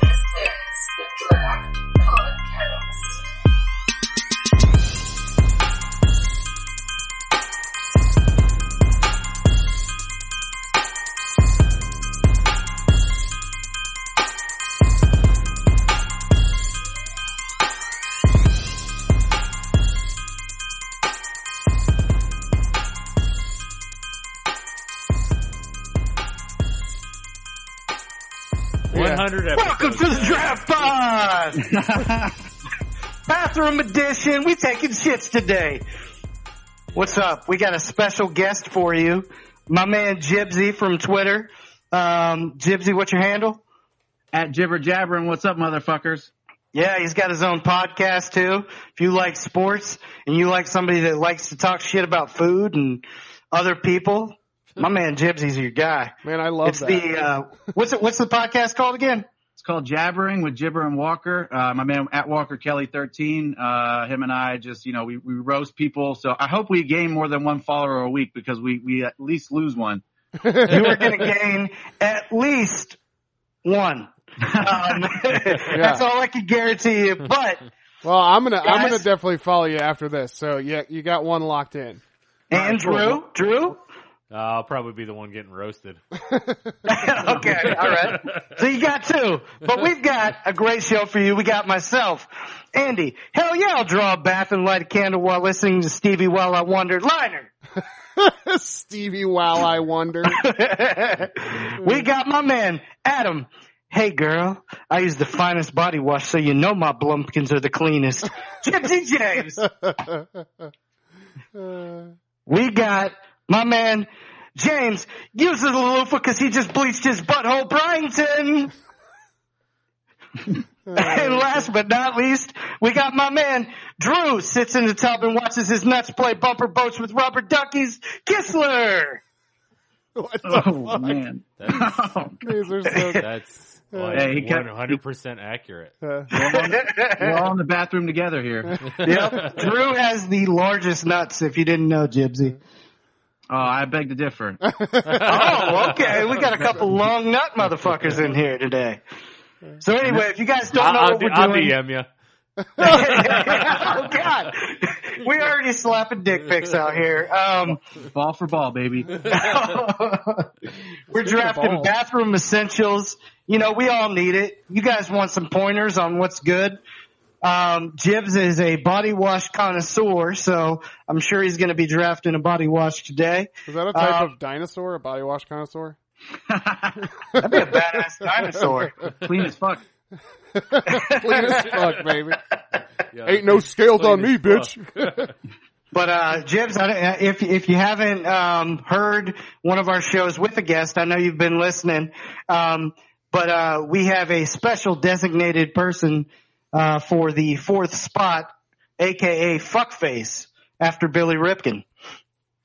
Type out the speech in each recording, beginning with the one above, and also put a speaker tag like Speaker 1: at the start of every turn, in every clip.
Speaker 1: This is the Draft Podcast.
Speaker 2: Yeah.
Speaker 3: 100
Speaker 2: Welcome to the draft pod, bathroom edition. We taking shits today. What's up? We got a special guest for you, my man Jibsy from Twitter. Um, Jibsy, what's your handle?
Speaker 3: At Jibber Jabbering, what's up, motherfuckers?
Speaker 2: Yeah, he's got his own podcast too. If you like sports and you like somebody that likes to talk shit about food and other people, my man Jibsy's your guy.
Speaker 4: Man, I love
Speaker 2: it's
Speaker 4: that.
Speaker 2: the uh, what's it? What's the podcast called again?
Speaker 3: It's called Jabbering with Jibber and Walker. Uh, my man at Walker Kelly 13, uh, him and I just, you know, we, we roast people. So I hope we gain more than one follower a week because we, we at least lose one.
Speaker 2: you are going to gain at least one. Um, That's all I can guarantee you. But
Speaker 4: well, I'm gonna I'm
Speaker 2: Guys?
Speaker 4: gonna definitely follow you after this. So yeah, you got one locked in.
Speaker 2: and Drew, Drew,
Speaker 5: I'll probably be the one getting roasted.
Speaker 2: okay, all right. So you got two, but we've got a great show for you. We got myself, Andy. Hell yeah, I'll draw a bath and light a candle while listening to Stevie while I wonder. Liner.
Speaker 4: Stevie, while I wonder.
Speaker 2: we got my man, Adam. Hey girl, I use the finest body wash so you know my blumpkins are the cleanest. Gypsy James. we got my man, James, uses the loofah because he just bleached his butthole, Bryington. and last but not least, we got my man, Drew, sits in the tub and watches his nuts play bumper boats with rubber duckies, Kistler.
Speaker 4: What the
Speaker 3: Oh,
Speaker 4: fuck?
Speaker 3: man.
Speaker 5: That's,
Speaker 4: These are so-
Speaker 5: that's like
Speaker 3: Hey, he kept-
Speaker 5: 100% accurate.
Speaker 3: We're all in the bathroom together here.
Speaker 2: Yep. Drew has the largest nuts, if you didn't know, Jibsy.
Speaker 3: Oh, I beg to differ.
Speaker 2: Oh, okay. We got a couple long nut motherfuckers in here today. So anyway, if you guys don't know
Speaker 5: I'll, I'll,
Speaker 2: what we're
Speaker 5: I'll
Speaker 2: doing,
Speaker 5: DM you.
Speaker 2: oh god, we already slapping dick pics out here. Um,
Speaker 3: Ball for ball, baby.
Speaker 2: we're drafting
Speaker 4: balls.
Speaker 2: bathroom essentials. You know, we all need it. You guys want some pointers on what's good? Um, Jibs is a body wash connoisseur, so I'm sure he's going to be drafting a body wash today.
Speaker 4: Is that a type
Speaker 2: Uh,
Speaker 4: of dinosaur? A body wash connoisseur?
Speaker 2: That'd be a badass dinosaur.
Speaker 3: Clean as fuck.
Speaker 4: Clean as fuck, baby.
Speaker 5: Yeah,
Speaker 4: Ain't no scales on me, bitch.
Speaker 2: But uh, Jibs, I don't- if if you haven't um, heard one of our shows with a guest, I know you've been listening. Um, but uh, we have a special designated person uh, for the fourth spot, aka Fuckface, after Billy Ripkin.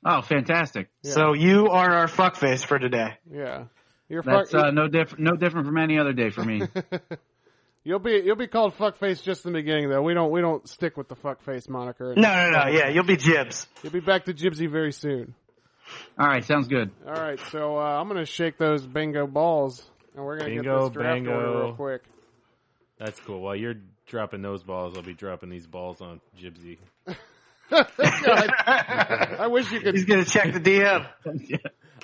Speaker 3: Oh, fantastic.
Speaker 2: So you are our Fuckface for today.
Speaker 4: Yeah, you're fuck.
Speaker 3: That's uh, no different, no different from any other day for me.
Speaker 4: you'll be you'll be called fuckface just in the beginning though. We don't we don't stick with the fuckface moniker.
Speaker 2: No, no, no. Yeah, you'll be Jibs.
Speaker 4: You'll be back to Gypsy very soon.
Speaker 3: All right, sounds good.
Speaker 4: All right, so uh, I'm gonna shake those bingo balls, and we're gonna
Speaker 5: Bingo,
Speaker 4: get this draft
Speaker 5: bango.
Speaker 4: order real quick.
Speaker 5: That's cool. While you're dropping those balls, I'll be dropping these balls on Jibsy.
Speaker 4: I wish you
Speaker 2: He's
Speaker 4: could.
Speaker 2: gonna check the DM.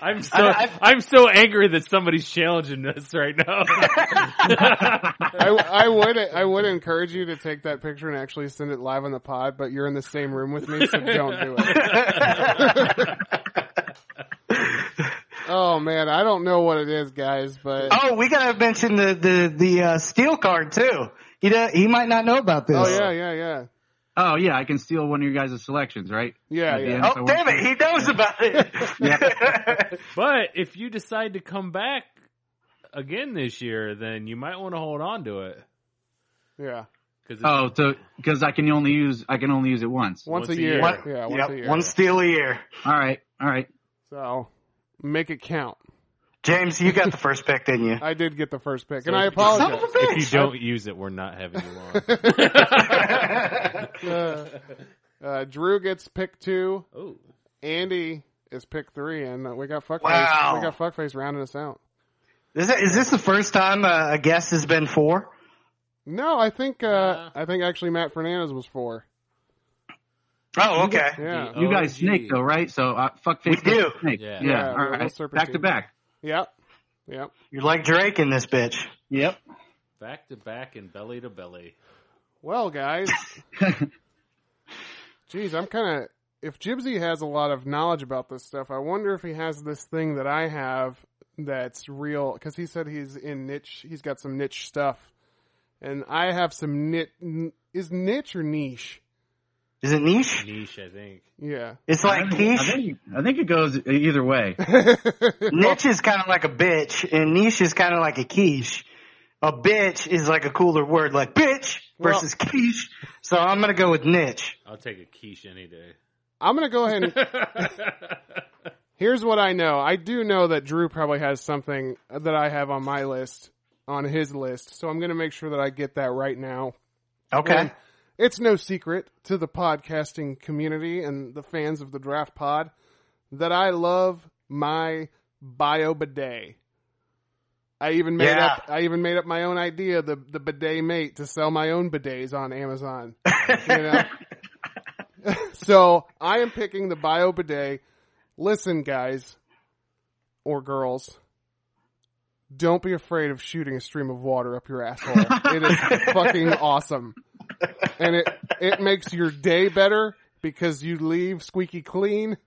Speaker 5: I'm so
Speaker 2: I- I've-
Speaker 5: I'm so angry that somebody's challenging this right now.
Speaker 4: I, I would. I would encourage you to take that picture and actually send it live on the pod. But you're in the same room with me, so don't do it. oh man, I don't know what it is, guys, but
Speaker 2: Oh, we gotta mention the the the uh, steel card too. He do, he might not know about this.
Speaker 4: oh yeah, yeah, yeah,
Speaker 3: Oh yeah, I can steal one of your guys' selections, right?
Speaker 4: yeah,
Speaker 3: Yeah.
Speaker 4: yeah.
Speaker 2: Oh damn it, he knows about it.
Speaker 5: but if you decide to come back again this year, then you might want to hold on to it
Speaker 4: Yeah,
Speaker 5: because
Speaker 3: Oh, so because I can only use I can only use it once.
Speaker 4: once, a year.
Speaker 5: What-
Speaker 4: Yeah, once
Speaker 2: Yep,
Speaker 4: a year.
Speaker 2: one steal a year.
Speaker 3: All right, all right.
Speaker 4: So make it count.
Speaker 2: James, you got the first pick, didn't you?
Speaker 4: I did get the first pick,
Speaker 6: So
Speaker 4: and I
Speaker 6: if you-
Speaker 2: Son
Speaker 4: apologize.
Speaker 2: of a bitch.
Speaker 6: If you don't use it, we're not having you on.
Speaker 4: Uh, Drew gets pick two.
Speaker 6: Oh,
Speaker 4: Andy is pick three, and uh, we got fuckface.
Speaker 2: Wow.
Speaker 4: We got fuckface rounding us out.
Speaker 2: Is, it, is this the first time uh, a guest has been four?
Speaker 4: No, I think uh,
Speaker 6: Uh.
Speaker 4: I think actually Matt Fernandez was four.
Speaker 2: Oh, okay.
Speaker 4: Yeah,
Speaker 6: The-
Speaker 3: You
Speaker 6: Oh,
Speaker 3: guys
Speaker 6: gee.
Speaker 3: snake though, right? So uh, fuck
Speaker 2: We
Speaker 3: face.
Speaker 2: do.
Speaker 3: Snake.
Speaker 6: Yeah.
Speaker 3: Yeah.
Speaker 4: Yeah,
Speaker 3: All
Speaker 4: we're all
Speaker 3: right.
Speaker 4: serpentine.
Speaker 3: Back to back.
Speaker 4: yep, yep.
Speaker 2: You're like Drake in this bitch.
Speaker 3: Yep.
Speaker 6: back to back and belly to belly.
Speaker 4: Well, guys, geez, I'm kind of. If Jibsy has a lot of knowledge about this stuff, I wonder if he has this thing that I have that's real. Because he said he's in niche. He's got some niche stuff, and I have some nit. n- Is niche or niche?
Speaker 2: Is it niche?
Speaker 6: Niche, I think.
Speaker 4: Yeah.
Speaker 2: It's
Speaker 3: I
Speaker 2: like
Speaker 3: think, I
Speaker 2: quiche.
Speaker 3: think I think it goes either way.
Speaker 2: Niche is kind of like a bitch, and niche is kind of like a quiche. A bitch is like a cooler word, like bitch versus quiche. So I'm gonna go with niche.
Speaker 6: I'll take a quiche any day.
Speaker 4: I'm gonna go ahead and Here's what I know. I do know that Drew probably has something that I have on my list, on his list, so I'm going to make sure that I get that right now.
Speaker 2: Okay.
Speaker 4: And it's no secret to the podcasting community and the fans of the Draft Pod that I love my bio bidet. I even made
Speaker 2: Yeah.
Speaker 4: up I even made up my own idea, the the bidet mate, to sell my own bidets on Amazon. you know? so I am picking the bio bidet. Listen, guys or girls, don't be afraid of shooting a stream of water up your asshole. it is fucking awesome. And it it makes your day better because you leave squeaky clean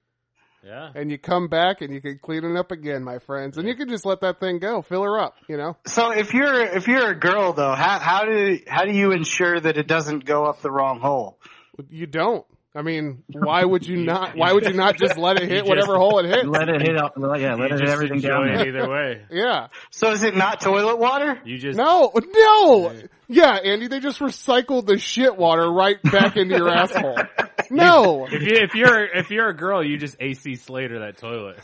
Speaker 6: yeah.
Speaker 4: and you come back and you can clean it up again, my friends. And you can just let that thing go, fill her up, you know.
Speaker 2: So if you're if you're a girl though, how how do how do you ensure that it doesn't go up the wrong hole?
Speaker 4: You don't. I mean, why would you not? Why would you not just let it hit whatever hole it hits?
Speaker 3: let it hit. up- Yeah. Let
Speaker 6: You
Speaker 3: it hit
Speaker 6: just
Speaker 3: everything
Speaker 6: enjoy
Speaker 3: down.
Speaker 6: it
Speaker 3: there.
Speaker 6: either way.
Speaker 4: Yeah.
Speaker 2: So is it not toilet water?
Speaker 6: You just
Speaker 4: No, no. Yeah, Andy, they just recycled the shit water right back into your asshole. No.
Speaker 6: If, you, if you're if you're a girl, you just AC Slater that toilet.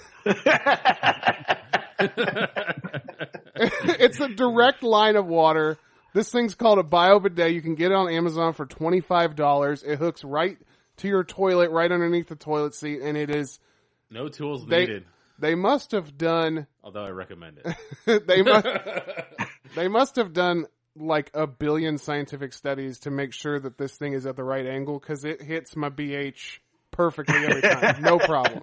Speaker 4: it's a direct line of water. This thing's called a bio bidet. You can get it on Amazon for twenty five dollars. It hooks right to your toilet, right underneath the toilet seat, and it is.
Speaker 6: No tools
Speaker 4: They-
Speaker 6: needed.
Speaker 4: They must have done.
Speaker 6: Although I recommend it.
Speaker 4: they must. they must have done like a billion scientific studies to make sure that this thing is at the right angle because it hits my BH perfectly every time, no problem.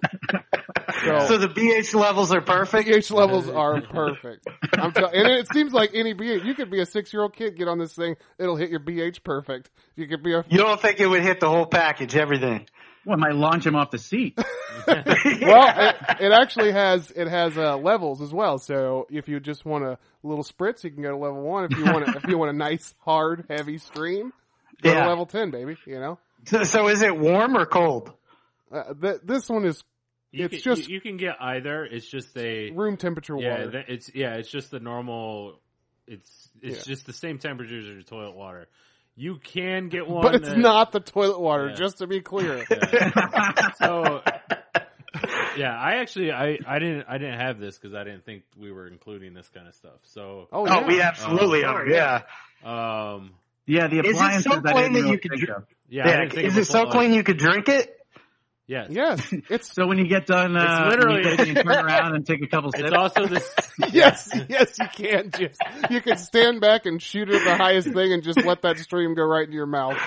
Speaker 2: So the BH levels are perfect.
Speaker 4: pH levels are perfect. I'm tell- and it seems like any BH, you could be a six year old kid, get on this thing, it'll hit your BH perfect. You could be a
Speaker 2: You don't think it would hit the whole package, everything?
Speaker 3: Well, I might launch him off the seat.
Speaker 4: well. It, it actually has it has uh, levels as well. So if you just want a little spritz, you can go to level one. If you want a, if you want a nice hard heavy stream, go to
Speaker 2: Yeah.
Speaker 4: level ten, baby. You know,
Speaker 2: So, so is it warm or cold?
Speaker 4: uh, th- this one is
Speaker 6: You
Speaker 4: It's
Speaker 6: can, you-
Speaker 4: just-
Speaker 6: you, can get either. It's just a
Speaker 4: room temperature
Speaker 6: yeah.
Speaker 4: water.
Speaker 6: th- It's yeah. It's just the normal. It's it's
Speaker 4: Yeah.
Speaker 6: just the same temperature as your toilet water. You can get one,
Speaker 4: but it's
Speaker 6: that-
Speaker 4: not the toilet water,
Speaker 6: Yeah.
Speaker 4: just to be clear.
Speaker 6: So yeah, I actually I I didn't I didn't have this because I didn't think we were including this kind of stuff. So
Speaker 4: Oh,
Speaker 2: Oh,
Speaker 4: yeah.
Speaker 2: we absolutely
Speaker 6: Oh,
Speaker 2: are.
Speaker 6: yeah.
Speaker 2: Yeah.
Speaker 6: um
Speaker 3: Yeah, the
Speaker 2: it so
Speaker 3: appliances. I
Speaker 2: plain
Speaker 3: didn't
Speaker 2: that
Speaker 3: really
Speaker 2: you could
Speaker 3: think
Speaker 2: dr-
Speaker 3: of.
Speaker 6: yeah, I
Speaker 2: Yeah.
Speaker 6: didn't think
Speaker 2: Is
Speaker 6: of
Speaker 2: it so
Speaker 6: full-
Speaker 2: clean you could drink it?
Speaker 6: Yes.
Speaker 4: Yes, it's
Speaker 3: So when you get done,
Speaker 6: It's
Speaker 3: uh,
Speaker 6: literally-
Speaker 3: you basically turn around and take a couple sips.
Speaker 6: It's also this.
Speaker 4: Yes, yes, you can just you can stand back and shoot it at the highest thing and just let that stream go right into your mouth.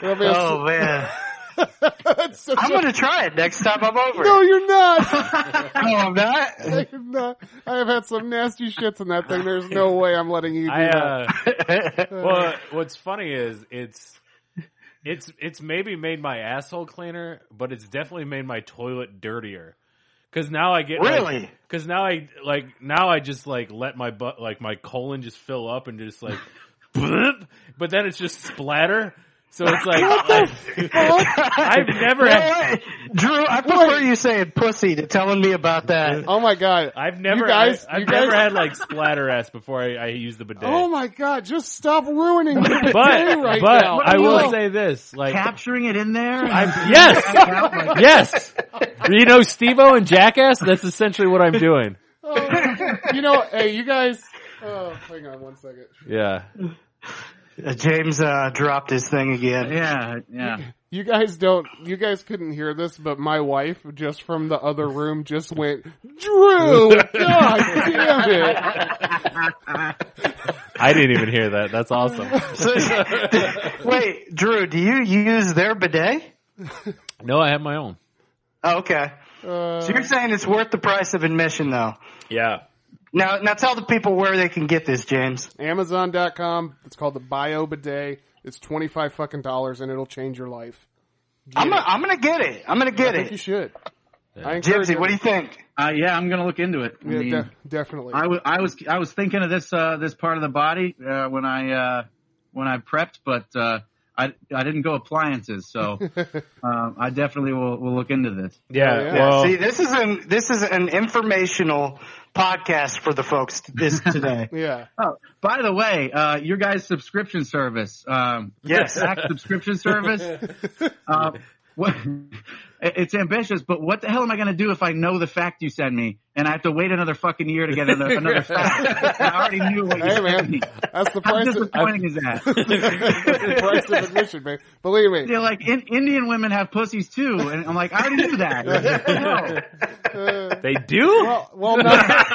Speaker 4: It'll be a-
Speaker 2: Oh man,
Speaker 4: that's such
Speaker 2: I'm
Speaker 4: a-
Speaker 2: gonna try it next time I'm over.
Speaker 4: no, you're not.
Speaker 2: no, I'm not.
Speaker 4: You're not. I have had some nasty shits in that thing. There's no way I'm letting you do
Speaker 6: I,
Speaker 4: that.
Speaker 6: uh, well, what's funny is it's it's it's maybe made my asshole cleaner, but it's definitely made my toilet dirtier. Because now I get
Speaker 2: Really?
Speaker 6: Because now I like now I just like let my butt like my colon just fill up and just like, bloop, but then it's just splatter. So it's like, I've never
Speaker 2: You know
Speaker 6: had.
Speaker 2: what? Drew, I prefer you saying pussy to telling me about that.
Speaker 4: oh my god.
Speaker 6: I've never,
Speaker 4: You guys-
Speaker 6: I, have
Speaker 4: you
Speaker 6: never
Speaker 4: guys-
Speaker 6: had like splatter ass before I, I used the bidet.
Speaker 4: Oh my god, just stop ruining the
Speaker 6: but
Speaker 4: day right
Speaker 6: but
Speaker 4: now. Oh,
Speaker 6: I will
Speaker 4: No.
Speaker 6: say this, like
Speaker 3: Capturing it in there.
Speaker 6: I'm, yes, yes. You know, Steve-O and Jackass. That's essentially what I'm doing.
Speaker 4: Oh, you know, hey, you guys. Oh, hang on one second.
Speaker 6: Yeah.
Speaker 2: James uh, dropped his thing again.
Speaker 3: Yeah, yeah.
Speaker 4: You guys don't. You guys couldn't hear this, but my wife just from the other room just went, Drew. God damn it!
Speaker 6: I didn't even hear that. That's awesome.
Speaker 2: So- wait, Drew, do you use their bidet?
Speaker 6: No, I have my own.
Speaker 2: Oh, okay.
Speaker 4: Uh,
Speaker 2: So you're saying it's worth the price of admission, though.
Speaker 6: Yeah.
Speaker 2: Now, now tell the people where they can get this, James.
Speaker 4: Amazon.com. It's called the Bio Bidet. It's twenty five fucking dollars, and it'll change your life.
Speaker 2: I'm gonna, I'm gonna get it. I'm gonna get
Speaker 4: I think you
Speaker 2: it.
Speaker 4: should. I encourage
Speaker 2: Gypsy, what do you think?
Speaker 3: Uh, yeah, I'm gonna look into it. I
Speaker 4: Yeah,
Speaker 3: mean,
Speaker 4: def- definitely.
Speaker 3: I, w- I was I was thinking of this uh, this part of the body uh, when I uh, when I prepped, but uh, I I didn't go appliances, so um, I definitely will, will look into this.
Speaker 6: Yeah.
Speaker 4: yeah.
Speaker 6: Well,
Speaker 2: See, this is an this is an informational podcast for the folks t- this today.
Speaker 4: yeah.
Speaker 3: Oh, by the way, uh, your guys' subscription service, um,
Speaker 2: Yes.
Speaker 3: Zach's subscription service. uh, what, it's ambitious, but what the hell am I going to do if I know the fact you send me and I have to wait another fucking year to get another, another fact? I already knew what you
Speaker 4: Hey
Speaker 3: sent
Speaker 4: man,
Speaker 3: me.
Speaker 4: that's the
Speaker 3: How
Speaker 4: price. Of,
Speaker 3: disappointing is that?
Speaker 4: that's the price of admission, man. Believe me.
Speaker 3: They're like in, Indian women have pussies too, and I'm like, I already knew that. No.
Speaker 6: they do.
Speaker 4: Well, well, not,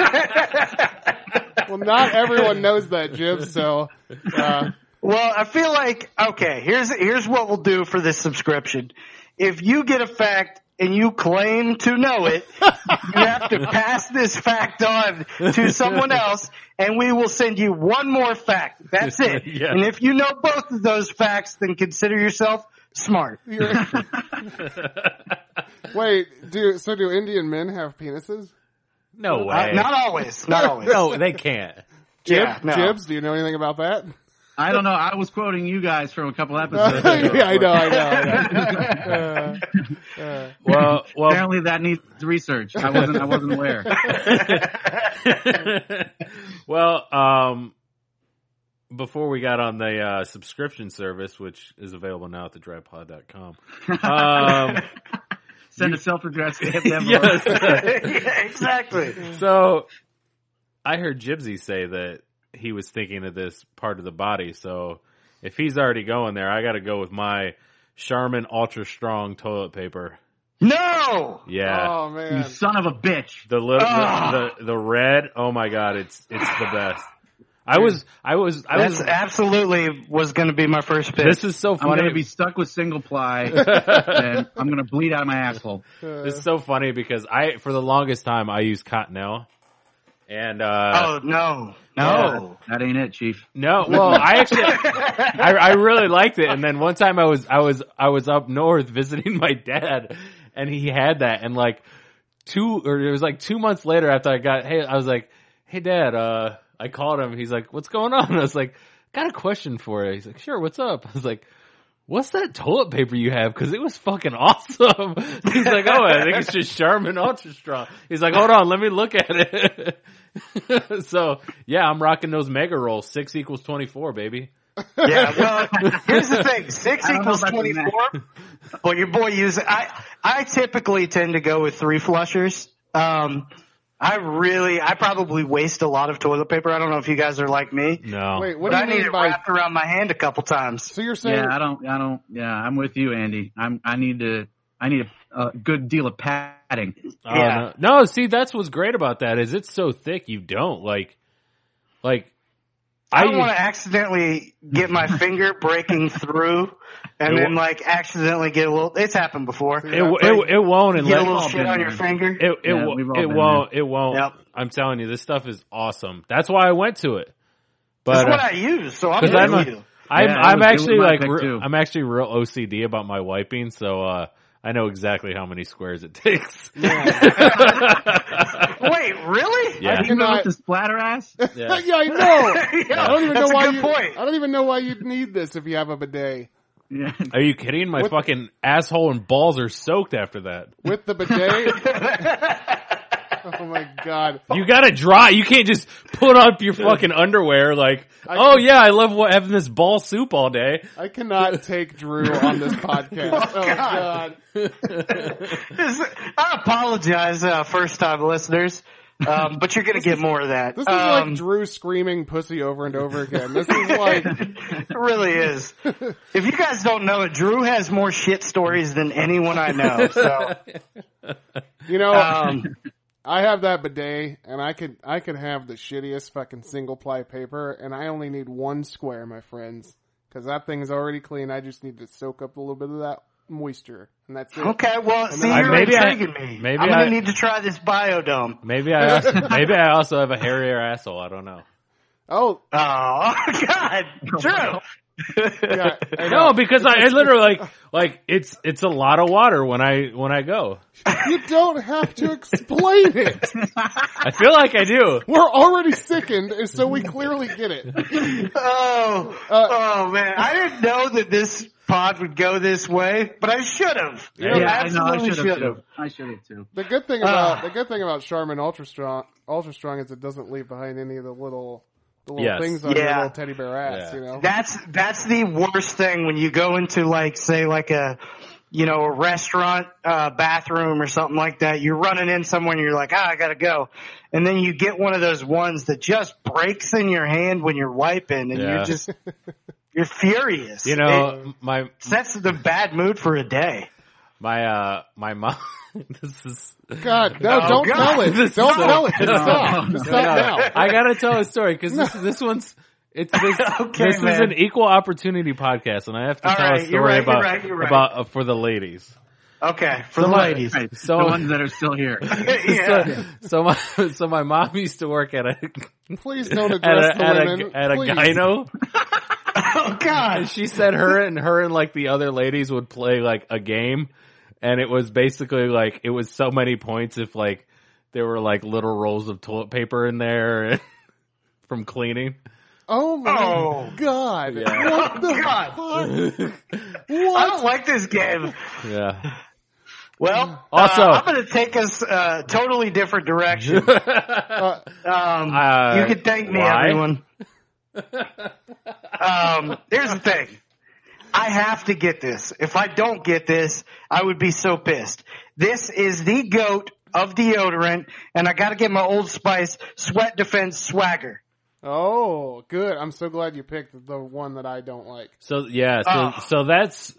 Speaker 4: well, not everyone knows that, Jim. So, uh,
Speaker 2: Well, I feel like okay. Here's here's what we'll do for this subscription. If you get a fact and you claim to know it, you have to pass this fact on to someone else, and we will send you one more fact. That's it.
Speaker 6: Yeah.
Speaker 2: And if you know both of those facts, then consider yourself smart.
Speaker 4: you're, wait, do so? Do Indian men have penises?
Speaker 6: No
Speaker 2: Uh,
Speaker 6: way.
Speaker 2: not always. Not always.
Speaker 6: no, they can't.
Speaker 4: Jib,
Speaker 2: Yeah, no.
Speaker 4: Jibs, do you know anything about that?
Speaker 3: I don't know. I was quoting you guys from a couple episodes. ago.
Speaker 4: yeah, I know, I know. I know. Uh, uh,
Speaker 6: Well, well,
Speaker 3: Apparently, that needs research. I wasn't. I wasn't aware.
Speaker 6: well, um, before we got on the uh, subscription service, which is available now at thedrypod.com. Um,
Speaker 3: Send a self-addressed stamp envelope.
Speaker 6: yes.
Speaker 2: yeah, exactly.
Speaker 6: So I heard Jibsy say that he was thinking of this part of the body. So if he's already going there, I got to go with my Charmin Ultra Strong toilet paper.
Speaker 2: No.
Speaker 6: Yeah.
Speaker 4: Oh
Speaker 3: You
Speaker 4: man,
Speaker 3: son of a bitch.
Speaker 6: The little the,
Speaker 2: Ah.
Speaker 6: the the red. Oh my god, it's it's the best. I was I was I
Speaker 2: That's
Speaker 6: was.
Speaker 2: absolutely was going to be my first pick.
Speaker 6: This is so
Speaker 3: I'm
Speaker 6: funny.
Speaker 3: gonna be stuck with single ply, and I'm gonna bleed out of my asshole.
Speaker 6: this is so funny because I for the longest time I used Cottonelle, and
Speaker 2: oh
Speaker 6: uh,
Speaker 2: no, no.
Speaker 3: That ain't it, chief.
Speaker 6: no, well I actually I, I really liked it. And then one time I was I was I was up north visiting my dad, and he had that, and like two or it was like two months later after I got hey I was like hey dad uh I called him he's like what's going on I was like got a question for you he's like sure what's up I was like what's that toilet paper you have because it was fucking awesome he's like oh I think it's just Charmin Ultra Strong he's like hold on let me look at it so yeah I'm rocking those mega rolls six equals twenty four baby
Speaker 2: Yeah. Well, here's the thing: six
Speaker 3: I don't know
Speaker 2: equals
Speaker 3: about the
Speaker 2: twenty four. But your boy uses. I I typically tend to go with three flushers. Um, I really, I probably waste a lot of toilet paper. I don't know if you guys are like me,
Speaker 6: no
Speaker 4: wait, what
Speaker 2: but I
Speaker 4: do you
Speaker 2: need
Speaker 4: mean
Speaker 2: it
Speaker 4: by?
Speaker 2: wrapped around my hand a couple times.
Speaker 4: so you're saying
Speaker 3: Yeah, I don't. I don't. Yeah, I'm with you, Andy. I'm. I need to. I need a, a good deal of padding.
Speaker 6: Oh,
Speaker 2: Yeah.
Speaker 6: no. no, see, that's what's great about that is it's so thick you don't like, like,
Speaker 2: I don't want
Speaker 6: use-
Speaker 2: to accidentally get my finger breaking through, and
Speaker 6: It
Speaker 2: then
Speaker 6: wa-
Speaker 2: like accidentally get a little. It's happened before.
Speaker 6: it, w- it, w- it won't
Speaker 2: You get a little
Speaker 6: unless
Speaker 3: all
Speaker 2: shit
Speaker 3: been
Speaker 2: on
Speaker 3: there.
Speaker 2: your finger.
Speaker 6: it it,
Speaker 3: Yeah,
Speaker 6: wo-
Speaker 3: we've all
Speaker 6: it
Speaker 3: been
Speaker 6: won't it won't.
Speaker 2: Yep.
Speaker 6: I'm telling you, this stuff is awesome. That's why I went to it.
Speaker 2: That's
Speaker 6: But
Speaker 2: what
Speaker 6: uh,
Speaker 2: I use, so I'm
Speaker 6: 'cause
Speaker 2: with
Speaker 6: I'm a-
Speaker 2: you.
Speaker 6: I'm,
Speaker 3: Yeah, I
Speaker 6: I'm
Speaker 3: was doing
Speaker 6: actually
Speaker 3: my
Speaker 6: like
Speaker 3: thing,
Speaker 6: re-
Speaker 3: too.
Speaker 6: I'm actually real OCD about my wiping, so uh, I know exactly how many squares it takes. Yeah,
Speaker 2: Wait, really?
Speaker 6: yeah.
Speaker 3: You know,
Speaker 4: I-
Speaker 3: with the splatter ass.
Speaker 4: yeah, I know. I don't even
Speaker 2: That's
Speaker 4: know
Speaker 2: a
Speaker 4: why
Speaker 2: good
Speaker 4: you,
Speaker 2: point.
Speaker 4: I don't even know why you'd need this if you have a bidet.
Speaker 3: Yeah.
Speaker 6: Are you kidding? My
Speaker 4: What-
Speaker 6: fucking asshole and balls are soaked after that.
Speaker 4: With the bidet. oh my god.
Speaker 6: You gotta dry. You can't just put up your fucking underwear like,
Speaker 4: I-
Speaker 6: oh yeah, I love what, having this ball soup all day.
Speaker 4: I cannot take Drew on this podcast. Oh, God.
Speaker 2: This- I apologize, uh, first time listeners. Um, but you're gonna get more of that.
Speaker 4: This is
Speaker 2: um,
Speaker 4: like Drew screaming pussy over and over again. This is like,
Speaker 2: it really is. If you guys don't know it, Drew has more shit stories than anyone I know. So,
Speaker 4: you know,
Speaker 2: um,
Speaker 4: I have that bidet and I could, I could have the shittiest fucking single ply paper and I only need one square, my friends, cause that thing's already clean. I just need to soak up a little bit of that moisture and that's it.
Speaker 2: okay, well, see,
Speaker 6: I-
Speaker 2: you're
Speaker 6: maybe I-
Speaker 2: intriguing me.
Speaker 6: maybe
Speaker 2: I'm gonna
Speaker 6: I-
Speaker 2: need to try this biodome.
Speaker 6: Maybe I also, maybe I also have a hairier asshole. I don't know.
Speaker 4: Oh,
Speaker 2: Oh God,
Speaker 6: Oh,
Speaker 2: Drew.
Speaker 4: yeah. I know.
Speaker 6: No, because I, I literally like like it's it's a lot of water when I when I go.
Speaker 4: You don't have to explain it.
Speaker 6: I feel like I do.
Speaker 4: We're already sickened, and so we clearly get it.
Speaker 2: Oh, oh man, I didn't know that this pod would go this way, but I should have.
Speaker 6: Yeah,
Speaker 2: You
Speaker 3: I know. I
Speaker 2: absolutely
Speaker 3: should have
Speaker 2: should
Speaker 3: too.
Speaker 2: have.
Speaker 3: I should have too.
Speaker 4: The good thing about
Speaker 2: Ah.
Speaker 4: the good thing about Charmin Ultra Strong Ultra Strong is it doesn't leave behind any of the little the little
Speaker 6: Yes.
Speaker 4: things on your
Speaker 2: Yeah.
Speaker 4: little teddy bear ass.
Speaker 6: Yeah.
Speaker 4: You know,
Speaker 2: That's that's the worst thing when you go into like say like a you know a restaurant uh, bathroom or something like that. You're running in somewhere and you're like, ah, I gotta go, and then you get one of those ones that just breaks in your hand when you're wiping, and
Speaker 6: Yeah.
Speaker 2: you're just you're furious.
Speaker 6: You know, my
Speaker 2: it sets the bad mood for a day.
Speaker 6: my uh my mom. this is
Speaker 4: God, no,
Speaker 2: Oh,
Speaker 4: don't
Speaker 2: God.
Speaker 4: tell it.
Speaker 6: This
Speaker 4: don't
Speaker 6: is so-
Speaker 4: tell it. Just
Speaker 6: No.
Speaker 4: stop. Just stop
Speaker 6: No,
Speaker 4: now.
Speaker 6: I gotta tell a story because this this one's it's this,
Speaker 2: Okay,
Speaker 6: this is
Speaker 2: man.
Speaker 6: an equal opportunity podcast, and I have to
Speaker 2: All
Speaker 6: tell
Speaker 2: right,
Speaker 6: a
Speaker 2: you're
Speaker 6: story
Speaker 2: right, you're
Speaker 6: about
Speaker 2: right, you're right.
Speaker 6: about uh, for the ladies.
Speaker 2: Okay, for the
Speaker 6: Somebody-
Speaker 2: ladies.
Speaker 3: Right,
Speaker 6: So-
Speaker 3: the ones that are still here.
Speaker 2: yeah.
Speaker 6: So my so my mom used to work at a
Speaker 4: Please don't
Speaker 6: at
Speaker 4: address
Speaker 6: a, at
Speaker 4: the
Speaker 6: a,
Speaker 4: women.
Speaker 6: at a
Speaker 4: Please.
Speaker 6: gyno.
Speaker 2: Oh God.
Speaker 6: She said her and her and like the other ladies would play like a game, and it was basically like it was so many points if like there were like little rolls of toilet paper in there from cleaning.
Speaker 4: Oh my
Speaker 2: Oh.
Speaker 4: God!
Speaker 6: Yeah.
Speaker 4: What the
Speaker 2: God.
Speaker 4: fuck?
Speaker 2: I
Speaker 4: What?
Speaker 2: don't like this game.
Speaker 6: Yeah.
Speaker 2: Well,
Speaker 6: Mm. Also-
Speaker 2: uh, I'm going to take us uh, totally different direction.
Speaker 4: Uh,
Speaker 2: Um,
Speaker 6: Uh,
Speaker 2: you can thank me,
Speaker 6: why?
Speaker 2: everyone. um, here's the thing. I have to get this. If I don't get this, I would be so pissed. This is the goat of deodorant, and I got to get my Old Spice Sweat Defense Swagger.
Speaker 4: oh, good. I'm so glad you picked the one that I don't like.
Speaker 6: So yeah, so
Speaker 2: Ah.
Speaker 6: so that's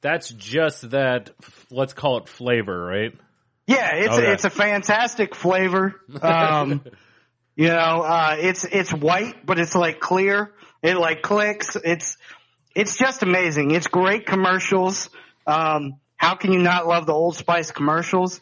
Speaker 6: that's just that. f- Let's call it flavor, right?
Speaker 2: Yeah, it's
Speaker 6: Okay.
Speaker 2: it's a fantastic flavor. Um, you know, uh, it's it's white, but it's like clear. It like clicks. It's it's just amazing. It's great commercials. Um, how can you not love the Old Spice commercials?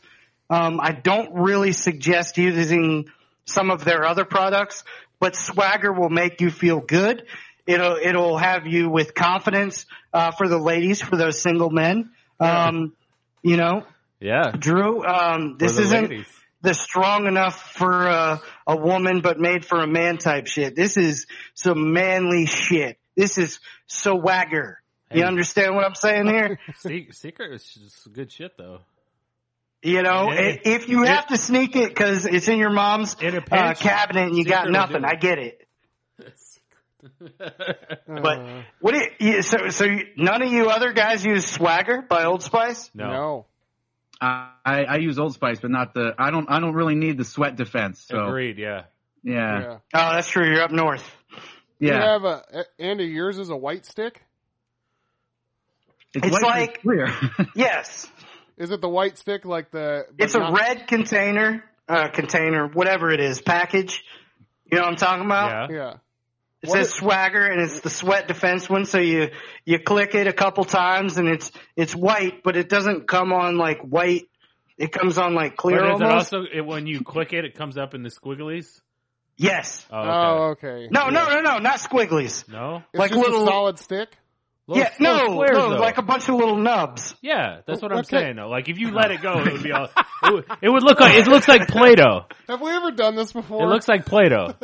Speaker 2: Um, I don't really suggest using some of their other products, but Swagger will make you feel good. It'll it'll have you with confidence uh, for the ladies, for those single men. Um, you know,
Speaker 6: Yeah.
Speaker 2: Drew, um, this
Speaker 6: the
Speaker 2: isn't
Speaker 6: ladies.
Speaker 2: the strong enough for uh, a woman, but made for a man type shit. This is some manly shit. This is so wagger.
Speaker 6: Hey.
Speaker 2: You understand what I'm saying here?
Speaker 6: Se- Secret is just good shit though.
Speaker 2: You know,
Speaker 6: Yeah.
Speaker 2: i- if you have to sneak it because it's in your mom's
Speaker 6: In a
Speaker 2: uh,
Speaker 6: pinch,
Speaker 2: cabinet and you
Speaker 6: secret
Speaker 2: got
Speaker 6: will
Speaker 2: nothing,
Speaker 6: do
Speaker 2: I
Speaker 6: it.
Speaker 2: get it. But
Speaker 4: Uh,
Speaker 2: what? Do you, you- so, so you- none of you other guys use Swagger by Old Spice?
Speaker 6: No.
Speaker 4: no.
Speaker 3: I, I I use Old Spice, but not the. I don't. I don't really need the sweat defense. So
Speaker 6: Agreed. Yeah.
Speaker 3: yeah,
Speaker 4: Yeah.
Speaker 2: Oh, that's true. You're up north.
Speaker 4: You
Speaker 3: yeah.
Speaker 4: have a Andy. Yours is a white stick.
Speaker 2: It's
Speaker 3: white and
Speaker 2: like-
Speaker 3: clear.
Speaker 2: Yes.
Speaker 4: Is it the white stick like the? but
Speaker 2: It's a
Speaker 4: not-
Speaker 2: red container, uh, container, whatever it is, package. You know what I'm talking about?
Speaker 6: Yeah.
Speaker 4: Yeah.
Speaker 2: It
Speaker 4: What
Speaker 2: says
Speaker 4: is-
Speaker 2: Swagger, and it's the sweat defense one. So you you click it a couple times, and it's it's white, but it doesn't come on like white. It comes on like
Speaker 6: But
Speaker 2: clear
Speaker 6: is it
Speaker 2: almost.
Speaker 6: also it, when you click it, it comes up in the squigglies?
Speaker 2: yes.
Speaker 6: Oh, okay.
Speaker 4: Oh, okay.
Speaker 2: No, no, no, no, not squigglies.
Speaker 6: no.
Speaker 4: It's
Speaker 2: like
Speaker 4: just
Speaker 2: little-
Speaker 4: a solid stick.
Speaker 6: Little-
Speaker 2: yeah, no,
Speaker 6: little squares,
Speaker 2: no,
Speaker 6: though.
Speaker 2: like a bunch of little nubs.
Speaker 6: yeah. That's what I'm
Speaker 4: Okay.
Speaker 6: saying though. Like if you let it go, it would be all. It would, it would look like it looks like Play-Doh.
Speaker 4: Have we ever done this before?
Speaker 6: It looks like Play-Doh.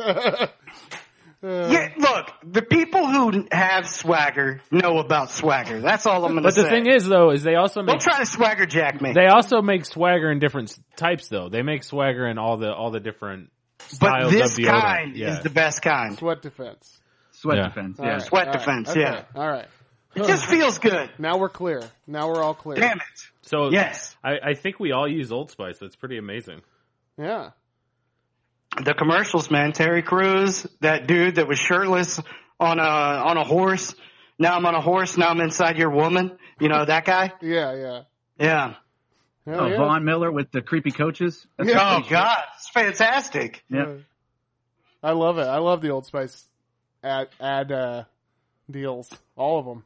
Speaker 4: Uh,
Speaker 2: Yeah, look, the people who have Swagger know about Swagger. That's all I'm gonna
Speaker 6: But
Speaker 2: say.
Speaker 6: the thing is though, is they also
Speaker 2: don't
Speaker 6: make
Speaker 2: try to Swagger jack me.
Speaker 6: They also make swagger in different s- types, though. They make swagger in all the all the different
Speaker 2: but
Speaker 6: styles
Speaker 2: this
Speaker 6: of deodorant.
Speaker 2: kind
Speaker 6: yeah.
Speaker 2: is the best kind.
Speaker 4: Sweat defense.
Speaker 3: sweat
Speaker 6: Yeah.
Speaker 3: defense.
Speaker 4: All
Speaker 3: Yeah.
Speaker 4: right,
Speaker 2: Sweat
Speaker 4: all right,
Speaker 2: defense,
Speaker 4: okay,
Speaker 2: yeah.
Speaker 4: All right.
Speaker 2: It just feels good.
Speaker 4: Now we're clear. Now we're all clear.
Speaker 2: Damn it.
Speaker 6: so.
Speaker 2: Yes.
Speaker 6: I, I think we all use Old Spice. That's pretty amazing.
Speaker 4: Yeah.
Speaker 2: the commercials, man. Terry Crews, that dude that was shirtless on a on a horse. Now I'm on a horse. Now I'm inside your woman. You know that guy?
Speaker 4: Yeah, yeah.
Speaker 2: Yeah.
Speaker 4: Hell
Speaker 3: Oh,
Speaker 4: yeah.
Speaker 3: Vaughn Miller with the creepy coaches. That's
Speaker 4: Yeah.
Speaker 3: pretty
Speaker 2: Oh God, it's fantastic.
Speaker 3: Yeah.
Speaker 4: I love it. I love the Old Spice ad ad uh, deals. All of them.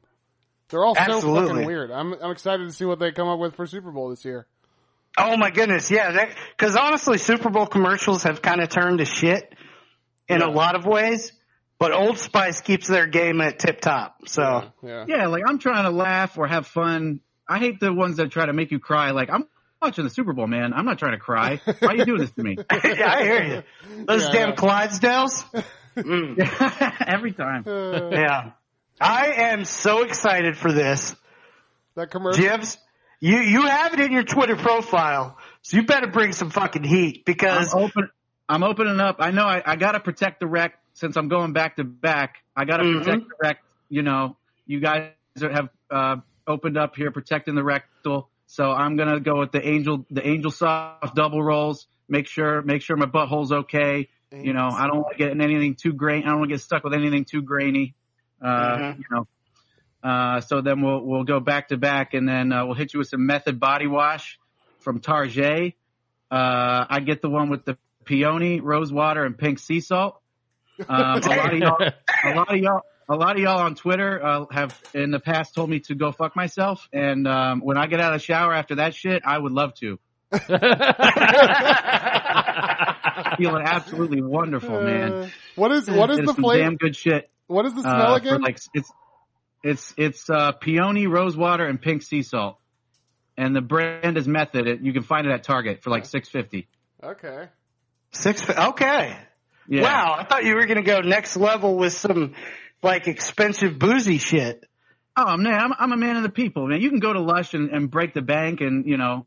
Speaker 4: They're all so
Speaker 2: Absolutely.
Speaker 4: fucking weird. I'm I'm excited to see what they come up with for Super Bowl this year.
Speaker 2: Oh my goodness, yeah. Because honestly, Super Bowl commercials have kind of turned to shit in a lot of ways. But Old Spice keeps their game at tip top. So
Speaker 4: Yeah.
Speaker 3: Yeah, like I'm trying to laugh or have fun. I hate the ones that try to make you cry. Like I'm watching the Super Bowl, man. I'm not trying to cry. Why are you doing this to me?
Speaker 2: yeah, I hear you. Those
Speaker 4: Yeah,
Speaker 2: damn
Speaker 4: yeah.
Speaker 2: Clydesdales.
Speaker 3: Every time.
Speaker 4: Uh,
Speaker 2: Yeah, I am so excited for this.
Speaker 4: that commercial.
Speaker 2: Jibs, you you have it in your Twitter profile, so you better bring some fucking heat
Speaker 3: I'm
Speaker 2: because
Speaker 3: open. I'm opening up. I know I, I got to protect the wreck since I'm going back to back. I got to
Speaker 2: Mhm.
Speaker 3: protect the wreck. You know, you guys are- have uh, opened up here protecting the rectal. So I'm gonna go with the angel, the angel soft double rolls. Make sure, make sure my butthole's okay. You know, I don't want to get in anything too grainy. I don't want to get stuck with anything too grainy. Uh,
Speaker 2: Mhm.
Speaker 3: You know. Uh, so then we'll we'll go back to back, and then uh, we'll hit you with some method body wash from Target. Uh, I get the one with the peony, rosewater, and pink sea salt. Um, a lot of y'all, a lot of y'all, a lot of y'all on Twitter uh, have in the past told me to go fuck myself, and um, when I get out of the shower after that shit, I would love to. Feeling absolutely wonderful,
Speaker 4: Uh,
Speaker 3: Oh, man.
Speaker 4: what is what is
Speaker 3: It
Speaker 4: the
Speaker 3: some
Speaker 4: flavor?
Speaker 3: Damn good shit.
Speaker 4: What is the
Speaker 3: uh,
Speaker 4: smell
Speaker 3: for,
Speaker 4: again?
Speaker 3: like it's it's it's uh, peony, rosewater, and pink sea salt. And the brand is Method. It, you can find it at Target for like six fifty.
Speaker 4: okay.
Speaker 2: six. Okay,
Speaker 3: Yeah.
Speaker 2: wow, I thought you were gonna go next level with some like expensive boozy shit.
Speaker 3: Oh man, I'm, I'm a man of the people, man. You can go to Lush and, and break the bank and you know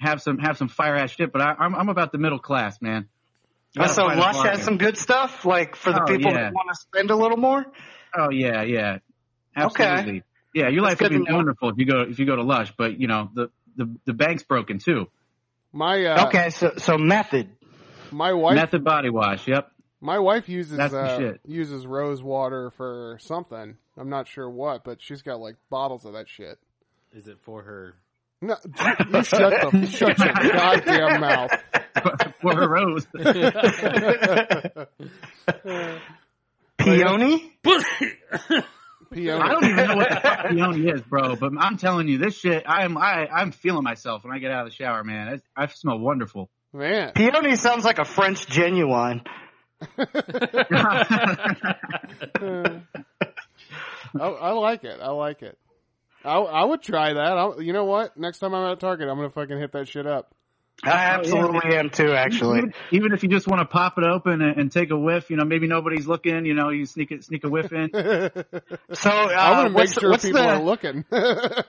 Speaker 3: have some have some fire ass shit, but I, I'm I'm about the middle class, man. Gotta
Speaker 2: so
Speaker 3: find a
Speaker 2: Lush
Speaker 3: bargain.
Speaker 2: has some good stuff, like for the
Speaker 3: Oh,
Speaker 2: people
Speaker 3: yeah.
Speaker 2: that want to spend a little more.
Speaker 3: Oh yeah, yeah,
Speaker 2: Okay.
Speaker 3: absolutely. Yeah, your life
Speaker 2: good
Speaker 3: would be
Speaker 2: to know.
Speaker 3: wonderful if you go if you go to Lush, but you know the the, the bank's broken too.
Speaker 4: My uh,
Speaker 2: okay, so so method.
Speaker 4: my wife
Speaker 3: Method body wash. Yep.
Speaker 4: my wife uses
Speaker 3: That's the
Speaker 4: uh,
Speaker 3: shit.
Speaker 4: uses rose water for something. I'm not sure what, but she's got like bottles of that shit.
Speaker 5: Is it for her?
Speaker 4: No, you shut the shut your goddamn mouth.
Speaker 3: For her rose.
Speaker 2: Peony?
Speaker 4: Peony.
Speaker 3: I don't even know what the fuck peony is, bro. But I'm telling you, this shit, I'm I I'm feeling myself when I get out of the shower, man. It's, I smell wonderful.
Speaker 4: Man,
Speaker 2: Peony sounds like a French genuine.
Speaker 4: I, I like it. I like it. I, I would try that. I, you know what? Next time I'm at Target, I'm gonna fucking hit that shit up.
Speaker 2: I absolutely am too, actually.
Speaker 3: Even- Even if you just want to pop it open and, and take a whiff, you know, maybe nobody's looking, you know, you sneak it, sneak a whiff in.
Speaker 2: So uh,
Speaker 4: I want to make
Speaker 2: what's,
Speaker 4: sure
Speaker 2: what's
Speaker 4: people
Speaker 2: the,
Speaker 4: are looking.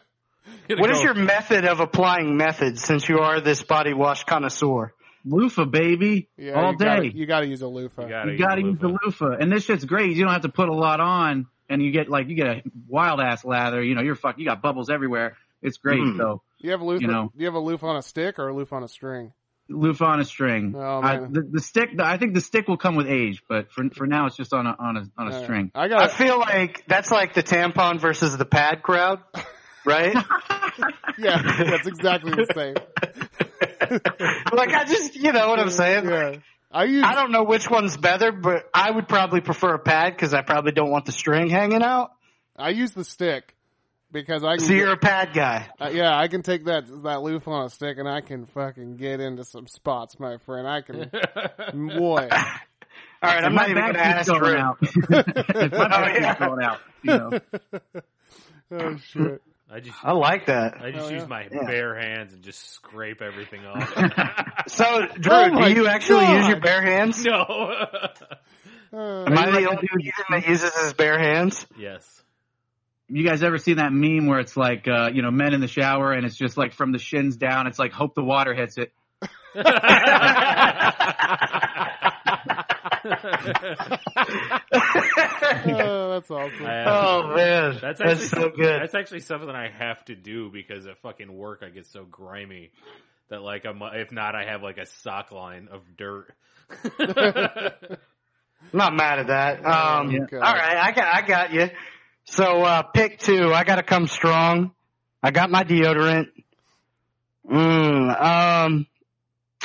Speaker 2: What is your method of applying methods since you are this body wash connoisseur?
Speaker 3: Loofah, baby.
Speaker 4: yeah,
Speaker 3: all
Speaker 4: you
Speaker 3: day.
Speaker 4: Gotta, you gotta use a loofah.
Speaker 3: you gotta use the loofah. And this shit's great. You don't have to put a lot on and you get like, you get a wild ass lather. You know, you're fuck, you got bubbles everywhere. It's great.
Speaker 2: Mm.
Speaker 3: So
Speaker 4: you have a loofah.
Speaker 3: you know.
Speaker 4: Do you have a loofah on a stick or a loofah on a string?
Speaker 3: loofah on a string.
Speaker 4: Oh,
Speaker 3: I,
Speaker 4: man.
Speaker 3: the, the stick, I think the stick will come with age, but for, for now it's just on a, on a, on a
Speaker 4: Uh,
Speaker 3: string.
Speaker 4: I
Speaker 2: I
Speaker 4: got.
Speaker 2: feel like that's like the tampon versus the pad crowd, right?
Speaker 4: yeah, that's exactly the same.
Speaker 2: like I just, you know what I'm saying?
Speaker 4: Yeah. I use.
Speaker 2: I don't know which one's better, but I would probably prefer a pad because I probably don't want the string hanging out.
Speaker 4: I use the stick because I can.
Speaker 2: So you're a pad guy.
Speaker 4: uh, yeah, I can take that that loofah on a stick and I can fucking get into some spots, my friend. I can.
Speaker 2: All
Speaker 4: boy,
Speaker 2: right, I'm
Speaker 3: my
Speaker 2: not even going to
Speaker 3: back keeps
Speaker 2: ask
Speaker 3: going
Speaker 2: Drew.
Speaker 3: out. If my back
Speaker 2: yeah.
Speaker 3: keeps going out. You know,
Speaker 4: oh shit.
Speaker 5: I just
Speaker 2: I like that.
Speaker 5: I just
Speaker 4: Oh, yeah.
Speaker 5: use my
Speaker 2: Yeah.
Speaker 5: bare hands and just scrape everything off.
Speaker 2: So, Drew,
Speaker 4: Oh my
Speaker 2: do you actually use your
Speaker 4: God.
Speaker 2: bare hands?
Speaker 5: no.
Speaker 4: Uh,
Speaker 2: Am I
Speaker 3: Are
Speaker 2: the
Speaker 3: you like
Speaker 2: only
Speaker 3: the dude-
Speaker 2: person that uses his bare hands?
Speaker 5: yes.
Speaker 3: you guys ever seen that meme where it's like, uh, you know, men in the shower and it's just like from the shins down. It's like, hope the water hits it.
Speaker 4: oh, that's awesome.
Speaker 5: I-
Speaker 2: Oh man,
Speaker 5: That's
Speaker 2: that's,
Speaker 5: actually
Speaker 2: so
Speaker 5: something-
Speaker 2: good.
Speaker 5: That's actually something I have to do because at fucking work I get so grimy that like I'm if not I have like a sock line of dirt.
Speaker 2: Not mad at that. Um,
Speaker 4: Okay.
Speaker 2: All right, I got, I got you. So uh, pick two. I got to come strong. I got my deodorant. Mm, um,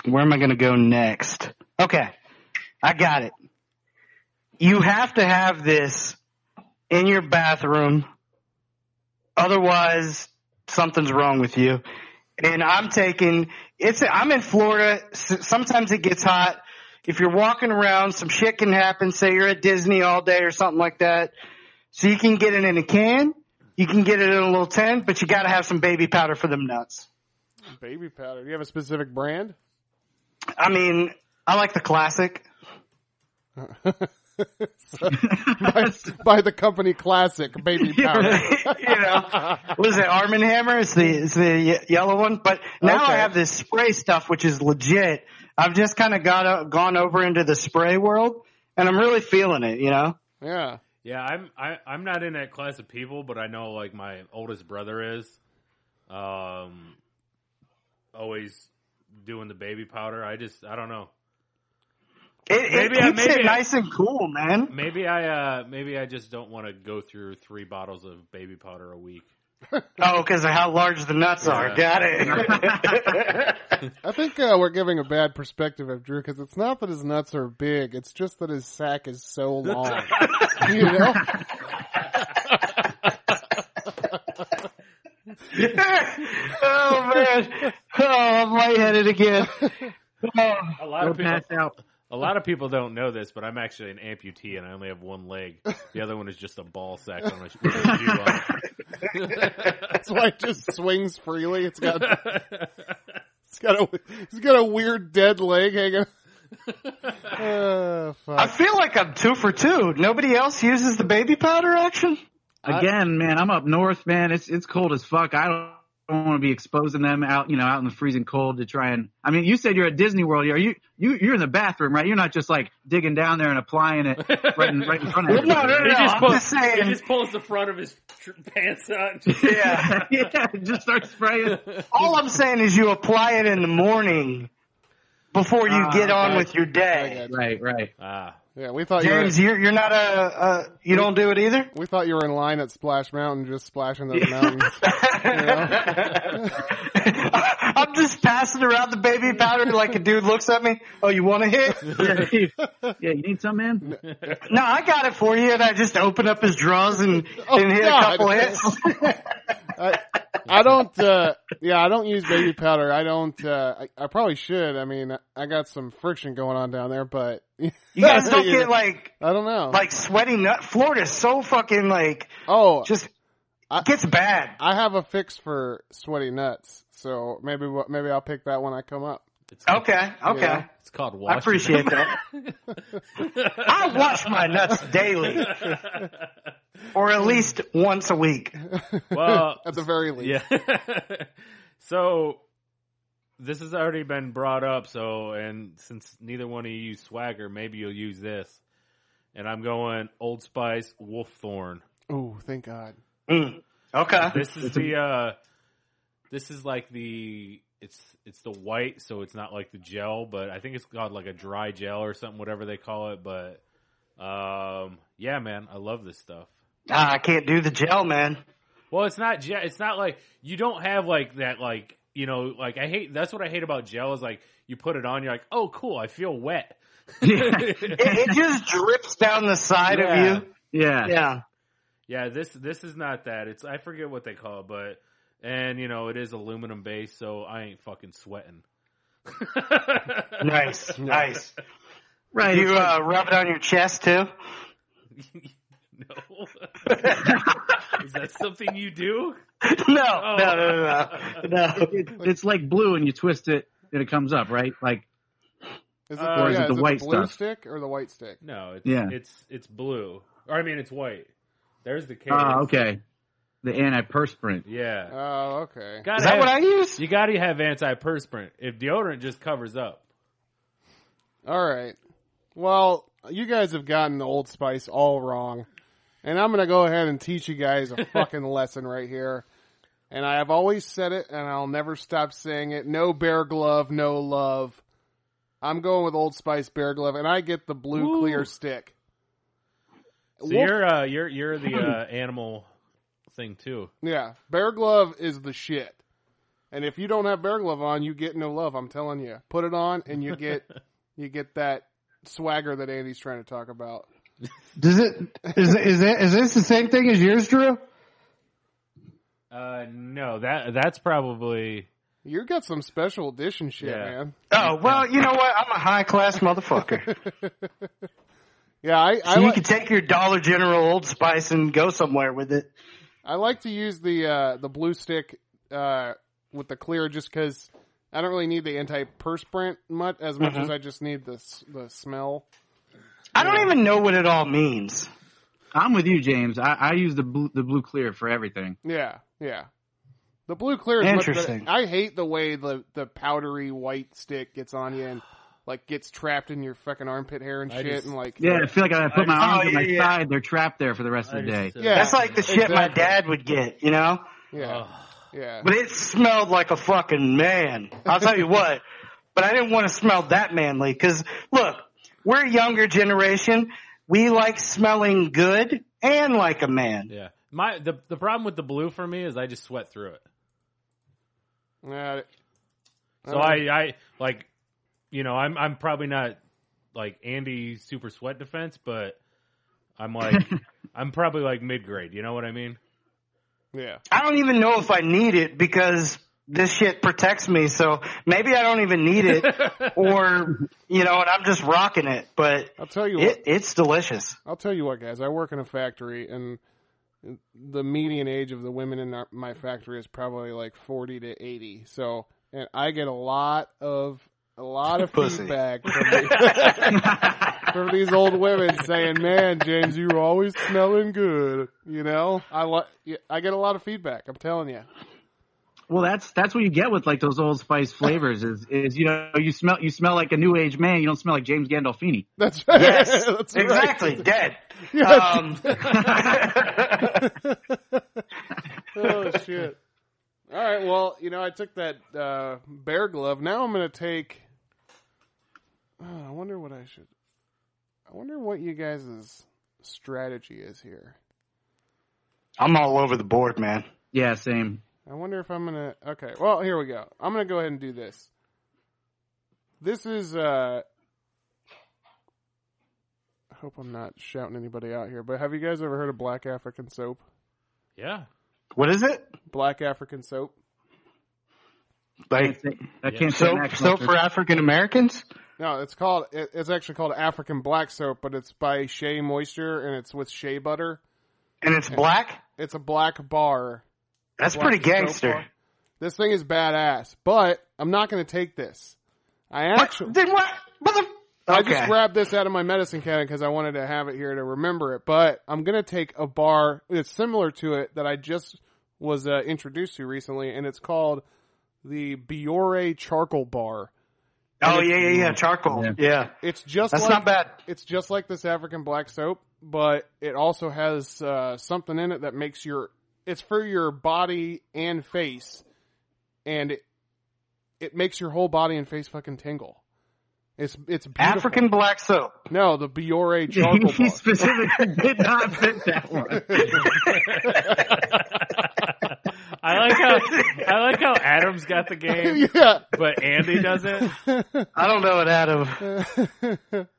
Speaker 2: where am I going to go next? Okay, I got it. You have to have this in your bathroom, otherwise something's wrong with you. And I'm taking it's. I'm in Florida. S- Sometimes it gets hot if you're walking around, some shit can happen. Say you're at Disney all day or something like that. So you can get it in a can, you can get it in a little tin, but you got to have some baby powder for them nuts.
Speaker 4: Baby powder. Do you have a specific brand?
Speaker 2: I mean, I like the classic.
Speaker 4: by, by the company Classic Baby
Speaker 2: you
Speaker 4: Powder.
Speaker 2: know, what is it? Arm and Hammer. It's the it's the ye- yellow one. But now I
Speaker 4: Okay.
Speaker 2: have this spray stuff, which is legit. I've just kind of got o- gone over into the spray world, and I'm really feeling it. You know.
Speaker 4: Yeah.
Speaker 6: Yeah, I'm I, I'm not in that class of people, but I know like my oldest brother is, um, always doing the baby powder. I just I don't know.
Speaker 2: It, it
Speaker 6: Maybe I-
Speaker 2: keeps it
Speaker 6: maybe I-
Speaker 2: nice and cool, man.
Speaker 6: Maybe I uh maybe I just don't want to go through three bottles of baby powder a week.
Speaker 2: Oh, because of how large the nuts are.
Speaker 6: Yeah.
Speaker 2: Got it.
Speaker 4: I think uh, we're giving a bad perspective of Drew because it's not that his nuts are big; it's just that his sack is so long. you know,
Speaker 2: oh man! Oh, I'm lightheaded again. Oh,
Speaker 6: A lot
Speaker 3: Go
Speaker 6: of people
Speaker 3: pass out.
Speaker 6: a lot of people don't know this, but I'm actually an amputee and I only have one leg. The other one is just a ball sack on my
Speaker 4: that's why it just swings freely. It's got it's got a it's got a weird dead leg hanging. Uh,
Speaker 2: I
Speaker 4: fuck.
Speaker 2: feel like I'm two for two. Nobody else uses the baby powder action.
Speaker 3: Again, man, I'm up north, man. It's it's cold as fuck. I don't, want to be exposing them out, you know, out in the freezing cold to try and. I mean, you said you're at Disney World. Are you you you're in the bathroom, right? You're not just like digging down there and applying it right in, right in front of
Speaker 2: Well, no, no, no.
Speaker 3: everybody.
Speaker 6: He just,
Speaker 2: I'm
Speaker 6: pulls,
Speaker 2: just saying.
Speaker 6: he just pulls the front of his tr- pants out. Just,
Speaker 2: Yeah.
Speaker 3: yeah, just start spraying.
Speaker 2: All I'm saying is you apply it in the morning before you
Speaker 3: Ah,
Speaker 2: get on
Speaker 3: okay.
Speaker 2: with your day.
Speaker 3: Right, right.
Speaker 6: Ah,
Speaker 4: Yeah, we thought you were,
Speaker 2: James, you're you're not a, a you don't do it either.
Speaker 4: we thought you were in line at Splash Mountain, just splashing those mountains.
Speaker 2: I'm just passing around the baby powder like a dude looks at me. Oh, you want to hit?
Speaker 3: yeah, you need some, man.
Speaker 2: No, I got it for you, and I just open up his drawers and,
Speaker 4: Oh,
Speaker 2: and hit a
Speaker 4: God.
Speaker 2: couple hits.
Speaker 4: I, I don't, uh, yeah, I don't use baby powder. I don't, uh, I, I probably should. I mean, I got some friction going on down there, but you
Speaker 2: You guys don't get like
Speaker 4: I don't know.
Speaker 2: like sweaty nut. Florida's so fucking like
Speaker 4: oh,
Speaker 2: just
Speaker 4: I-
Speaker 2: gets bad.
Speaker 4: I have a fix for sweaty nuts. So maybe, wha- maybe I'll pick that when I come up.
Speaker 6: it's,
Speaker 2: Okay, okay,
Speaker 4: Yeah.
Speaker 6: it's called washing.
Speaker 2: I appreciate that. I wash my nuts daily, or at least once a week.
Speaker 6: Well,
Speaker 4: At the very least.
Speaker 6: yeah. so this has already been brought up. So, and since neither one of you use swagger, maybe you'll use this. And I'm going Old Spice Wolf Thorn.
Speaker 4: Ooh, thank God.
Speaker 2: Mm. Okay,
Speaker 6: This is the uh, this is like the it's it's the white, so it's not like the gel, but I think it's called like a dry gel or something, whatever they call it. But um, yeah, man, I love this stuff.
Speaker 2: ah, I can't do the gel, man.
Speaker 6: Well, it's not gel. It's not like you don't have like that. Like you know, like I hate. That's what I hate about gel is like you put it on, you're like, oh, cool, I feel wet.
Speaker 2: It, it just drips down the side
Speaker 6: Yeah.
Speaker 2: of you.
Speaker 3: Yeah.
Speaker 2: Yeah.
Speaker 6: Yeah, this this is not that. It's I forget what they call it, but and you know it is aluminum base, so I ain't fucking sweating.
Speaker 2: Nice, nice.
Speaker 3: Right.
Speaker 2: You uh, rub it on your chest too.
Speaker 6: no, is that something you do?
Speaker 2: No, no, no, no, no. no.
Speaker 3: it's like blue and you twist it and it comes up, right? Like
Speaker 4: Is it,
Speaker 6: Uh, or is
Speaker 4: yeah,
Speaker 3: it the white
Speaker 4: blue
Speaker 3: stuff?
Speaker 4: stick or the white stick?
Speaker 6: No, it's,
Speaker 3: Yeah.
Speaker 6: it's it's blue, or I mean it's white. There's the case.
Speaker 3: oh,
Speaker 2: Ah,
Speaker 3: okay. The antiperspirant.
Speaker 6: Yeah,
Speaker 4: Oh, okay.
Speaker 6: Gotta
Speaker 2: Is that
Speaker 6: have-
Speaker 2: what I use?
Speaker 6: You gotta have antiperspirant. If deodorant just covers up.
Speaker 4: All right. Well, you guys have gotten Old Spice all wrong. And I'm going to go ahead and teach you guys a fucking lesson right here. And I have always said it, and I'll never stop saying it. No bear glove, no love. I'm going with Old Spice Bear Glove, and I get the blue
Speaker 5: Ooh.
Speaker 4: clear stick.
Speaker 6: So
Speaker 4: Wolf-
Speaker 6: you're uh, you're you're
Speaker 2: hmm.
Speaker 6: the uh, animal thing too.
Speaker 4: Yeah, Bear Glove is the shit. And if you don't have Bear Glove on, you get no love. I'm telling you. Put it on, and you get you get that swagger that Andy's trying to talk about.
Speaker 2: Does it is is that is this the same thing as yours, Drew?
Speaker 5: Uh, no, that that's probably
Speaker 4: You got some special edition shit,
Speaker 5: Yeah.
Speaker 4: man.
Speaker 2: Oh well, you know what? I'm a high class motherfucker.
Speaker 4: Yeah, I I,
Speaker 2: you
Speaker 4: like
Speaker 2: can take your Dollar General Old Spice and go somewhere with it.
Speaker 4: I like to use the uh, the blue stick uh, with the clear just because I don't really need the antiperspirant much as much as I just need the s- the smell.
Speaker 2: I don't even know what it all means.
Speaker 3: I'm with you, James. I, I use the blue, the blue clear for everything.
Speaker 4: Yeah, yeah. The blue clear is much better.
Speaker 2: Interesting.
Speaker 4: I hate the way the the powdery white stick gets on you and like gets trapped in your fucking armpit hair and
Speaker 6: I
Speaker 4: shit
Speaker 6: just-
Speaker 4: and like
Speaker 3: Yeah, I feel like I put my
Speaker 2: Oh,
Speaker 3: arms on my
Speaker 2: yeah, yeah.
Speaker 3: side. They're trapped there for the rest of the day.
Speaker 4: Yeah.
Speaker 2: That's like the shit my
Speaker 4: exactly.
Speaker 2: dad would get, you know?
Speaker 4: yeah yeah.
Speaker 2: But it smelled like a fucking man. I'll tell you what. But I didn't want to smell that manly because look, we're a younger generation. We like smelling good and like a man.
Speaker 6: Yeah. My the the problem with the blue for me is I just sweat through it.
Speaker 4: Yeah,
Speaker 6: So I I like you know, I'm I'm probably not like Andy super sweat defense, but I'm like I'm probably like mid grade, you know what I mean?
Speaker 4: yeah.
Speaker 2: I don't even know if I need it because this shit protects me. So maybe I don't even need it or, you know, and I'm just rocking it, but
Speaker 4: I'll tell you what.
Speaker 2: it, it's delicious.
Speaker 4: I'll tell you what, guys. I work in a factory, and the median age of the women in our, my factory is probably like forty to eighty. So, and I get a lot of a lot of
Speaker 2: Pussy.
Speaker 4: feedback from, the- from these old women saying, "Man, James, you were always smelling good." You know, I lo- I get a lot of feedback. I'm telling you.
Speaker 3: Well, that's that's what you get with like those Old Spice flavors. Is is you know you smell you smell like a new age man. You don't smell like James Gandolfini.
Speaker 4: That's right.
Speaker 2: Yes,
Speaker 4: That's right.
Speaker 2: exactly. Dead. Um,
Speaker 4: oh shit! All right, well, you know, I took that uh, bear glove. Now I'm gonna take. Oh, I wonder what I should. I wonder what you guys' strategy is here.
Speaker 2: I'm all over the board, man.
Speaker 3: Yeah, same.
Speaker 4: I wonder if I'm gonna. Okay, well, here we go. I'm gonna go ahead and do this. This is. uh I hope I'm not shouting anybody out here, but have you guys ever heard of black African soap?
Speaker 6: Yeah.
Speaker 2: What is it?
Speaker 4: Black African soap.
Speaker 3: I
Speaker 2: Like
Speaker 3: can't say, I can't say an
Speaker 2: soap,
Speaker 3: actual-
Speaker 2: soap for African Americans?
Speaker 4: No, it's called. it- It's actually called African black soap, but it's by Shea Moisture and it's with shea butter.
Speaker 2: And it's black?
Speaker 4: It's a black bar.
Speaker 2: That's
Speaker 4: Black
Speaker 2: pretty
Speaker 4: soap
Speaker 2: gangster.
Speaker 4: bar. This thing is badass, but I'm not going to take this. I actually,
Speaker 2: Then what? Mother-
Speaker 4: I
Speaker 2: okay.
Speaker 4: just grabbed this out of my medicine cabinet because I wanted to have it here to remember it. But I'm going to take a bar that's similar to it that I just was uh, introduced to recently, and it's called the Biore Charcoal Bar.
Speaker 2: oh, yeah, yeah, yeah. Charcoal. Yeah.
Speaker 4: It's just
Speaker 2: That's
Speaker 4: like,
Speaker 2: not bad.
Speaker 4: it's just like this African black soap, but it also has uh, something in it that makes your it's for your body and face, and it, it makes your whole body and face fucking tingle. It's it's beautiful.
Speaker 2: African black soap.
Speaker 4: No, the Biore charcoal
Speaker 3: he
Speaker 4: bar.
Speaker 3: specifically did not fit that one.
Speaker 6: I like how I like how Adam's got the game,
Speaker 4: yeah.
Speaker 6: but Andy doesn't.
Speaker 2: I don't know what out of.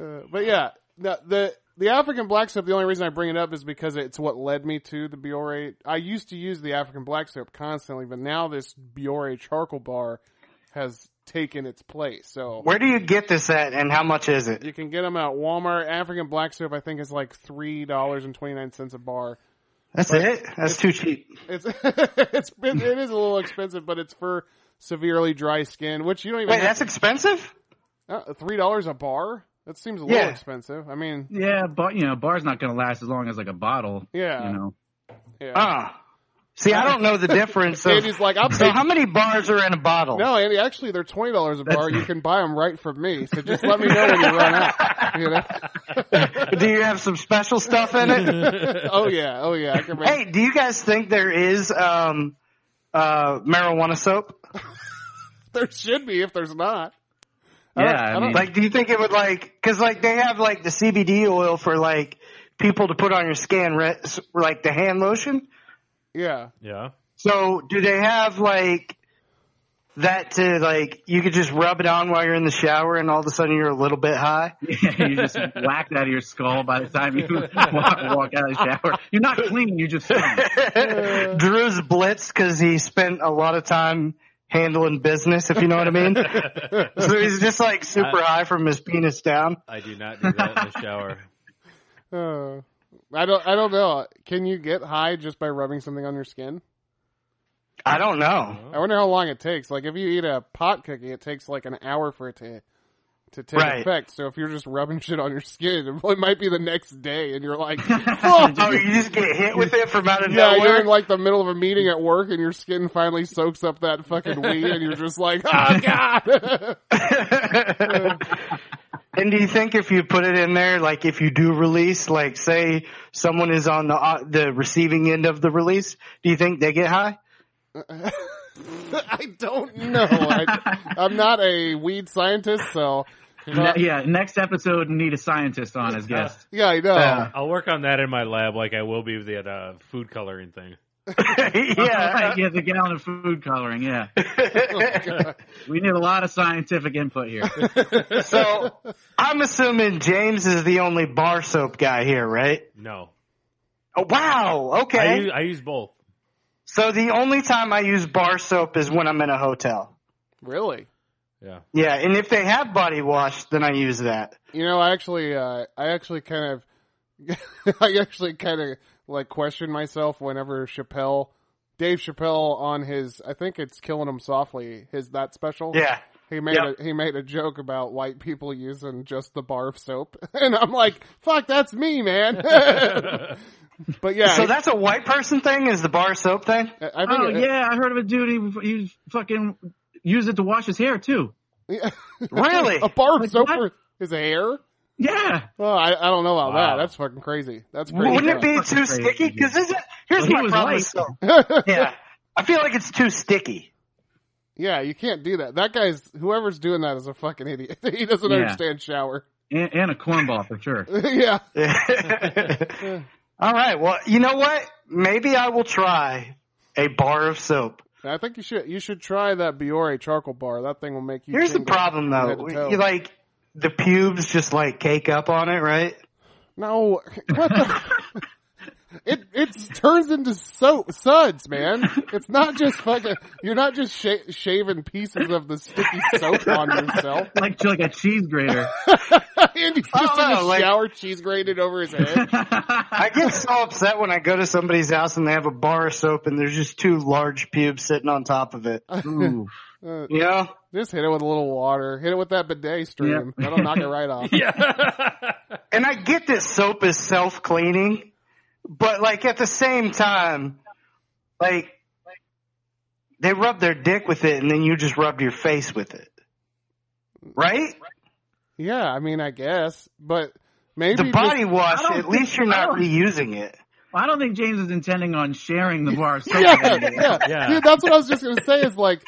Speaker 4: Uh, but yeah, the, the the African black soap. The only reason I bring it up is because it's what led me to the Biore. I used to use the African black soap constantly, but now this Biore charcoal bar has taken its place. So
Speaker 2: Where do you get this at and how much is it?
Speaker 4: you can get them at Walmart. African black soap, I think, is like three dollars and twenty nine cents a bar.
Speaker 2: That's it? That's too cheap.
Speaker 4: It's it's been, it is a little expensive, but it's for severely dry skin, which you don't even
Speaker 2: Wait,
Speaker 4: have-
Speaker 2: that's expensive?
Speaker 4: uh, three dollars a bar. That seems a little
Speaker 2: Yeah.
Speaker 4: expensive. I mean,
Speaker 3: Yeah, but you know, a bar's not going to last as long as like a bottle.
Speaker 4: Yeah.
Speaker 3: you know.
Speaker 4: yeah.
Speaker 2: Ah. See, I don't know the difference. Of,
Speaker 4: Andy's like, I'm
Speaker 2: so how many bars are in a bottle?
Speaker 4: No, Andy, actually, they're twenty dollars a bar. You can buy them right from me. So just let me know when you run out. You know?
Speaker 2: Do you have some special stuff in it?
Speaker 4: Oh yeah, oh yeah. I can make-
Speaker 2: Hey, do you guys think there is um, uh, marijuana soap?
Speaker 4: There should be if there's not. don't-
Speaker 3: Yeah, I
Speaker 4: I don't-
Speaker 3: mean-
Speaker 2: Like, do you think it would like, cause like they have like the CBD oil for like people to put on your skin, re- s- like the hand lotion.
Speaker 4: Yeah.
Speaker 6: Yeah.
Speaker 2: So do they have like that to like, you could just rub it on while you're in the shower and all of a sudden you're a little bit high?
Speaker 3: you just whacked out of your skull by the time you walk, walk out of the shower. You're not clean. You just stunk.
Speaker 2: Drew's blitz because he spent a lot of time handling business, if you know what I mean. so he's just like super high from his penis down.
Speaker 6: I do not do that in the shower.
Speaker 4: Uh, I don't. I don't know. Can you get high just by rubbing something on your skin?
Speaker 2: I don't know.
Speaker 4: I wonder how long it takes. Like if you eat a pot cookie, it takes like an hour for it to to take
Speaker 2: Right.
Speaker 4: effect. So if you're just rubbing shit on your skin, it might be the next day, and you're like,
Speaker 2: Oh, you just get hit with it from out of
Speaker 4: yeah, you're
Speaker 2: nowhere.
Speaker 4: in like the middle of a meeting at work, and your skin finally soaks up that fucking weed, and you're just like, oh god.
Speaker 2: and do you think if you put it in there, like if you do release, like say someone is on the uh, the receiving end of the release, do you think they get high?
Speaker 4: I don't know. I, I'm not a weed scientist, so uh,
Speaker 3: Ne- yeah, next episode, we need a scientist on as guest.
Speaker 4: yeah, I know.
Speaker 2: Yeah.
Speaker 6: I'll work on that in my lab, like I will be with the uh, food coloring thing.
Speaker 2: yeah.
Speaker 3: Right, yeah, the gallon of food coloring. Yeah, we need a lot of scientific input here.
Speaker 2: So I'm assuming James is the only bar soap guy here, right?
Speaker 6: No,
Speaker 2: Oh, wow. Okay.
Speaker 6: I use, I use both.
Speaker 2: So the only time I use bar soap is when I'm in a hotel.
Speaker 4: Really?
Speaker 6: Yeah,
Speaker 2: Yeah, and if they have body wash, then I use that.
Speaker 4: You know, I actually, uh, I actually kind of, I actually kind of like question myself whenever Chappelle, Dave Chappelle on his, I think it's Killing Him Softly, his that special.
Speaker 2: Yeah.
Speaker 4: He made
Speaker 2: Yep.
Speaker 4: a, he made a joke about white people using just the bar of soap, and I'm like, "Fuck, that's me, man." but yeah,
Speaker 2: So that's a white person thing is the bar soap thing?
Speaker 4: I, I think
Speaker 3: Oh
Speaker 4: it-
Speaker 3: yeah, I heard of a dude. He, he fucking used it to wash his hair too.
Speaker 2: Really?
Speaker 4: a bar of soap
Speaker 3: what?
Speaker 4: for his hair.
Speaker 3: Yeah,
Speaker 4: Well, I, I don't know about
Speaker 6: Wow.
Speaker 4: that. That's fucking crazy. That's pretty.
Speaker 2: Wouldn't it
Speaker 4: dumb.
Speaker 2: be
Speaker 3: fucking
Speaker 2: too
Speaker 3: crazy,
Speaker 2: sticky?
Speaker 3: dude.
Speaker 2: Because here's
Speaker 3: Well, he
Speaker 2: my
Speaker 3: was
Speaker 2: problem
Speaker 3: white.
Speaker 2: with soap. yeah. I feel like it's too sticky.
Speaker 4: Yeah, you can't do that. That guy's whoever's doing that is a fucking idiot. he doesn't
Speaker 3: Yeah.
Speaker 4: understand shower.
Speaker 3: and, and a cornball for sure.
Speaker 4: yeah.
Speaker 2: All right. Well, you know what? Maybe I will try a bar of soap.
Speaker 4: I think you should you should try that Biore charcoal bar. That thing will make you
Speaker 2: Here's the
Speaker 4: tingle
Speaker 2: problem
Speaker 4: head to toe.
Speaker 2: though. You like the pubes just like cake up on it, right?
Speaker 4: No. What the It it turns into soap suds, man. It's not just fucking. You're not just sha- shaving pieces of the sticky soap on yourself.
Speaker 3: Like like a cheese grater.
Speaker 4: Andy's
Speaker 2: I
Speaker 4: just
Speaker 2: don't
Speaker 4: in
Speaker 2: know,
Speaker 4: the
Speaker 2: like-
Speaker 4: shower, cheese grated over his head.
Speaker 2: I get so upset when I go to somebody's house and they have a bar of soap and there's just two large pubes sitting on top of it.
Speaker 3: Ooh.
Speaker 2: You know?
Speaker 4: Just hit it with a little water. Hit it with that bidet stream.
Speaker 3: Yeah.
Speaker 4: That'll knock it right off.
Speaker 2: And I get this soap is self cleaning, but like at the same time, like they rub their dick with it and then you just rubbed your face with it. Right?
Speaker 4: Yeah, I mean, I guess, but maybe
Speaker 2: The body
Speaker 4: just-
Speaker 2: wash,
Speaker 3: I don't
Speaker 2: at
Speaker 3: think-
Speaker 2: least you're
Speaker 3: I
Speaker 2: not
Speaker 3: don't-
Speaker 2: reusing it.
Speaker 3: I don't think James is intending on sharing the bar. of soap
Speaker 4: Yeah,
Speaker 3: with anyone.
Speaker 4: yeah,
Speaker 6: Yeah.
Speaker 4: Dude, that's what I was just gonna say. Is like,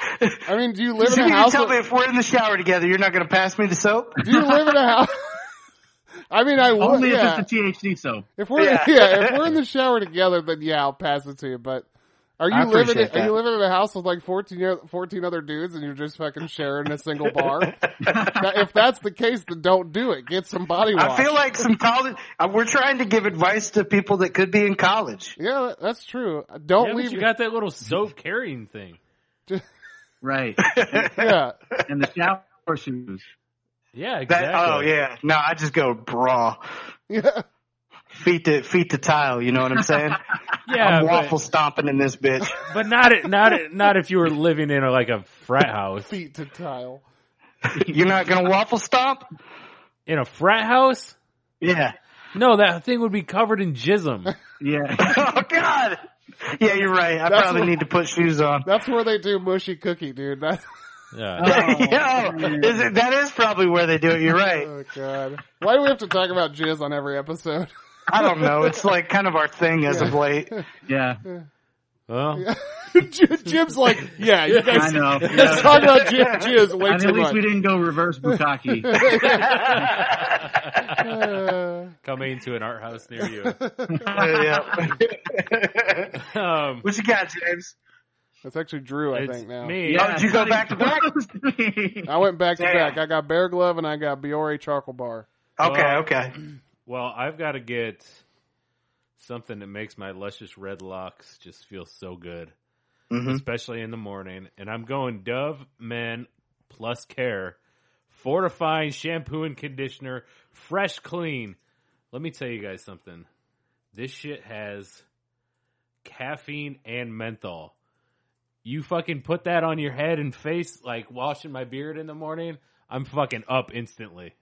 Speaker 4: I mean, do you live in
Speaker 2: So
Speaker 4: a
Speaker 2: you
Speaker 4: house?
Speaker 2: tell
Speaker 4: with-
Speaker 2: me if we're in the shower together, you're not going to pass me the soap?
Speaker 4: do you live in a house? I mean, I would.
Speaker 3: Only
Speaker 4: yeah.
Speaker 3: if it's a THC soap.
Speaker 4: If we're yeah.
Speaker 2: Yeah.
Speaker 4: if we're in the shower together, then yeah, I'll pass it to you. But are you
Speaker 2: I
Speaker 4: living?
Speaker 2: appreciate
Speaker 4: Are you
Speaker 2: that.
Speaker 4: living in a house with like 14, o- 14 other dudes, and you're just fucking sharing a single bar? That- if that's the case, then don't do it. Get some body wash.
Speaker 2: I feel like some college. uh, We're trying to give advice to people that could be in college.
Speaker 4: yeah, that- that's true. Don't
Speaker 6: yeah but
Speaker 4: leave.
Speaker 6: you got that little soap carrying thing.
Speaker 3: Right.
Speaker 4: yeah,
Speaker 3: And the shower shoes.
Speaker 6: Yeah, exactly.
Speaker 2: That, oh yeah, no, I just go bra,
Speaker 4: yeah.
Speaker 2: feet to feet to tile. You know what I'm saying?
Speaker 6: yeah,
Speaker 2: I'm waffle
Speaker 6: but,
Speaker 2: stomping in this bitch.
Speaker 6: but not it, not it, not if you were living in a, like a frat house.
Speaker 4: Feet to tile.
Speaker 2: You're not gonna waffle stomp?
Speaker 6: In a frat house?
Speaker 2: Yeah.
Speaker 6: No, that thing would be covered in jism.
Speaker 3: Yeah.
Speaker 2: Oh God. Yeah, you're right. I
Speaker 4: That's
Speaker 2: probably
Speaker 4: what-
Speaker 2: need to put shoes on.
Speaker 4: That's where they do mushy cookie, dude. That's
Speaker 6: Yeah,
Speaker 2: Oh, Yo, is it, that is probably where they do it. You're right.
Speaker 4: oh god. Why do we have to talk about jizz on every episode?
Speaker 2: I don't know. It's like kind of our thing as of late.
Speaker 3: Yeah.
Speaker 6: Well,
Speaker 4: Jim's like, yeah, you guys,
Speaker 3: I know.
Speaker 4: you guys talk about Jim Jizz way
Speaker 3: And
Speaker 4: too
Speaker 3: at least
Speaker 4: much.
Speaker 3: we didn't go reverse Bukaki.
Speaker 4: Uh,
Speaker 6: coming to an art house near you.
Speaker 2: yeah.
Speaker 6: Um,
Speaker 2: what you got, James?
Speaker 4: that's actually Drew, I
Speaker 6: it's
Speaker 4: think now.
Speaker 6: me.
Speaker 2: Yeah. did you go back to back?
Speaker 4: I went back to
Speaker 2: Damn.
Speaker 4: back. I got Bear Glove and I got Biore Chocolate Bar.
Speaker 2: Okay,
Speaker 6: Well,
Speaker 2: okay.
Speaker 6: Well, I've got to get something that makes my luscious red locks just feel so good,
Speaker 2: Mhm.
Speaker 6: especially in the morning. And I'm going Dove Men Plus Care Fortifying Shampoo and Conditioner, Fresh Clean. Let me tell you guys something. This shit has caffeine and menthol. You fucking put that on your head and face like washing my beard in the morning. I'm fucking up instantly.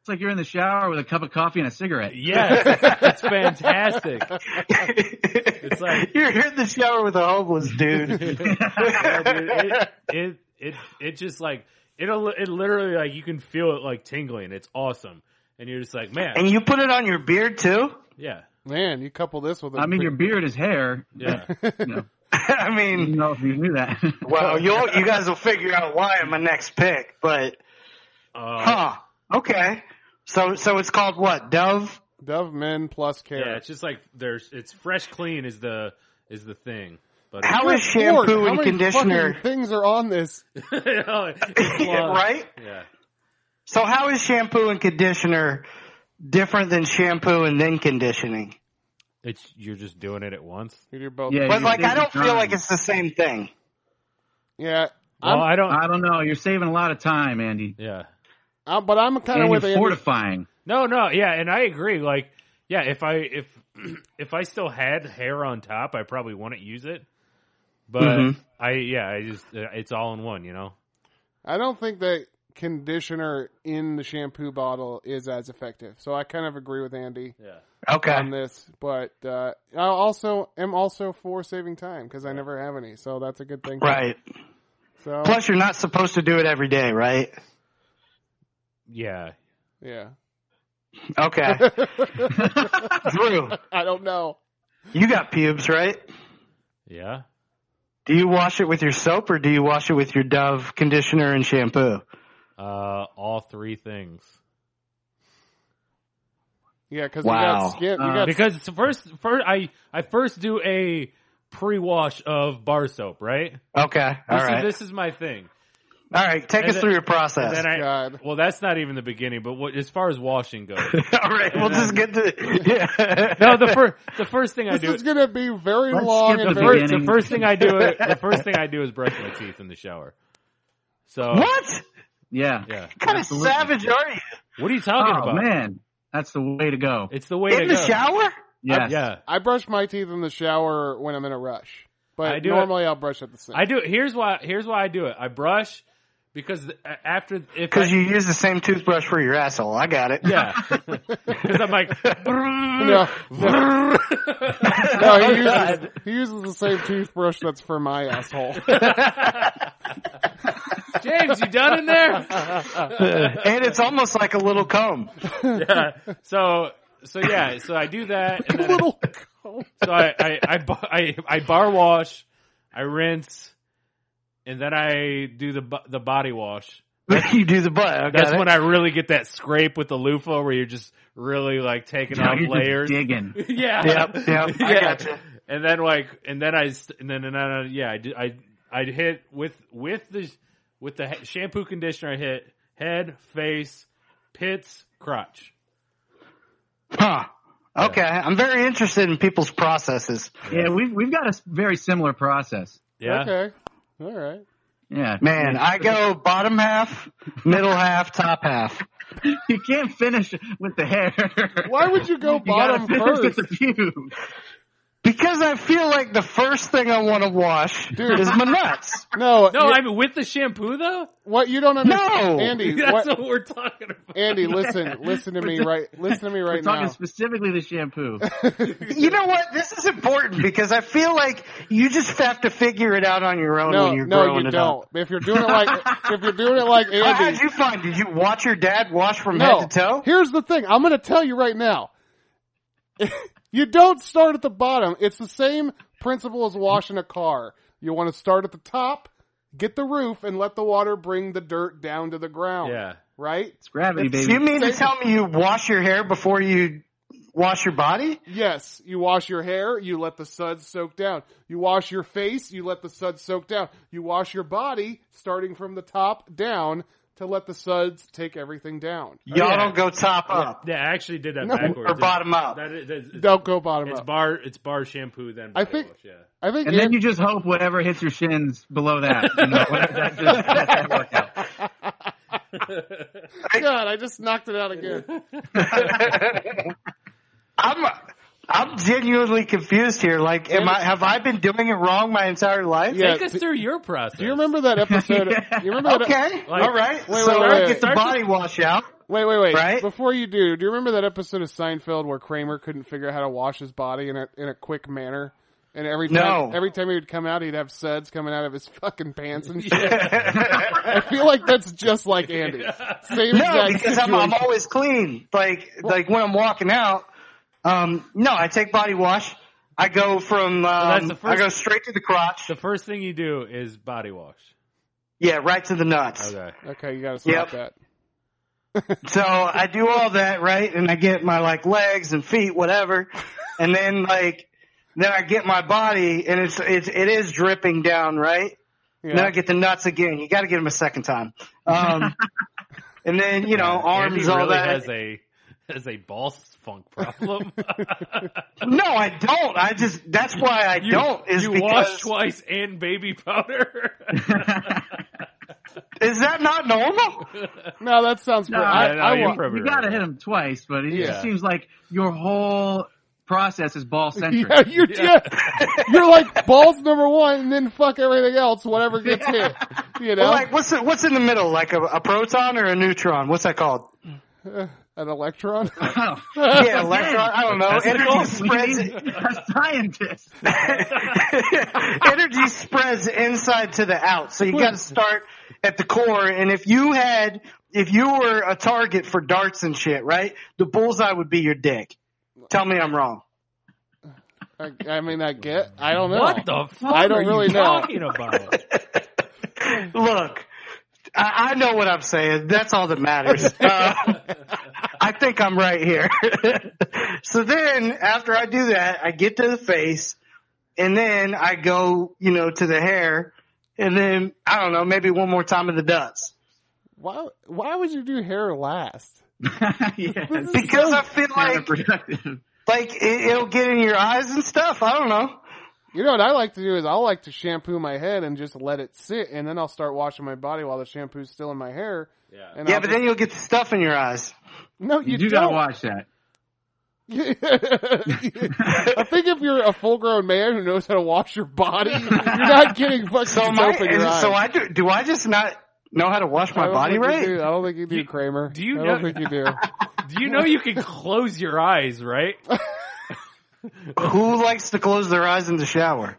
Speaker 3: It's like you're in the shower with a cup of coffee and a cigarette.
Speaker 6: Yes, it's fantastic.
Speaker 2: it's
Speaker 6: like-
Speaker 2: you're in the shower with a homeless dude.
Speaker 6: Yeah, dude, it, it it it just like it'll it literally like you can feel it like tingling. It's awesome, and you're just like, man,
Speaker 2: and you put it on your beard too?
Speaker 6: yeah,
Speaker 4: Man, you couple this with a
Speaker 3: I mean, your beard is hair.
Speaker 6: yeah.
Speaker 2: I
Speaker 3: I didn't
Speaker 2: mean,
Speaker 3: know if you knew that.
Speaker 2: well, you will you guys will figure out why in my next pick, but
Speaker 6: Uh,
Speaker 2: huh. Okay. So so it's called what? Dove?
Speaker 4: Dove Men Plus Care.
Speaker 6: yeah, it's just like there's it's fresh clean is the is the thing, but
Speaker 2: How is
Speaker 4: Lord,
Speaker 2: shampoo
Speaker 4: how
Speaker 2: and
Speaker 4: many
Speaker 2: conditioner
Speaker 4: fucking things are on this.
Speaker 6: it's long.
Speaker 2: right?
Speaker 6: Yeah,
Speaker 2: So how is shampoo and conditioner different than shampoo and then conditioning?
Speaker 6: it's you're just doing it at once.
Speaker 4: You're both.
Speaker 3: Yeah,
Speaker 2: But
Speaker 3: you
Speaker 2: like
Speaker 3: think
Speaker 2: I don't
Speaker 3: you're
Speaker 2: feel like
Speaker 3: done.
Speaker 2: it's the same thing.
Speaker 4: Yeah, I'm-
Speaker 6: Well, I don't.
Speaker 3: I don't know. You're saving a lot of time, Andy.
Speaker 6: yeah,
Speaker 4: I'm- but I'm kind of
Speaker 3: and
Speaker 4: with
Speaker 3: you're
Speaker 4: Andy.
Speaker 3: fortifying.
Speaker 6: No, no, yeah, and I agree. Like, yeah, if I if if I still had hair on top, I probably wouldn't use it. But
Speaker 2: Mhm.
Speaker 6: I, yeah, I just uh, it's all in one, you know.
Speaker 4: I don't think that conditioner in the shampoo bottle is as effective. So I kind of agree with Andy
Speaker 6: Yeah,
Speaker 2: Okay.
Speaker 4: on this, but uh, I also am also for saving time because I never have any, so that's a good thing.
Speaker 2: Right.
Speaker 4: So
Speaker 2: Plus you're not supposed to do it every day, right?
Speaker 6: yeah.
Speaker 4: yeah,
Speaker 2: Okay. Drew,
Speaker 4: I don't know.
Speaker 2: you got pubes, right?
Speaker 6: Yeah,
Speaker 2: Do you wash it with your soap or do you wash it with your Dove conditioner and shampoo?
Speaker 6: uh, all three things.
Speaker 4: Yeah, because
Speaker 2: Wow.
Speaker 4: you got skin. You
Speaker 3: Uh,
Speaker 4: got
Speaker 6: Because first, first I I first do a pre-wash of bar soap, right?
Speaker 2: Okay. All
Speaker 6: this
Speaker 2: right.
Speaker 6: is this is my thing.
Speaker 2: All right. Take
Speaker 6: and
Speaker 2: us
Speaker 6: then-
Speaker 2: through your process.
Speaker 6: Then I
Speaker 4: God.
Speaker 6: well, that's not even the beginning. But what, as far as washing goes,
Speaker 2: All right. We'll just get to yeah.
Speaker 6: no, the first the first thing I
Speaker 4: This
Speaker 6: do
Speaker 4: is gonna be very
Speaker 3: Let's
Speaker 4: long
Speaker 3: skip
Speaker 4: and
Speaker 3: the
Speaker 4: very.
Speaker 6: First- the
Speaker 3: beginning.
Speaker 6: first thing I do, the first thing I do is brush my teeth in the shower. So
Speaker 2: What?
Speaker 3: Yeah.
Speaker 6: Yeah.
Speaker 2: kind of
Speaker 3: Absolutely.
Speaker 2: savage are you?
Speaker 6: What are you talking
Speaker 3: Oh
Speaker 6: about?
Speaker 3: man, that's the way to go.
Speaker 6: It's the way
Speaker 2: In
Speaker 6: to
Speaker 2: the
Speaker 6: go.
Speaker 2: shower?
Speaker 6: I-
Speaker 3: Yes.
Speaker 6: Yeah.
Speaker 4: I brush my teeth in the shower when I'm in a rush, but
Speaker 6: I do it-
Speaker 4: normally I'll brush at the sink.
Speaker 6: I do. Here's why. Here's why I do it. I brush because th- after if I,
Speaker 2: Because you use the same toothbrush for your asshole. I got it.
Speaker 6: yeah because I'm like
Speaker 4: no, no, no, he uses, he uses the same toothbrush that's for my asshole.
Speaker 6: James, you done in there?
Speaker 2: and it's almost like a little comb.
Speaker 6: Yeah. So so yeah. So I do that. And then I-
Speaker 4: Little
Speaker 6: so I, I, I, bar- I, I bar wash, I rinse, and then I do the bo- the body wash.
Speaker 2: you do the butt. I got
Speaker 6: That's
Speaker 2: it.
Speaker 6: when I really get that scrape with the loofah where you're just really like taking
Speaker 3: Now
Speaker 6: off
Speaker 3: you're just
Speaker 6: layers.
Speaker 3: digging.
Speaker 6: yeah.
Speaker 2: Yep, yep. I gotcha.
Speaker 6: And then like, and then I, s- and then, and then, uh, yeah, I, do- I, I hit with, with the, with the he- shampoo conditioner, I hit head, face, pits, crotch.
Speaker 2: Huh. Okay. I'm very interested in people's processes.
Speaker 3: Yeah, we've we've got a s- very similar process.
Speaker 6: Yeah.
Speaker 4: Okay. All right.
Speaker 3: Yeah,
Speaker 2: Man, I go bottom half, middle half, top half.
Speaker 3: you can't finish with the hair.
Speaker 4: Why would you go
Speaker 3: You gotta
Speaker 4: bottom
Speaker 3: finish
Speaker 4: first?
Speaker 3: with the pubes.
Speaker 2: Because I feel like the first thing I want to wash is my nuts.
Speaker 4: No,
Speaker 6: No,
Speaker 4: you-
Speaker 6: I mean with the shampoo though.
Speaker 4: what you don't understand,
Speaker 2: No!
Speaker 4: Andy.
Speaker 6: That's
Speaker 4: What,
Speaker 6: what we're talking about.
Speaker 4: Andy, listen, listen to me right, listen to me
Speaker 3: We're
Speaker 4: right
Speaker 3: talking
Speaker 4: now.
Speaker 3: specifically the shampoo.
Speaker 2: You know what? This is important because I feel like you just have to figure it out on your own
Speaker 4: No,
Speaker 2: when you're
Speaker 4: no,
Speaker 2: growing
Speaker 4: you
Speaker 2: it
Speaker 4: don't.
Speaker 2: up.
Speaker 4: If you're doing it like, if you're doing it like
Speaker 2: How- How'd
Speaker 4: Andy,
Speaker 2: you find? Did you watch your dad wash from
Speaker 4: no.
Speaker 2: head to toe?
Speaker 4: Here's the thing. I'm going to tell you right now. you don't start at the bottom. It's the same principle is washing a car. You want to start at the top, get the roof, and let the water bring the dirt down to the ground.
Speaker 6: Yeah.
Speaker 4: Right?
Speaker 3: It's gravity, baby.
Speaker 2: You mean to tell me you wash your hair before you wash your body?
Speaker 4: Oh, Yes, you wash your hair, you let the suds soak down. You wash your face, you let the suds soak down. You wash your body, starting from the top down, to let the suds take everything down.
Speaker 2: Y'all
Speaker 6: Yeah.
Speaker 2: don't go top up
Speaker 6: Yeah, I actually did that
Speaker 4: No,
Speaker 6: backwards.
Speaker 2: or bottom up.
Speaker 6: That is, that's- it's,
Speaker 4: Don't go bottom
Speaker 6: it's
Speaker 4: up.
Speaker 6: bar it's bar shampoo then.
Speaker 4: I
Speaker 6: body
Speaker 4: think-
Speaker 6: wash, yeah.
Speaker 4: I think
Speaker 3: And then
Speaker 4: Andy-
Speaker 3: you just hope whatever hits your shins below that. You know, whatever that is, that's that workout.
Speaker 4: God, I just knocked it out again.
Speaker 2: I'm I'm genuinely confused here. Like, am I have I been doing it wrong my entire life?
Speaker 4: Yeah.
Speaker 6: Take us through your process.
Speaker 4: Do you remember that episode? You remember that? e-,
Speaker 2: Okay.
Speaker 6: Like-
Speaker 2: All right.
Speaker 4: Wait,
Speaker 2: so
Speaker 4: wait, wait,
Speaker 2: I
Speaker 4: wait.
Speaker 2: get the
Speaker 6: Start to-
Speaker 2: body wash out.
Speaker 4: Wait, wait, wait.
Speaker 2: Right?
Speaker 4: Before you do, do you remember that episode of Seinfeld where Kramer couldn't figure out how to wash his body in a in a quick manner? And every time
Speaker 2: No.
Speaker 4: every time he would come out, he'd have suds coming out of his fucking pants and shit. I feel like that's just like Andy. Same
Speaker 2: No,
Speaker 4: exact
Speaker 2: because I'm,
Speaker 4: situation.
Speaker 2: I'm always clean. Like like when I'm walking out, um, no, I take body wash. I go from um,
Speaker 6: that's the
Speaker 2: I
Speaker 6: first-
Speaker 2: go straight to the crotch.
Speaker 6: The first thing you do is body wash.
Speaker 2: yeah, right to the nuts.
Speaker 6: Okay.
Speaker 4: okay, you gotta
Speaker 2: Yep.
Speaker 4: stop that.
Speaker 2: So I do all that, right? And I get my like legs and feet, whatever. And then like, then I get my body and it's, it's, it is dripping down, right?
Speaker 4: Yeah.
Speaker 2: Then I get the nuts again. You got to get them a second time. Um, and then, you know, arms,
Speaker 6: Andy
Speaker 2: all
Speaker 6: really
Speaker 2: that.
Speaker 6: has a has a ball funk problem.
Speaker 2: no, I don't. I just, that's why I
Speaker 6: You-
Speaker 2: don't is
Speaker 6: you wash
Speaker 2: because,
Speaker 6: twice and baby powder.
Speaker 2: is that not normal?
Speaker 4: no, that sounds great.
Speaker 3: No,
Speaker 4: I,
Speaker 6: no,
Speaker 4: I
Speaker 6: you're
Speaker 4: want-
Speaker 6: perfect.
Speaker 3: You gotta hit him twice, but it
Speaker 4: Yeah.
Speaker 3: just seems like your whole process is ball centric.
Speaker 4: yeah, you're yeah. you're like balls number one, and then fuck everything else, whatever gets hit. You know,
Speaker 2: Well, like what's, the, what's in the middle? Like a, a proton or a neutron? What's that called?
Speaker 4: an electron.
Speaker 3: Oh.
Speaker 2: Yeah, electron. I don't know. Energy
Speaker 3: We
Speaker 2: spreads.
Speaker 3: need a scientist.
Speaker 2: energy spreads inside to the out. So you got to start at the core. And if you had, if you were a target for darts and shit, right? The bullseye would be your dick. Tell me I'm wrong.
Speaker 4: I, I mean, I get. I don't know.
Speaker 6: what the fuck
Speaker 4: I don't
Speaker 6: are
Speaker 4: really
Speaker 6: you
Speaker 4: know.
Speaker 6: talking about?
Speaker 2: Look, I, I know what I'm saying. That's all that matters. Uh, I think I'm right here. so then after I do that, I get to the face and then I go, you know, to the hair and then I don't know, maybe one more time in the nuts.
Speaker 4: Why? Why would you do hair last?
Speaker 3: yes.
Speaker 2: Because I feel like
Speaker 3: counterproductive.
Speaker 2: like it, it'll get in your eyes and stuff. I don't know.
Speaker 4: You know what I like to do is I like to shampoo my head and just let it sit, and then I'll start washing my body while the shampoo's still in my hair.
Speaker 6: Yeah.
Speaker 4: And
Speaker 2: yeah,
Speaker 4: I'll
Speaker 2: but
Speaker 4: just-
Speaker 2: then you'll get the stuff in your eyes.
Speaker 4: no, you,
Speaker 3: You, do
Speaker 4: don't.
Speaker 3: gotta watch that.
Speaker 4: I think if you're a full-grown man who knows how to wash your body, you're not getting fucking
Speaker 2: So
Speaker 4: soap
Speaker 2: am I,
Speaker 4: in your eyes.
Speaker 2: so I do, do I just not know how to wash
Speaker 4: I
Speaker 2: my
Speaker 4: don't
Speaker 2: body
Speaker 4: think you
Speaker 2: right?
Speaker 4: do. I don't think you do, Kramer.
Speaker 6: do you
Speaker 4: I don't
Speaker 6: know-
Speaker 4: think you do.
Speaker 6: Do you know you can close your eyes, right?
Speaker 2: Who likes to close their eyes in the shower?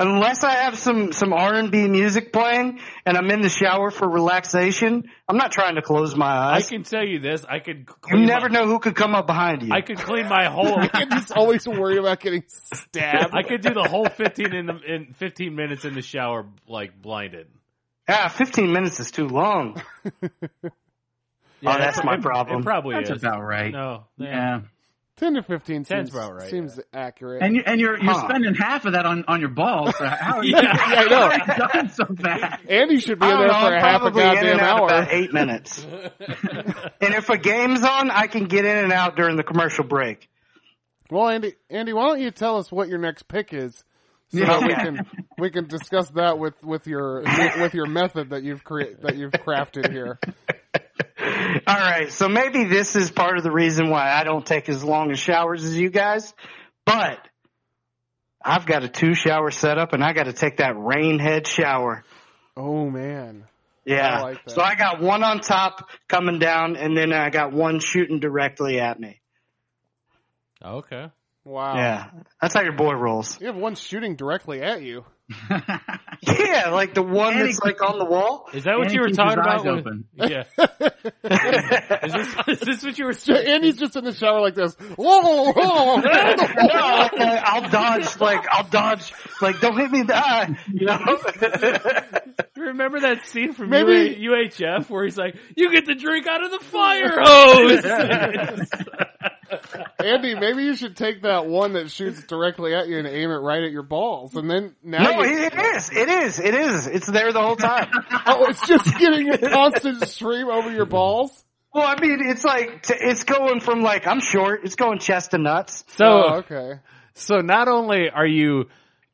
Speaker 2: Unless I have some some R and B music playing and I'm in the shower for relaxation, I'm not trying to close my
Speaker 6: I
Speaker 2: eyes.
Speaker 6: can tell you this. I could.
Speaker 2: You
Speaker 6: Clean
Speaker 2: never
Speaker 6: my,
Speaker 2: know who could come up behind you.
Speaker 6: I could clean my whole.
Speaker 4: I just always worry about getting stabbed.
Speaker 6: I could do the whole fifteen in the in fifteen minutes in the shower, like blinded.
Speaker 2: ah, 15 minutes is too long. Oh,
Speaker 6: Yeah,
Speaker 2: that's
Speaker 6: it-
Speaker 2: my
Speaker 6: it-
Speaker 2: problem.
Speaker 6: It probably
Speaker 3: That's
Speaker 6: is.
Speaker 3: about right.
Speaker 6: Oh, No, yeah.
Speaker 3: Yeah.
Speaker 4: Ten to fifteen
Speaker 6: Ten's
Speaker 4: seems
Speaker 6: about right,
Speaker 4: seems accurate.
Speaker 3: And you and you're you're
Speaker 2: Huh.
Speaker 3: spending half of that on on your balls. So how are you,
Speaker 6: Yeah,
Speaker 4: yeah, I
Speaker 3: how
Speaker 4: know.
Speaker 3: are you done so fast?
Speaker 4: Andy should be
Speaker 2: I
Speaker 4: in
Speaker 2: don't
Speaker 4: there
Speaker 2: know,
Speaker 4: for a
Speaker 2: I'm
Speaker 4: half a
Speaker 2: probably in
Speaker 4: goddamn
Speaker 2: and out
Speaker 4: hour.
Speaker 2: about eight minutes. and if a game's on, I can get in and out during the commercial break.
Speaker 4: Well, Andy, Andy, why don't you tell us what your next pick is, so that we can we can discuss that with with your with your method that you've created that you've crafted here.
Speaker 2: All right, so maybe this is part of the reason why I don't take as long as showers as you guys, but I've got a two shower setup and I got to take that rain head shower.
Speaker 4: Oh man,
Speaker 2: Yeah.
Speaker 4: I like that.
Speaker 2: So I got one on top coming down and then I got one shooting directly at me.
Speaker 6: Okay.
Speaker 4: wow.
Speaker 2: Oh. Yeah. That's how your boy rolls.
Speaker 4: You have one shooting directly at you.
Speaker 2: Yeah, like the one
Speaker 3: And
Speaker 2: that's
Speaker 3: it-
Speaker 2: like on the wall.
Speaker 6: Is that what
Speaker 3: And
Speaker 6: you
Speaker 3: he
Speaker 6: were
Speaker 3: keeps his
Speaker 6: talking about?
Speaker 3: eyes
Speaker 6: when-
Speaker 3: open.
Speaker 6: Yeah. is, this, is this what you were saying?
Speaker 4: Andy's just in the shower like this. Whoa, whoa, whoa.
Speaker 2: No, I'll, I'll dodge. Like I'll dodge. Like don't hit me in the eye. You know.
Speaker 6: Remember that scene from
Speaker 4: Maybe-
Speaker 6: UA UHF where he's like, "You get the drink out of the fire hose."
Speaker 4: Andy, maybe you should take that one that shoots directly at you and aim it right at your balls, and then now
Speaker 2: no,
Speaker 4: you-
Speaker 2: it it is. It is. It is. It's there the whole time.
Speaker 4: oh, it's just getting a constant stream over your balls.
Speaker 2: Well, I mean, it's like t- it's going from like I'm short. It's going chest to nuts.
Speaker 6: so,
Speaker 4: Oh, okay.
Speaker 6: so not only are you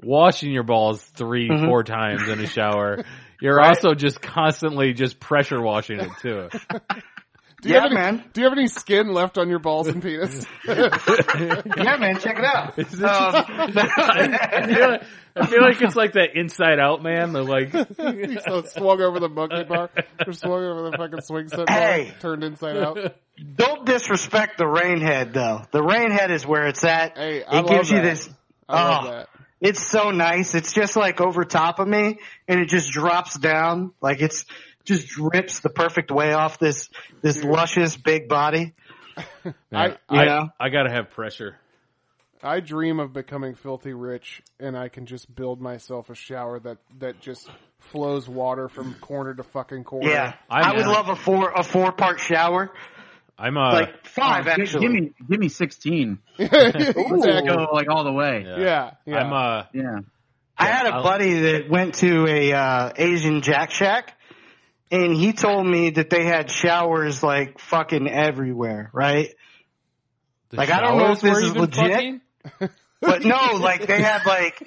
Speaker 6: washing your balls 3
Speaker 2: Mm-hmm.
Speaker 6: four times in a shower, you're also just constantly just pressure washing it too.
Speaker 4: Do you
Speaker 2: Yeah,
Speaker 4: have any,
Speaker 2: man.
Speaker 4: Do you have any skin left on your balls and penis?
Speaker 2: Yeah, man, check it out. Um,
Speaker 6: I feel like, I feel like it's like that Inside Out man. They're like,
Speaker 4: He so swung over the monkey bar, or swung over the fucking swing set bar,
Speaker 2: Hey.
Speaker 4: turned inside out.
Speaker 2: don't disrespect the rain head though. The rain head is where it's at.
Speaker 4: Hey,
Speaker 2: it
Speaker 4: I love
Speaker 2: gives you
Speaker 4: that.
Speaker 2: this.
Speaker 4: I love
Speaker 2: oh,
Speaker 4: that.
Speaker 2: it's so nice. It's just like over top of me, and it just drops down like it's just drips the perfect way off this this luscious big body.
Speaker 4: I-
Speaker 2: yeah.
Speaker 6: I, I gotta have pressure.
Speaker 4: I dream of becoming filthy rich, and I can just build myself a shower that that just flows water from corner to fucking corner.
Speaker 2: Yeah,
Speaker 6: I'm
Speaker 2: i would
Speaker 6: down.
Speaker 2: love a four a four part shower,
Speaker 6: I'm uh,
Speaker 2: like five
Speaker 3: Oh, Give-
Speaker 2: actually.
Speaker 3: Give me, give me sixteen.
Speaker 4: exactly.
Speaker 3: Go like all the way.
Speaker 6: yeah.
Speaker 4: Yeah, yeah.
Speaker 6: I'm uh,
Speaker 3: Yeah.
Speaker 2: I had a
Speaker 6: I'll-
Speaker 2: buddy that went to a uh, Asian Jack Shack, and he told me that they had showers like fucking everywhere, right?
Speaker 6: the
Speaker 2: Like, I don't know if
Speaker 6: showers
Speaker 2: this
Speaker 6: were
Speaker 2: is
Speaker 6: even
Speaker 2: legit.
Speaker 6: fucking?
Speaker 2: But no, like they had like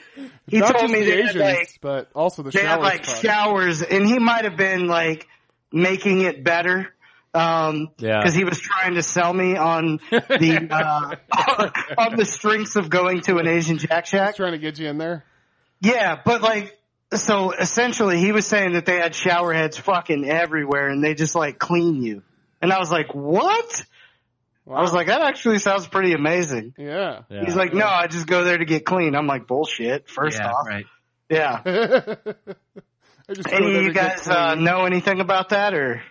Speaker 2: he
Speaker 4: Not
Speaker 2: told
Speaker 4: just
Speaker 2: me
Speaker 4: the
Speaker 2: they had
Speaker 4: Asians,
Speaker 2: like
Speaker 4: but also the
Speaker 2: they
Speaker 4: showers.
Speaker 2: had like
Speaker 4: part.
Speaker 2: showers, and he might have been like making it better. Um,
Speaker 6: Yeah.
Speaker 2: because he was trying to sell me on the uh, on the strengths of going to an Asian Jack Shack.
Speaker 4: Trying to get you in there.
Speaker 2: Yeah, but like, so essentially, he was saying that they had shower heads fucking everywhere, and they just like clean you. And I was like, what? I was like, that actually sounds pretty amazing.
Speaker 4: Yeah.
Speaker 6: Yeah.
Speaker 2: He's like, no, I just go there to get clean. I'm like, bullshit. First
Speaker 3: yeah,
Speaker 2: off,
Speaker 3: right.
Speaker 2: yeah.
Speaker 4: I just go
Speaker 2: Any of
Speaker 4: there to
Speaker 2: you
Speaker 4: get
Speaker 2: guys uh,
Speaker 4: clean.
Speaker 2: know anything about that, or?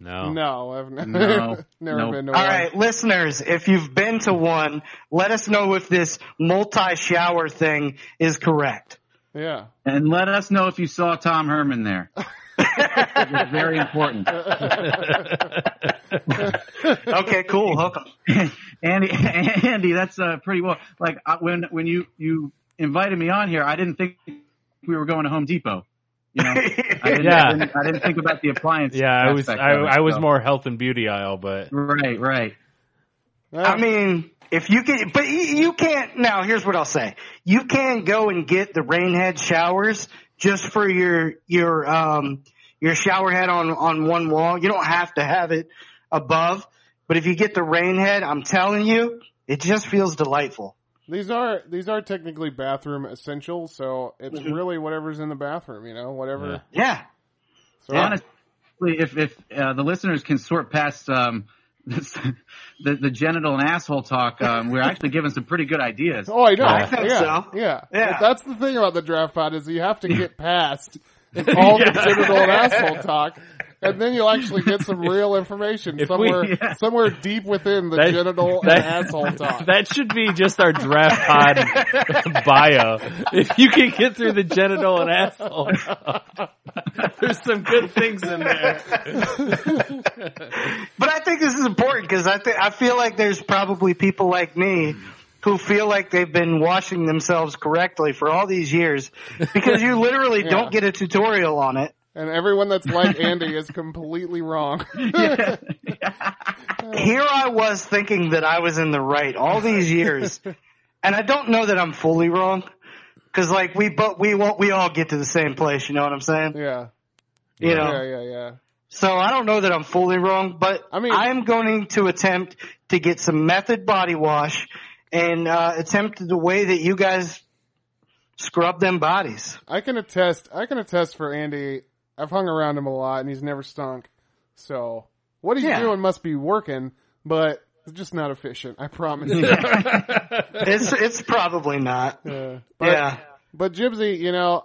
Speaker 6: no.
Speaker 4: No, I've never,
Speaker 3: No.
Speaker 4: never
Speaker 3: Nope.
Speaker 4: been to
Speaker 2: All
Speaker 4: one.
Speaker 2: right, listeners, if you've been to one, let us know if this multi-shower thing is correct.
Speaker 4: Yeah.
Speaker 3: And let us know if you saw Tom Herman there. it was very important.
Speaker 2: Okay, cool. Hook 'em.
Speaker 3: Andy, Andy, that's uh, pretty well. Like I, when when you you invited me on here, I didn't think we were going to Home Depot. You know, I didn't,
Speaker 6: Yeah.
Speaker 3: I didn't, I didn't think about the appliance.
Speaker 6: Yeah, I was I,
Speaker 3: aspect of it,
Speaker 6: I was
Speaker 3: so.
Speaker 6: more health and beauty aisle, but
Speaker 3: right, right.
Speaker 4: Yeah.
Speaker 2: I mean, if you can, but you you can't. Now, here's what I'll say: you can go and get the rainhead showers just for your your um your shower head on on one wall. You don't have to have it above, but if you get the rainhead, I'm telling you, it just feels delightful.
Speaker 4: these are these are technically bathroom essentials, so it's
Speaker 2: Mm-hmm.
Speaker 4: really whatever's in the bathroom, you know, whatever.
Speaker 6: Yeah.
Speaker 2: Yeah,
Speaker 4: So
Speaker 3: Honestly, if if uh, the listeners can sort past um, this, the the genital and asshole talk, um, we're actually giving some pretty good ideas.
Speaker 4: Oh, I know.
Speaker 6: I
Speaker 2: think
Speaker 4: yeah,
Speaker 2: so.
Speaker 4: Yeah.
Speaker 2: Yeah.
Speaker 4: That's the thing about the draft pod is you have to get past all the genital and asshole talk, and then you'll actually get some real information
Speaker 6: If
Speaker 4: somewhere
Speaker 6: we- yeah.
Speaker 4: somewhere deep within the
Speaker 6: That-
Speaker 4: genital and
Speaker 6: that-
Speaker 4: asshole talk.
Speaker 6: that should be just our draft pod bio. If you can get through the genital and asshole, there's some good things in there.
Speaker 2: but I think this is important because I think I feel like there's probably people like me. Who feel like they've been washing themselves correctly for all these years because you literally don't get a tutorial on it.
Speaker 4: and everyone that's like Andy is completely wrong.
Speaker 2: here I was thinking that I was in the right all these years, and I don't know that I'm fully wrong. Cause like we, but we won't, we all get to the same place. You know what I'm saying?
Speaker 4: yeah.
Speaker 2: You know,
Speaker 4: Yeah, yeah, yeah.
Speaker 2: so I don't know that I'm fully wrong, but
Speaker 4: I
Speaker 2: I mean,
Speaker 4: mean-
Speaker 2: I'm going to attempt to get some method body wash and, uh, attempt the way that you guys scrub them bodies.
Speaker 4: I can attest. I can attest for Andy. I've hung around him a lot, and he's never stunk. So what he's
Speaker 2: Yeah.
Speaker 4: doing must be working, but it's just not efficient. I promise.
Speaker 2: It's, it's probably not.
Speaker 4: Yeah. Uh, But,
Speaker 2: Yeah.
Speaker 4: But Jibsy, you know,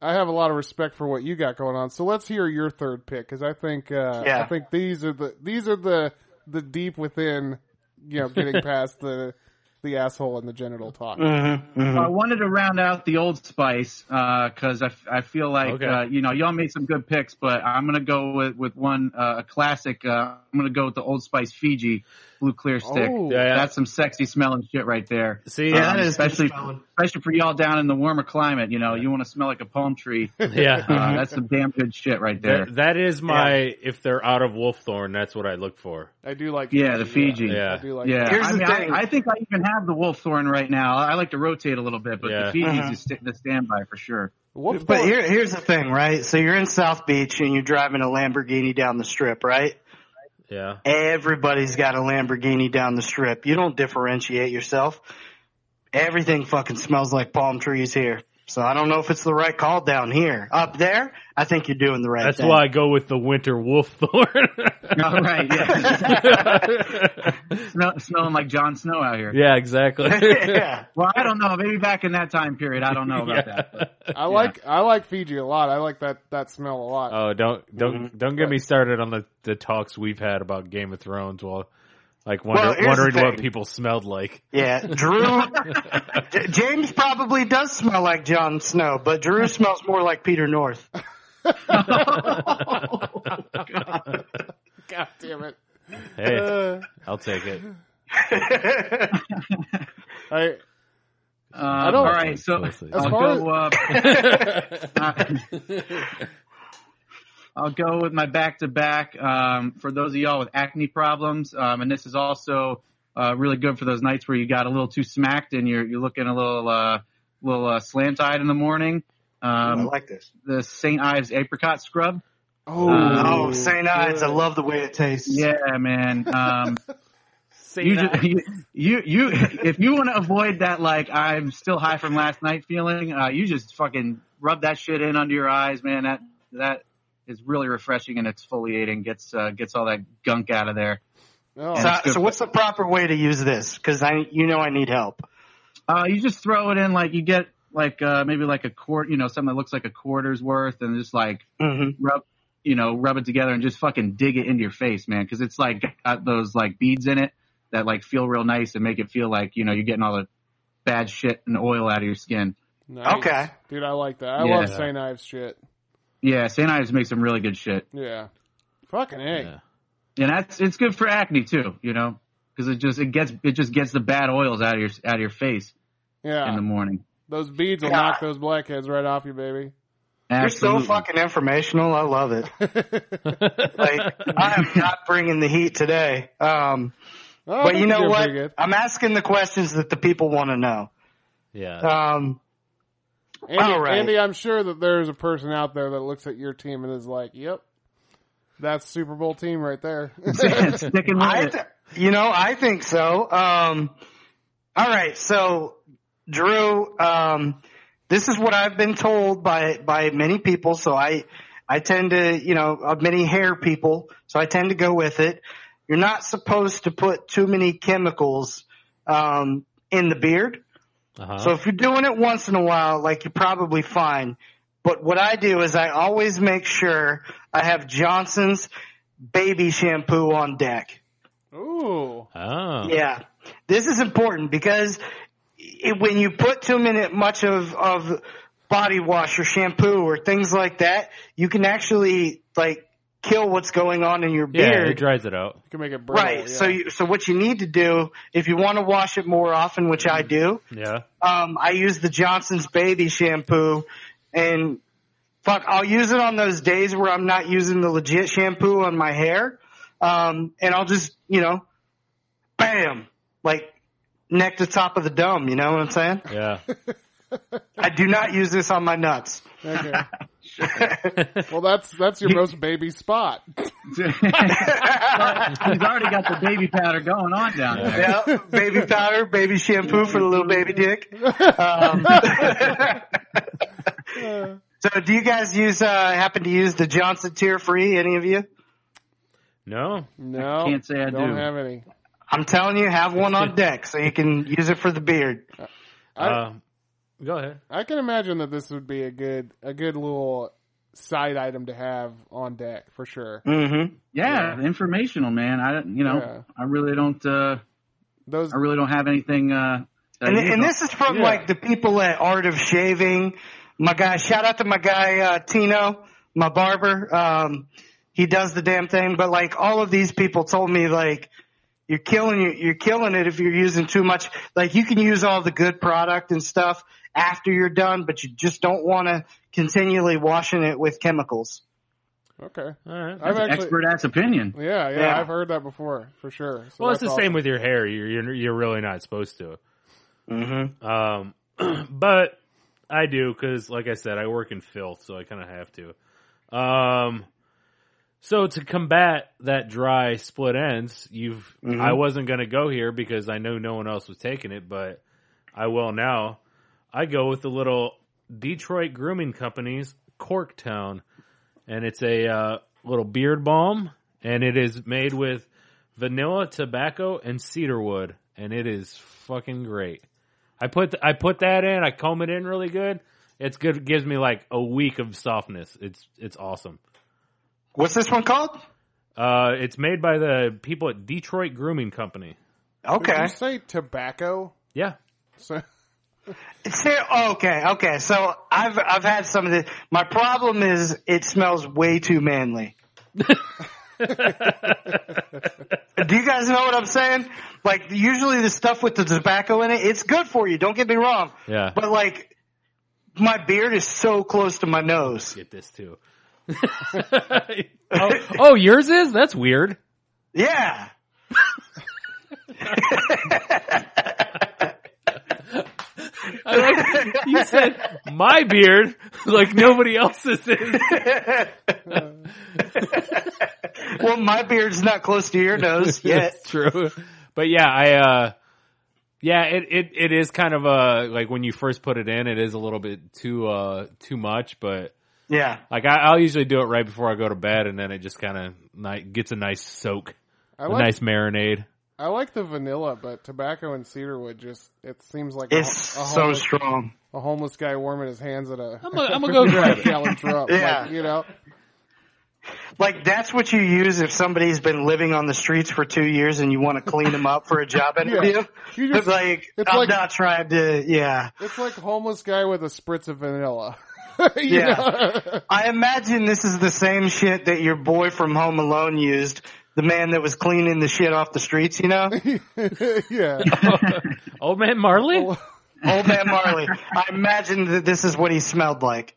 Speaker 4: I have a lot of respect for what you got going on. So let's hear your third pick because I think uh,
Speaker 2: Yeah.
Speaker 4: I think these are the these are the the deep within, you know, getting past the the asshole and the genital talk.
Speaker 3: I wanted to round out the Old Spice because I f I I, feel like
Speaker 6: Okay.
Speaker 3: uh, you know y'all made some good picks, but I'm gonna go with with one uh, a classic. Uh, I'm gonna go with the Old Spice Fiji Blue Clear Stick.
Speaker 4: Oh.
Speaker 6: Yeah, yeah.
Speaker 3: That's some sexy smelling shit right there. Um,
Speaker 6: See,
Speaker 2: Yeah, that is good
Speaker 3: especially
Speaker 2: smelling.
Speaker 3: especially for y'all down in the warmer climate. You know, you want to smell like a palm tree. Uh,
Speaker 6: yeah.
Speaker 3: that's some damn good shit right there.
Speaker 6: That, that is my if they're out of Wolfthorn, that's what I look for.
Speaker 4: I do like
Speaker 3: Yeah, the Fiji.
Speaker 4: I
Speaker 6: Yeah.
Speaker 4: do like
Speaker 3: Yeah,
Speaker 2: Here's
Speaker 3: I,
Speaker 2: the
Speaker 3: mean, I-
Speaker 2: thing.
Speaker 3: I, think I even have the wolf thorn right now. I like to rotate a little bit, but
Speaker 6: Yeah.
Speaker 3: the Fiji's
Speaker 2: Uh-huh.
Speaker 3: is st- the standby for sure.
Speaker 4: Wolf
Speaker 2: But
Speaker 4: Thorn-
Speaker 2: here, here's the thing, right? So you're in South Beach and you're driving a Lamborghini down the strip, right?
Speaker 6: Yeah.
Speaker 2: Everybody's got a Lamborghini down the strip. You don't differentiate yourself. Everything fucking smells like palm trees here. So I don't know if it's the right call down here. Up there, I think you're doing the right
Speaker 6: That's
Speaker 2: thing.
Speaker 6: why I go with the winter Wolfthorn.
Speaker 3: All right, yeah, Smell, smelling like Jon Snow out here.
Speaker 6: yeah, exactly.
Speaker 2: yeah.
Speaker 3: Well, I don't know. Maybe back in that time period, I don't know about that. But
Speaker 4: I like I like Fiji a lot. I like that that smell a lot.
Speaker 6: Oh, don't don't
Speaker 2: Mm-hmm.
Speaker 6: don't get me started on the, the talks we've had about Game of Thrones while like wonder,
Speaker 2: Well, here's the
Speaker 6: wondering what
Speaker 2: thing.
Speaker 6: people smelled like.
Speaker 2: Yeah, Drew. J- James probably does smell like Jon Snow, but Drew smells more like Peter North.
Speaker 4: God damn it!
Speaker 6: Hey,
Speaker 4: Uh,
Speaker 6: I'll take it.
Speaker 4: I,
Speaker 3: um,
Speaker 4: don't-
Speaker 3: all right, so
Speaker 6: Let's see.
Speaker 4: As
Speaker 3: I'll
Speaker 4: far
Speaker 3: go. Uh, I'll go with my back to back. Um, for those of y'all with acne problems, um, and this is also uh, really good for those nights where you got a little too smacked and you're you're looking a little uh, little uh, slant eyed in the morning.
Speaker 2: I
Speaker 3: Um,
Speaker 2: like this.
Speaker 3: the St. Ives apricot scrub.
Speaker 4: oh,
Speaker 2: Oh, St. Ives, I love the way it tastes.
Speaker 3: Yeah, man. Um, you, just, you, you, you, if you want to avoid that, like I'm still high from last night feeling, uh, you just fucking rub that shit in under your eyes, man. That that is really refreshing and exfoliating. Gets uh, gets all that gunk out of there.
Speaker 4: Oh.
Speaker 2: So, so what's the proper way to use this? Because I, you know, I need help.
Speaker 3: Uh, you just throw it in, like you get like uh, maybe like a quart, you know, something that looks like a quarter's worth, and just like
Speaker 2: Mm-hmm.
Speaker 3: rub you know rub it together and just fucking dig it into your face man because it's like got those like beads in it that like feel real nice and make it feel like you know you're getting all the bad shit and oil out of your skin
Speaker 4: nice.
Speaker 2: Okay.
Speaker 4: dude, I like that. I
Speaker 3: Yeah.
Speaker 4: love Saint Ives shit.
Speaker 3: yeah st ives makes some really good shit
Speaker 4: Yeah, fucking a.
Speaker 6: Yeah.
Speaker 3: and that's it's good for acne too you know because it just it gets it just gets the bad oils out of your out of your face
Speaker 4: Yeah,
Speaker 3: in the morning
Speaker 4: those beads will
Speaker 2: God.
Speaker 4: knock those blackheads right off you, baby.
Speaker 2: You're
Speaker 3: Absolutely.
Speaker 2: so fucking informational. I love it. like I am not bringing the heat today. Um,
Speaker 4: Oh, I
Speaker 2: but
Speaker 4: think
Speaker 2: you know
Speaker 4: did
Speaker 2: what?
Speaker 4: pretty good.
Speaker 2: I'm asking the questions that the people want to know.
Speaker 6: Yeah.
Speaker 2: Um,
Speaker 4: Andy,
Speaker 2: All right.
Speaker 4: Andy, I'm sure that there's a person out there that looks at your team and is like, "Yep, that's Super Bowl team right there."
Speaker 3: sticking with
Speaker 2: I,
Speaker 3: it.
Speaker 2: th- you know, I think so. Um, all right. So Drew, um, this is what I've been told by, by many people. So I, I tend to, you know, uh, many hair people. So I tend to go with it. You're not supposed to put too many chemicals, um, in the beard.
Speaker 6: Uh-huh.
Speaker 2: So if you're doing it once in a while, like you're probably fine. But what I do is I always make sure I have Johnson's baby shampoo on deck.
Speaker 4: Ooh,
Speaker 6: oh.
Speaker 2: Yeah, this is important because it, when you put too many, much of of body wash or shampoo or things like that, you can actually like kill what's going on in your
Speaker 6: Yeah, it
Speaker 2: beard.
Speaker 6: dries it out.
Speaker 4: you can make it brittle.
Speaker 2: right.
Speaker 4: yeah.
Speaker 2: So you, so what you need to do if you want to wash it more often, which I
Speaker 4: Mm-hmm.
Speaker 2: do,
Speaker 6: Yeah.
Speaker 2: um, I use the Johnson's Baby shampoo, and fuck, I'll use it on those days where I'm not using the legit shampoo on my hair, um, and I'll just you know, bam, like neck to top of the dome. You know what I'm saying?
Speaker 6: Yeah.
Speaker 2: I do not use this on my nuts.
Speaker 4: Okay. well, that's that's your most baby spot.
Speaker 3: he's already got the baby powder going on down there
Speaker 2: Yeah, baby powder, baby shampoo for the little baby dick. Um, so, do you guys use uh, happen to use the Johnson Tear Free? Any of you?
Speaker 6: No.
Speaker 4: No,
Speaker 3: can't say I
Speaker 4: don't
Speaker 3: do.
Speaker 4: have any.
Speaker 2: I'm telling you, have one on deck so you can use it for the beard.
Speaker 4: I-
Speaker 6: Uh,
Speaker 5: Go ahead.
Speaker 4: I can imagine that this would be a good a good little side item to have on deck for sure.
Speaker 2: Mm-hmm.
Speaker 3: Yeah, informational, man. I don't- you know,
Speaker 4: Yeah.
Speaker 3: I really don't. Uh,
Speaker 4: Those
Speaker 3: I really don't have anything. Uh, that I
Speaker 2: And,
Speaker 3: use
Speaker 2: and
Speaker 3: on-
Speaker 2: this is from
Speaker 6: Yeah.
Speaker 2: like the people at Art of Shaving. My guy, shout out to my guy uh, Tino, my barber. Um, he does the damn thing. But like all of these people told me, like you're killing it. You're killing it if you're using too much. Like you can use all the good product and stuff after you're done, but you just don't want to continually washing it with chemicals.
Speaker 4: okay.
Speaker 6: All right.
Speaker 4: I've actually
Speaker 3: expert ass opinion.
Speaker 4: yeah, yeah,
Speaker 2: Yeah.
Speaker 4: I've heard that before for sure. So
Speaker 6: well, it's the
Speaker 4: that's
Speaker 6: same with your hair. You're, you're you're really not supposed to.
Speaker 2: Mm-hmm.
Speaker 6: Um, but I do because, like I said, I work in filth, so I kind of have to. Um, so to combat that dry split ends, you've
Speaker 2: Mhm.
Speaker 6: I wasn't gonna go here because I knew no one else was taking it, but I will now. I go with the little Detroit grooming company's Corktown, and it's a uh, little beard balm, and it is made with vanilla, tobacco, and cedarwood, and it is fucking great. I put I put that in. I comb it in really good. It's good. It gives me like a week of softness. It's it's awesome.
Speaker 2: What's this one called?
Speaker 6: Uh, it's made by the people at Detroit Grooming Company.
Speaker 4: all. Did
Speaker 2: Okay.
Speaker 4: you say tobacco?
Speaker 6: Yeah,
Speaker 4: So,
Speaker 2: See, okay, okay. So I've I've had some of the. My problem is it smells way too manly. Do you guys know what I'm saying? Like usually the stuff with the tobacco in it, it's good for you. Don't get me wrong.
Speaker 6: yeah.
Speaker 2: But like, my beard is so close to my nose.
Speaker 6: Get this too. oh, oh, yours is. That's weird.
Speaker 2: Yeah.
Speaker 6: I like, you said my beard, like nobody else's is.
Speaker 2: Well, my beard's not close to your nose yet.
Speaker 6: That's true. But yeah, I uh yeah, it, it it is kind of uh like when you first put it in, it is a little bit too uh too much, but
Speaker 2: Yeah.
Speaker 6: like I, I'll usually do it right before I go to bed, and then it just kind of ni- gets a nice soak,
Speaker 4: I
Speaker 6: a
Speaker 4: like
Speaker 6: nice marinade.
Speaker 4: I like the vanilla, but tobacco and cedarwood just it seems like a,
Speaker 2: It's
Speaker 4: a
Speaker 2: so
Speaker 4: homeless,
Speaker 2: strong.
Speaker 4: a homeless guy warming his hands at a
Speaker 6: I'm gonna- I'm gonna go grab it.
Speaker 4: gallon drum.
Speaker 2: Yeah.
Speaker 4: like, you know.
Speaker 2: Like that's what you use if somebody's been living on the streets for two years and you want to clean them up for a job interview.
Speaker 4: You
Speaker 2: It's
Speaker 4: just,
Speaker 2: like
Speaker 4: it's
Speaker 2: I'm
Speaker 4: like-
Speaker 2: not trying to. Yeah,
Speaker 4: it's like homeless guy with a spritz of vanilla.
Speaker 2: Yeah.
Speaker 4: yeah.
Speaker 2: I imagine this is the same shit that your boy from Home Alone used. The man that was cleaning the shit off the streets, you know,
Speaker 4: yeah.
Speaker 6: Old man Marley,
Speaker 2: old man Marley. I imagine that this is what he smelled like.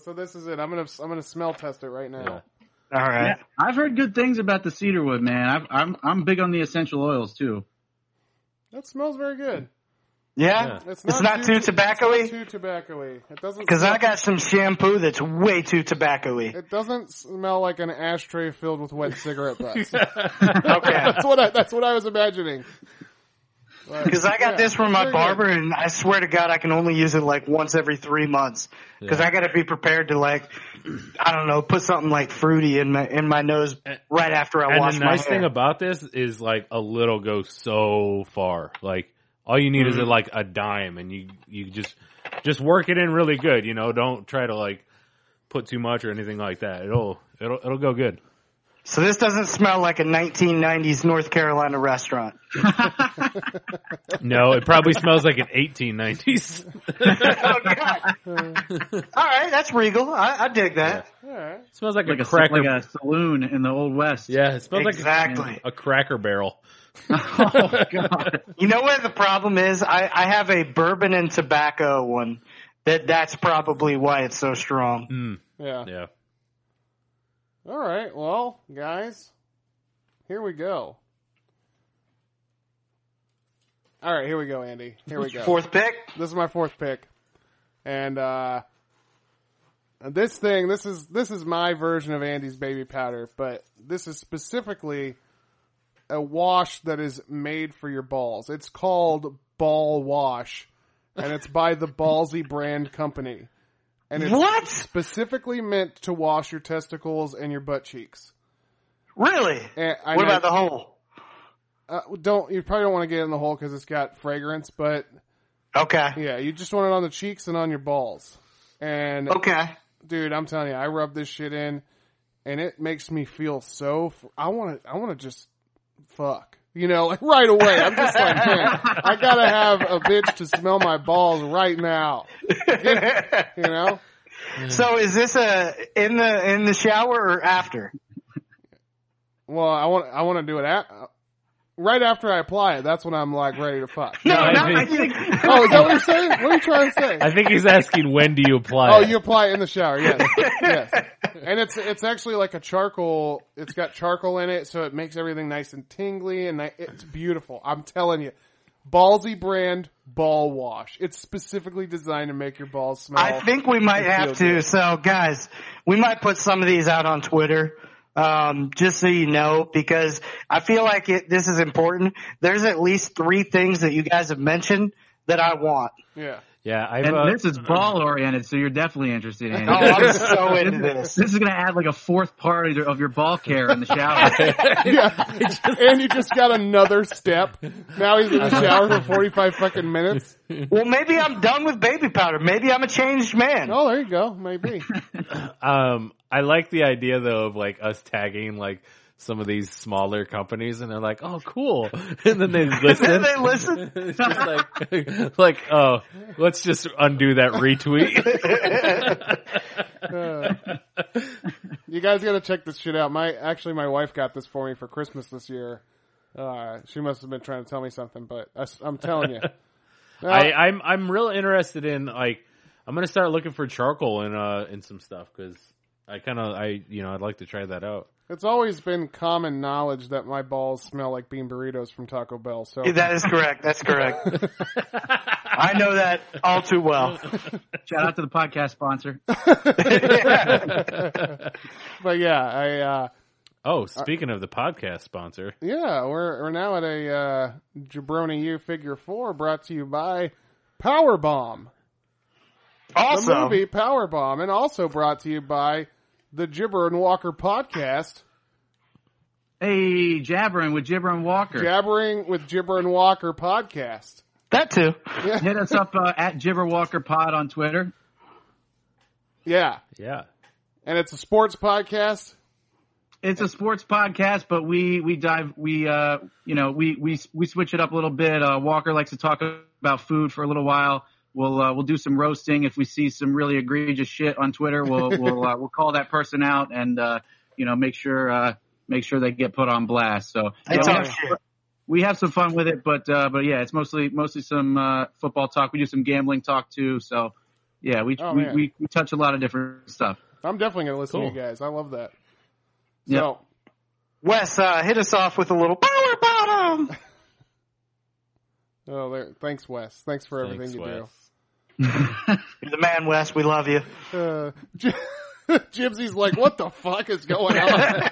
Speaker 4: So this is it. I'm gonna I'm gonna smell test it right now.
Speaker 2: All
Speaker 3: Yeah,
Speaker 2: right,
Speaker 3: I've heard good things about the cedarwood, man. I've, I'm I'm big on the essential oils too.
Speaker 4: That smells very good.
Speaker 2: yeah,
Speaker 6: Yeah.
Speaker 4: It's not,
Speaker 2: it's not too
Speaker 4: It's
Speaker 2: tobacco-y
Speaker 4: not too tobacco-y. It doesn't.
Speaker 2: because
Speaker 4: smell-
Speaker 2: I got some shampoo that's way too tobacco-y.
Speaker 4: It doesn't smell like an ashtray filled with wet cigarette butts.
Speaker 2: Okay.
Speaker 4: that's what I. That's what I was imagining.
Speaker 2: Because I got this from my barber, and I swear to God, I can only use it like once every three months. Because I got to be prepared to like, I don't know, put something like fruity in my in my nose right after I
Speaker 6: and
Speaker 2: wash
Speaker 6: the
Speaker 2: my
Speaker 6: nice
Speaker 2: hair.
Speaker 6: thing about this is like a little goes so far. Like all you need
Speaker 4: Mm-hmm.
Speaker 6: is like a dime, and you you just just work it in really good. You know, don't try to like put too much or anything like that. It'll it'll it'll go good.
Speaker 2: so this doesn't smell like a 1990s North Carolina restaurant.
Speaker 6: No, it probably smells like an 1890s.
Speaker 2: oh, God. All right, that's regal. I, I dig that.
Speaker 4: Alright.
Speaker 6: smells like,
Speaker 3: Like
Speaker 6: a
Speaker 3: a
Speaker 6: cracker.
Speaker 3: like a saloon in the old west.
Speaker 6: yeah, it smells
Speaker 2: exactly.
Speaker 6: like a, a cracker barrel.
Speaker 3: oh god.
Speaker 2: You know where the problem is? I, I have a bourbon and tobacco one. That that's probably why it's so strong.
Speaker 6: Mm,
Speaker 4: Yeah.
Speaker 6: yeah.
Speaker 4: All right. Well, guys, here we go. All right. Here we go, Andy. Here we go.
Speaker 2: Fourth pick.
Speaker 4: This is my fourth pick, and uh, this thing, this is this is my version of Andy's baby powder, but this is specifically a wash that is made for your balls. It's called Ball Wash, and it's by the Ballsy brand company, and it's
Speaker 2: What?
Speaker 4: specifically meant to wash your testicles and your butt cheeks.
Speaker 2: Really?
Speaker 4: And I
Speaker 2: what
Speaker 4: know-
Speaker 2: about the hole?
Speaker 4: uh, don't you probably don't want to get in the hole because it's got fragrance, but
Speaker 2: Okay.
Speaker 4: Yeah, you just want it on the cheeks and on your balls. And
Speaker 2: Okay.
Speaker 4: dude, I'm telling you, I rub this shit in, and it makes me feel so. F- I want to. I want to just fuck. You know, like right away. I'm just like, man, I gotta have a bitch to smell my balls right now. You know,
Speaker 2: So is this a in the in the shower or after?
Speaker 4: well, I want. I want to do it at, right after I apply it. That's when I'm like ready to fuck.
Speaker 2: No,
Speaker 5: I
Speaker 2: not, I
Speaker 5: think-
Speaker 2: think
Speaker 4: Oh, is that what you're saying? What are you trying to say?
Speaker 5: I think he's asking when do you apply?
Speaker 4: Oh,
Speaker 5: it?
Speaker 4: you apply it in the shower, yes, yes. And it's it's actually like a charcoal. It's got charcoal in it, so it makes everything nice and tingly, and I- it's beautiful. I'm telling you, ballsy brand ball wash. It's specifically designed to make your balls smell.
Speaker 2: I think we might
Speaker 4: It
Speaker 2: have
Speaker 4: feels
Speaker 2: to.
Speaker 4: good.
Speaker 2: So, guys, we might put some of these out on Twitter, um, just so you know, because I feel like it, this is important. There's at least three things that you guys have mentioned that I want.
Speaker 4: yeah.
Speaker 5: yeah, I've,
Speaker 3: And
Speaker 5: uh,
Speaker 3: this is ball oriented, so you're definitely interested in
Speaker 2: Oh,
Speaker 3: it.
Speaker 2: I'm so into this.
Speaker 3: This is going to add like a fourth part of your- of your ball care in the shower.
Speaker 4: yeah. and you just got another step. Now he's in the shower for 45 fucking minutes.
Speaker 2: Well, maybe I'm done with baby powder. Maybe I'm a changed man.
Speaker 4: Oh, there you go. Maybe.
Speaker 5: um, I like the idea though of like us tagging like some of these smaller companies, and they're like, "Oh, cool," and then they listen.
Speaker 2: they listen.
Speaker 5: it's just like, like, oh, let's just undo that retweet.
Speaker 4: Uh, you guys gotta check this shit out. My actually, my wife got this for me for Christmas this year. Uh, she must have been trying to tell me something, but I, am telling you, Uh, Now,
Speaker 6: I, I'm I'm real interested in like I'm gonna start looking for charcoal and uh and some stuff because I kind of I you know I'd like to try that out.
Speaker 4: it's always been common knowledge that my balls smell like bean burritos from Taco Bell. So
Speaker 2: That is correct. That's correct. I know that all too well.
Speaker 3: Shout out to the podcast sponsor.
Speaker 4: but yeah, I uh,
Speaker 6: Oh, speaking of the podcast sponsor,
Speaker 4: yeah, we're we're now at a uh, Jabroni U Figure Four, brought to you by Power Bomb. the
Speaker 2: Also,
Speaker 4: movie Powerbomb, and also brought to you by the Gibber and Walker podcast,
Speaker 3: Hey, Jabbering with Jibber and Walker.
Speaker 4: Jabbering with Gibber and Walker podcast.
Speaker 2: that too.
Speaker 3: Hit us up uh, at Jibber Walker Pod on Twitter.
Speaker 4: Yeah,
Speaker 6: yeah,
Speaker 4: and it's a sports podcast.
Speaker 3: It's a sports podcast, but we we dive we uh you know we we we switch it up a little bit. Uh, Walker likes to talk about food for a little while. We'll uh, we'll do some roasting if we see some really egregious shit on Twitter. We'll we'll uh, we'll call that person out and uh, you know make sure uh, make sure they get put on blast. So yeah,
Speaker 2: It's
Speaker 3: we,
Speaker 2: all
Speaker 3: have,
Speaker 2: shit.
Speaker 3: we have some fun with it, but uh, but yeah, it's mostly mostly some uh, football talk. We do some gambling talk too. So yeah, we
Speaker 4: Oh,
Speaker 3: we,
Speaker 4: man.
Speaker 3: we we touch a lot of different stuff.
Speaker 4: I'm definitely going to listen
Speaker 6: Cool.
Speaker 4: to you guys. I love that.
Speaker 3: Yeah.
Speaker 4: So,
Speaker 2: Wes, uh, hit us off with a little power bottom.
Speaker 4: oh, there, thanks, Wes. Thanks for everything
Speaker 6: Thanks,
Speaker 4: you
Speaker 6: Wes.
Speaker 2: You're the man, Wes. We love you.
Speaker 4: do. Uh, J- Jibsy's like, what the fuck is going on?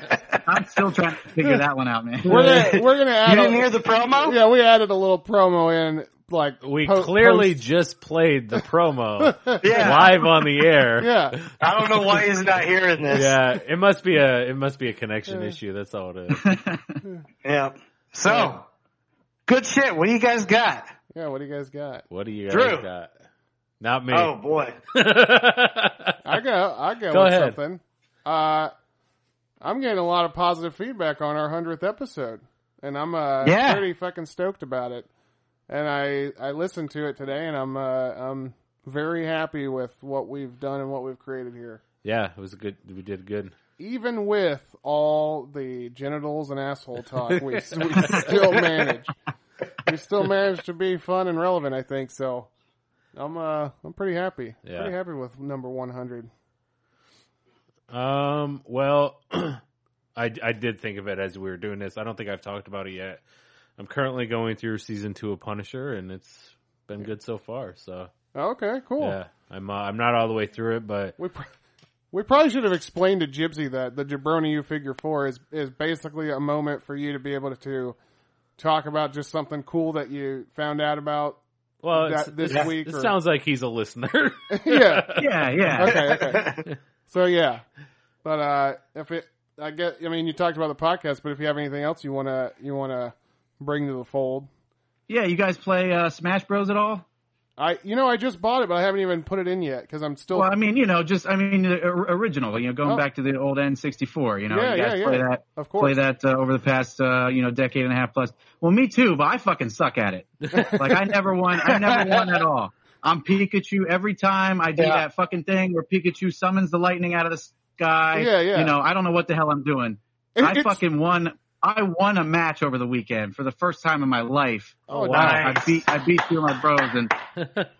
Speaker 3: I'm still trying to figure that one out, man.
Speaker 4: we're gonna, we're gonna add.
Speaker 2: You
Speaker 4: a-
Speaker 2: didn't hear the promo?
Speaker 4: yeah, we added a little promo in. Like
Speaker 6: We
Speaker 4: po-
Speaker 6: clearly
Speaker 4: post-
Speaker 6: just played the promo
Speaker 2: Yeah.
Speaker 6: live on the air.
Speaker 4: yeah.
Speaker 2: I don't know why he's not hearing this.
Speaker 6: Yeah, it must be a it must be a connection issue. That's all it is.
Speaker 2: Yeah. So, good shit. What do you guys got?
Speaker 4: Yeah, what do you guys got?
Speaker 6: What do you guys
Speaker 2: Drew.
Speaker 6: got? Not me.
Speaker 2: Oh boy.
Speaker 4: I go. I go,
Speaker 6: Go
Speaker 4: with
Speaker 6: ahead.
Speaker 4: something. Uh, I'm getting a lot of positive feedback on our hundredth episode, and I'm uh,
Speaker 2: Yeah.
Speaker 4: pretty fucking stoked about it. And I I listened to it today, and I'm uh, I'm very happy with what we've done and what we've created here,
Speaker 6: yeah, it was a good. We did good.
Speaker 4: even with all the genitals and asshole talk. We, we still manage. We still manage to be fun and relevant. I think so. I'm uh I'm pretty happy.
Speaker 6: Yeah.
Speaker 4: Pretty happy with number one hundred.
Speaker 6: Um. Well, I I did think of it as we were doing this. I don't think I've talked about it yet. I'm currently going through season two of Punisher, and it's been good so far. So
Speaker 4: Okay, cool.
Speaker 6: yeah, I'm uh, I'm not all the way through it, but
Speaker 4: We pr- we probably should have explained to Gypsy that the Jabroni you figure four is is basically a moment for you to be able to talk about just something cool that you found out about.
Speaker 6: well,
Speaker 4: That-
Speaker 6: it's,
Speaker 4: this
Speaker 6: it's-
Speaker 4: week
Speaker 6: It
Speaker 4: or-
Speaker 6: sounds like he's a listener.
Speaker 4: yeah.
Speaker 3: Yeah, yeah.
Speaker 4: Okay. Okay. so yeah, but uh, if it, I guess, I mean, you talked about the podcast, but if you have anything else you wanna you wanna bring to the fold,
Speaker 3: Yeah, you guys play uh, Smash Bros at all?
Speaker 4: I, you know, I just bought it, but I haven't even put it in yet because I'm still.
Speaker 3: Well, I mean, you know, just I mean, the or- original. You know, going
Speaker 4: Oh.
Speaker 3: back to the old N64. You know,
Speaker 4: Yeah,
Speaker 3: you guys
Speaker 4: yeah,
Speaker 3: play
Speaker 4: yeah.
Speaker 3: that,
Speaker 4: Of course.
Speaker 3: play that uh, over the past uh, you know decade and a half plus. Well, me too, but I fucking suck at it. like I never won. I never won at all. I'm Pikachu every time I do
Speaker 2: Yeah.
Speaker 3: that fucking thing where Pikachu summons the lightning out of the sky.
Speaker 4: Yeah, yeah.
Speaker 3: You know, I don't know what the hell I'm doing.
Speaker 4: It-
Speaker 3: I
Speaker 4: it's-
Speaker 3: fucking won. I won a match over the weekend for the first time in my life.
Speaker 4: Oh,
Speaker 3: Uh,
Speaker 4: nice.
Speaker 3: I beat I beat you, my bros, and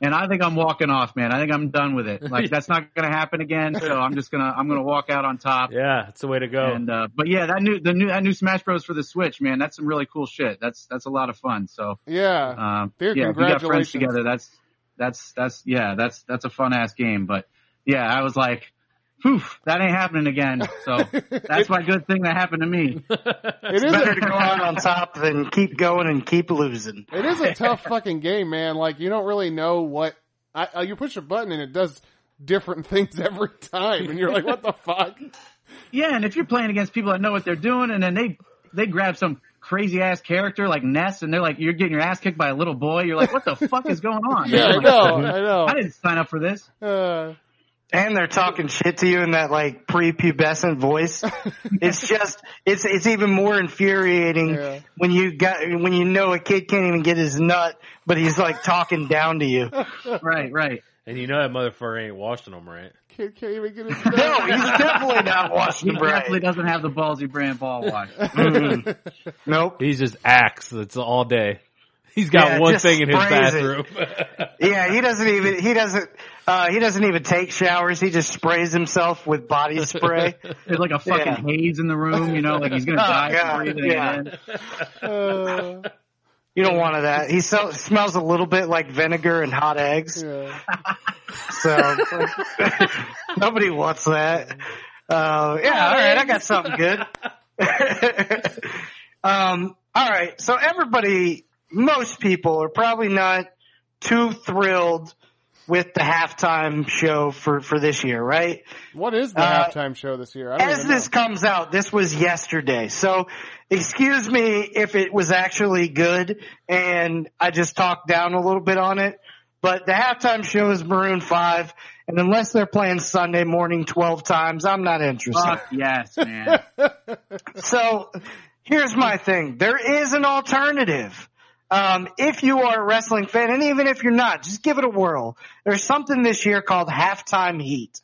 Speaker 3: and I think I'm walking off, man. I think I'm done with it. Like that's not gonna happen again. So I'm just gonna I'm gonna walk out on top.
Speaker 6: Yeah, it's the way to go.
Speaker 3: And uh, but yeah, that new the new that new Smash Bros for the Switch, man. That's some really cool shit. That's that's a lot of fun. So
Speaker 4: yeah.
Speaker 3: um,
Speaker 4: Dude,
Speaker 3: yeah, if you got friends
Speaker 4: congratulations.
Speaker 3: together, that's that's that's yeah, that's that's a fun ass game. But yeah, I was like, poof, that ain't happening again. So that's my good thing that happened to me.
Speaker 4: it is.
Speaker 2: Better
Speaker 4: A,
Speaker 2: to go out on top than keep going and keep losing.
Speaker 4: it is a tough fucking game, man. Like you don't really know what. I, uh, you push a button and it does different things every time, and you're like, what the fuck?
Speaker 3: Yeah, and if you're playing against people that know what they're doing, and then they they grab some crazy ass character like Ness, and they're like, you're getting your ass kicked by a little boy. You're like, what the fuck is going on?
Speaker 4: Yeah, I
Speaker 3: Like,
Speaker 4: know.
Speaker 3: I
Speaker 4: I
Speaker 3: didn't sign up for this.
Speaker 4: know. Uh,
Speaker 2: And they're talking shit to you in that like prepubescent voice. it's just it's it's even more infuriating
Speaker 4: Yeah.
Speaker 2: when you got when you know a kid can't even get his nut, but he's like talking down to you.
Speaker 3: Right, right.
Speaker 6: And you know that motherfucker ain't washing them right.
Speaker 4: kid can't even get his.
Speaker 2: No, he's definitely not
Speaker 3: He
Speaker 2: watching
Speaker 3: definitely
Speaker 2: right.
Speaker 3: doesn't have the ballsy brand ball watch.
Speaker 2: Mm-mm. Nope.
Speaker 5: He's just axe. That's all day. He's got
Speaker 2: Yeah,
Speaker 5: one
Speaker 2: just
Speaker 5: thing in his
Speaker 2: sprays it.
Speaker 5: bathroom.
Speaker 2: Yeah, he doesn't even he doesn't uh he doesn't even take showers. He just sprays himself with body spray.
Speaker 3: There's like a fucking
Speaker 2: Yeah.
Speaker 3: haze in the room, you know, like he's gonna
Speaker 2: Oh,
Speaker 3: die
Speaker 2: God,
Speaker 3: from breathing
Speaker 2: yeah.
Speaker 3: in.
Speaker 4: Uh,
Speaker 2: You don't want that. He so, smells a little bit like vinegar and hot eggs.
Speaker 4: yeah.
Speaker 2: So nobody wants that. Uh, yeah, all right, I got something good. um, all right, so everybody, most people are probably not too thrilled with the halftime show for for this year, right?
Speaker 4: What is the
Speaker 2: Uh,
Speaker 4: halftime show this year? I don't
Speaker 2: As
Speaker 4: even know.
Speaker 2: this comes out, this was yesterday. So excuse me if it was actually good and I just talked down a little bit on it. But the halftime show is Maroon 5 and unless they're playing Sunday morning 12 times, I'm not interested.
Speaker 3: Fuck yes, man.
Speaker 2: So here's my thing. There is an alternative. Um, if you are a wrestling fan, and even if you're not, just give it a whirl. There's something this year called Halftime Heat.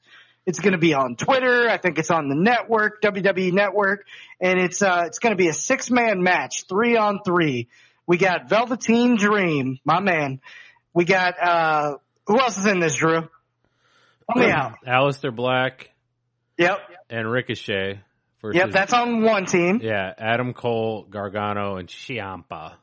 Speaker 2: It's going to be on Twitter. I think it's on the network, WWE Network, and it's uh, it's going to be a six man match, three on three. We got Velveteen Dream, my man. We got uh, who else is in this, Drew? Help me out.
Speaker 6: Alistair Black
Speaker 2: Yep,
Speaker 6: and Ricochet versus
Speaker 2: yep. That's on one team.
Speaker 6: yeah, Adam Cole, Gargano, and Ciampa.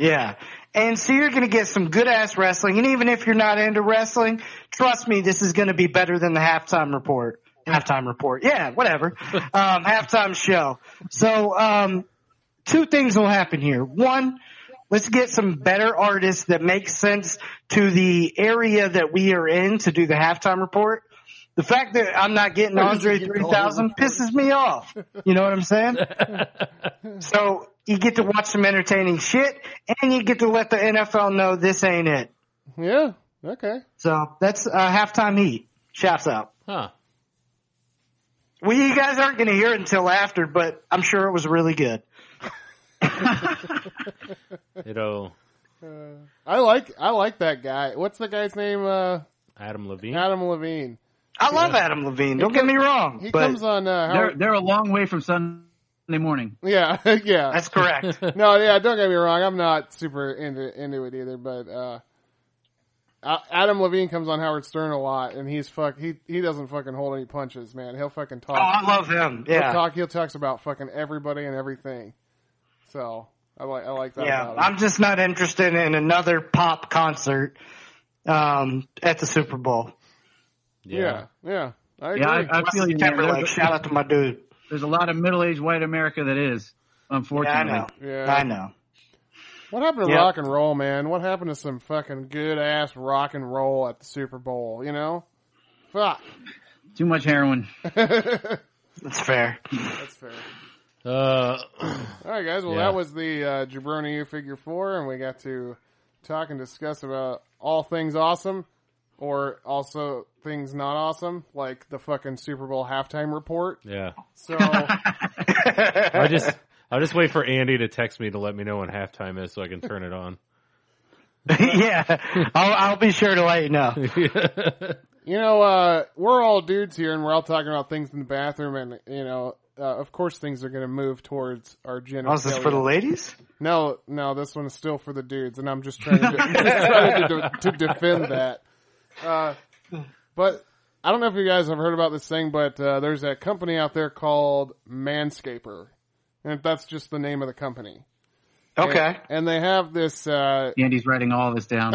Speaker 2: Yeah. And so you're going to get some good ass wrestling. And even if you're not into wrestling, trust me, this is going to be better than the halftime report. Halftime report. Yeah, whatever. um, halftime show. So, um, two things will happen here. One, let's get some better artists that make sense to the area that we are in to do the halftime report. The fact that I'm not getting Andre 3000 pisses me off. You know what I'm saying? So you get to watch some entertaining shit, and you get to let the NFL know this ain't it.
Speaker 4: Yeah. Okay.
Speaker 2: So that's uh, halftime heat. Shouts out.
Speaker 6: Huh.
Speaker 2: Well, you guys aren't going to hear it until after, but I'm sure it was really good.
Speaker 6: It'll
Speaker 4: I like I like that guy. What's the guy's name? Uh,
Speaker 6: Adam Levine.
Speaker 4: Adam Levine.
Speaker 2: I love Adam Levine. Don't get me wrong,
Speaker 4: He
Speaker 2: but
Speaker 4: comes on. Uh,
Speaker 3: They're
Speaker 4: Howard,
Speaker 3: they're a long way from Sunday morning.
Speaker 4: yeah, yeah.
Speaker 2: that's correct.
Speaker 4: No, yeah. Don't get me wrong. I'm not super into into it either. But uh, A- Adam Levine comes on Howard Stern a lot, and he's fuck. He he doesn't fucking hold any punches, man. He'll fucking
Speaker 2: Oh,
Speaker 4: talk.
Speaker 2: I love him.
Speaker 4: He'll
Speaker 2: Yeah,
Speaker 4: talk. He'll talks about fucking everybody and everything. So I like I like that.
Speaker 2: yeah.
Speaker 4: About him.
Speaker 2: I'm just not interested in another pop concert um, at the Super Bowl.
Speaker 4: yeah, yeah. I agree.
Speaker 3: Yeah, I, I feel
Speaker 2: Justin
Speaker 3: you. man.
Speaker 2: Timberlake.
Speaker 3: There's,
Speaker 2: Shout out to my dude.
Speaker 3: there's a lot of middle aged white America that is,
Speaker 2: Yeah, I
Speaker 3: unfortunately.
Speaker 2: know.
Speaker 4: Yeah.
Speaker 2: I know.
Speaker 4: What happened to
Speaker 2: Yep.
Speaker 4: rock and roll, man? What happened to some fucking good ass rock and roll at the Super Bowl? You know, fuck.
Speaker 3: Too much heroin.
Speaker 2: That's fair.
Speaker 4: That's fair.
Speaker 6: Uh,
Speaker 4: All right, guys. Well,
Speaker 6: Yeah.
Speaker 4: that was the uh, Jabroni U figure four, and we got to talk and discuss about all things awesome or also things not awesome, like the fucking Super Bowl halftime report.
Speaker 6: Yeah.
Speaker 4: So
Speaker 6: I just I'll just wait for Andy to text me to let me know when halftime is so I can turn it on.
Speaker 2: yeah, I'll, I'll be sure to let you know.
Speaker 4: you know, uh, we're all dudes here, and we're all talking about things in the bathroom, and you know, uh, of course, things are going to move towards our genitalia.
Speaker 2: How's this for the ladies?
Speaker 4: No, no, this one is still for the dudes, and I'm just trying to, just trying to, to defend that. Uh, but I don't know if you guys have heard about this thing, but uh, there's a company out there called Manscaper, and that's just the name of the company.
Speaker 2: Okay.
Speaker 4: And, and they have this. Uh,
Speaker 3: Andy's writing all this down.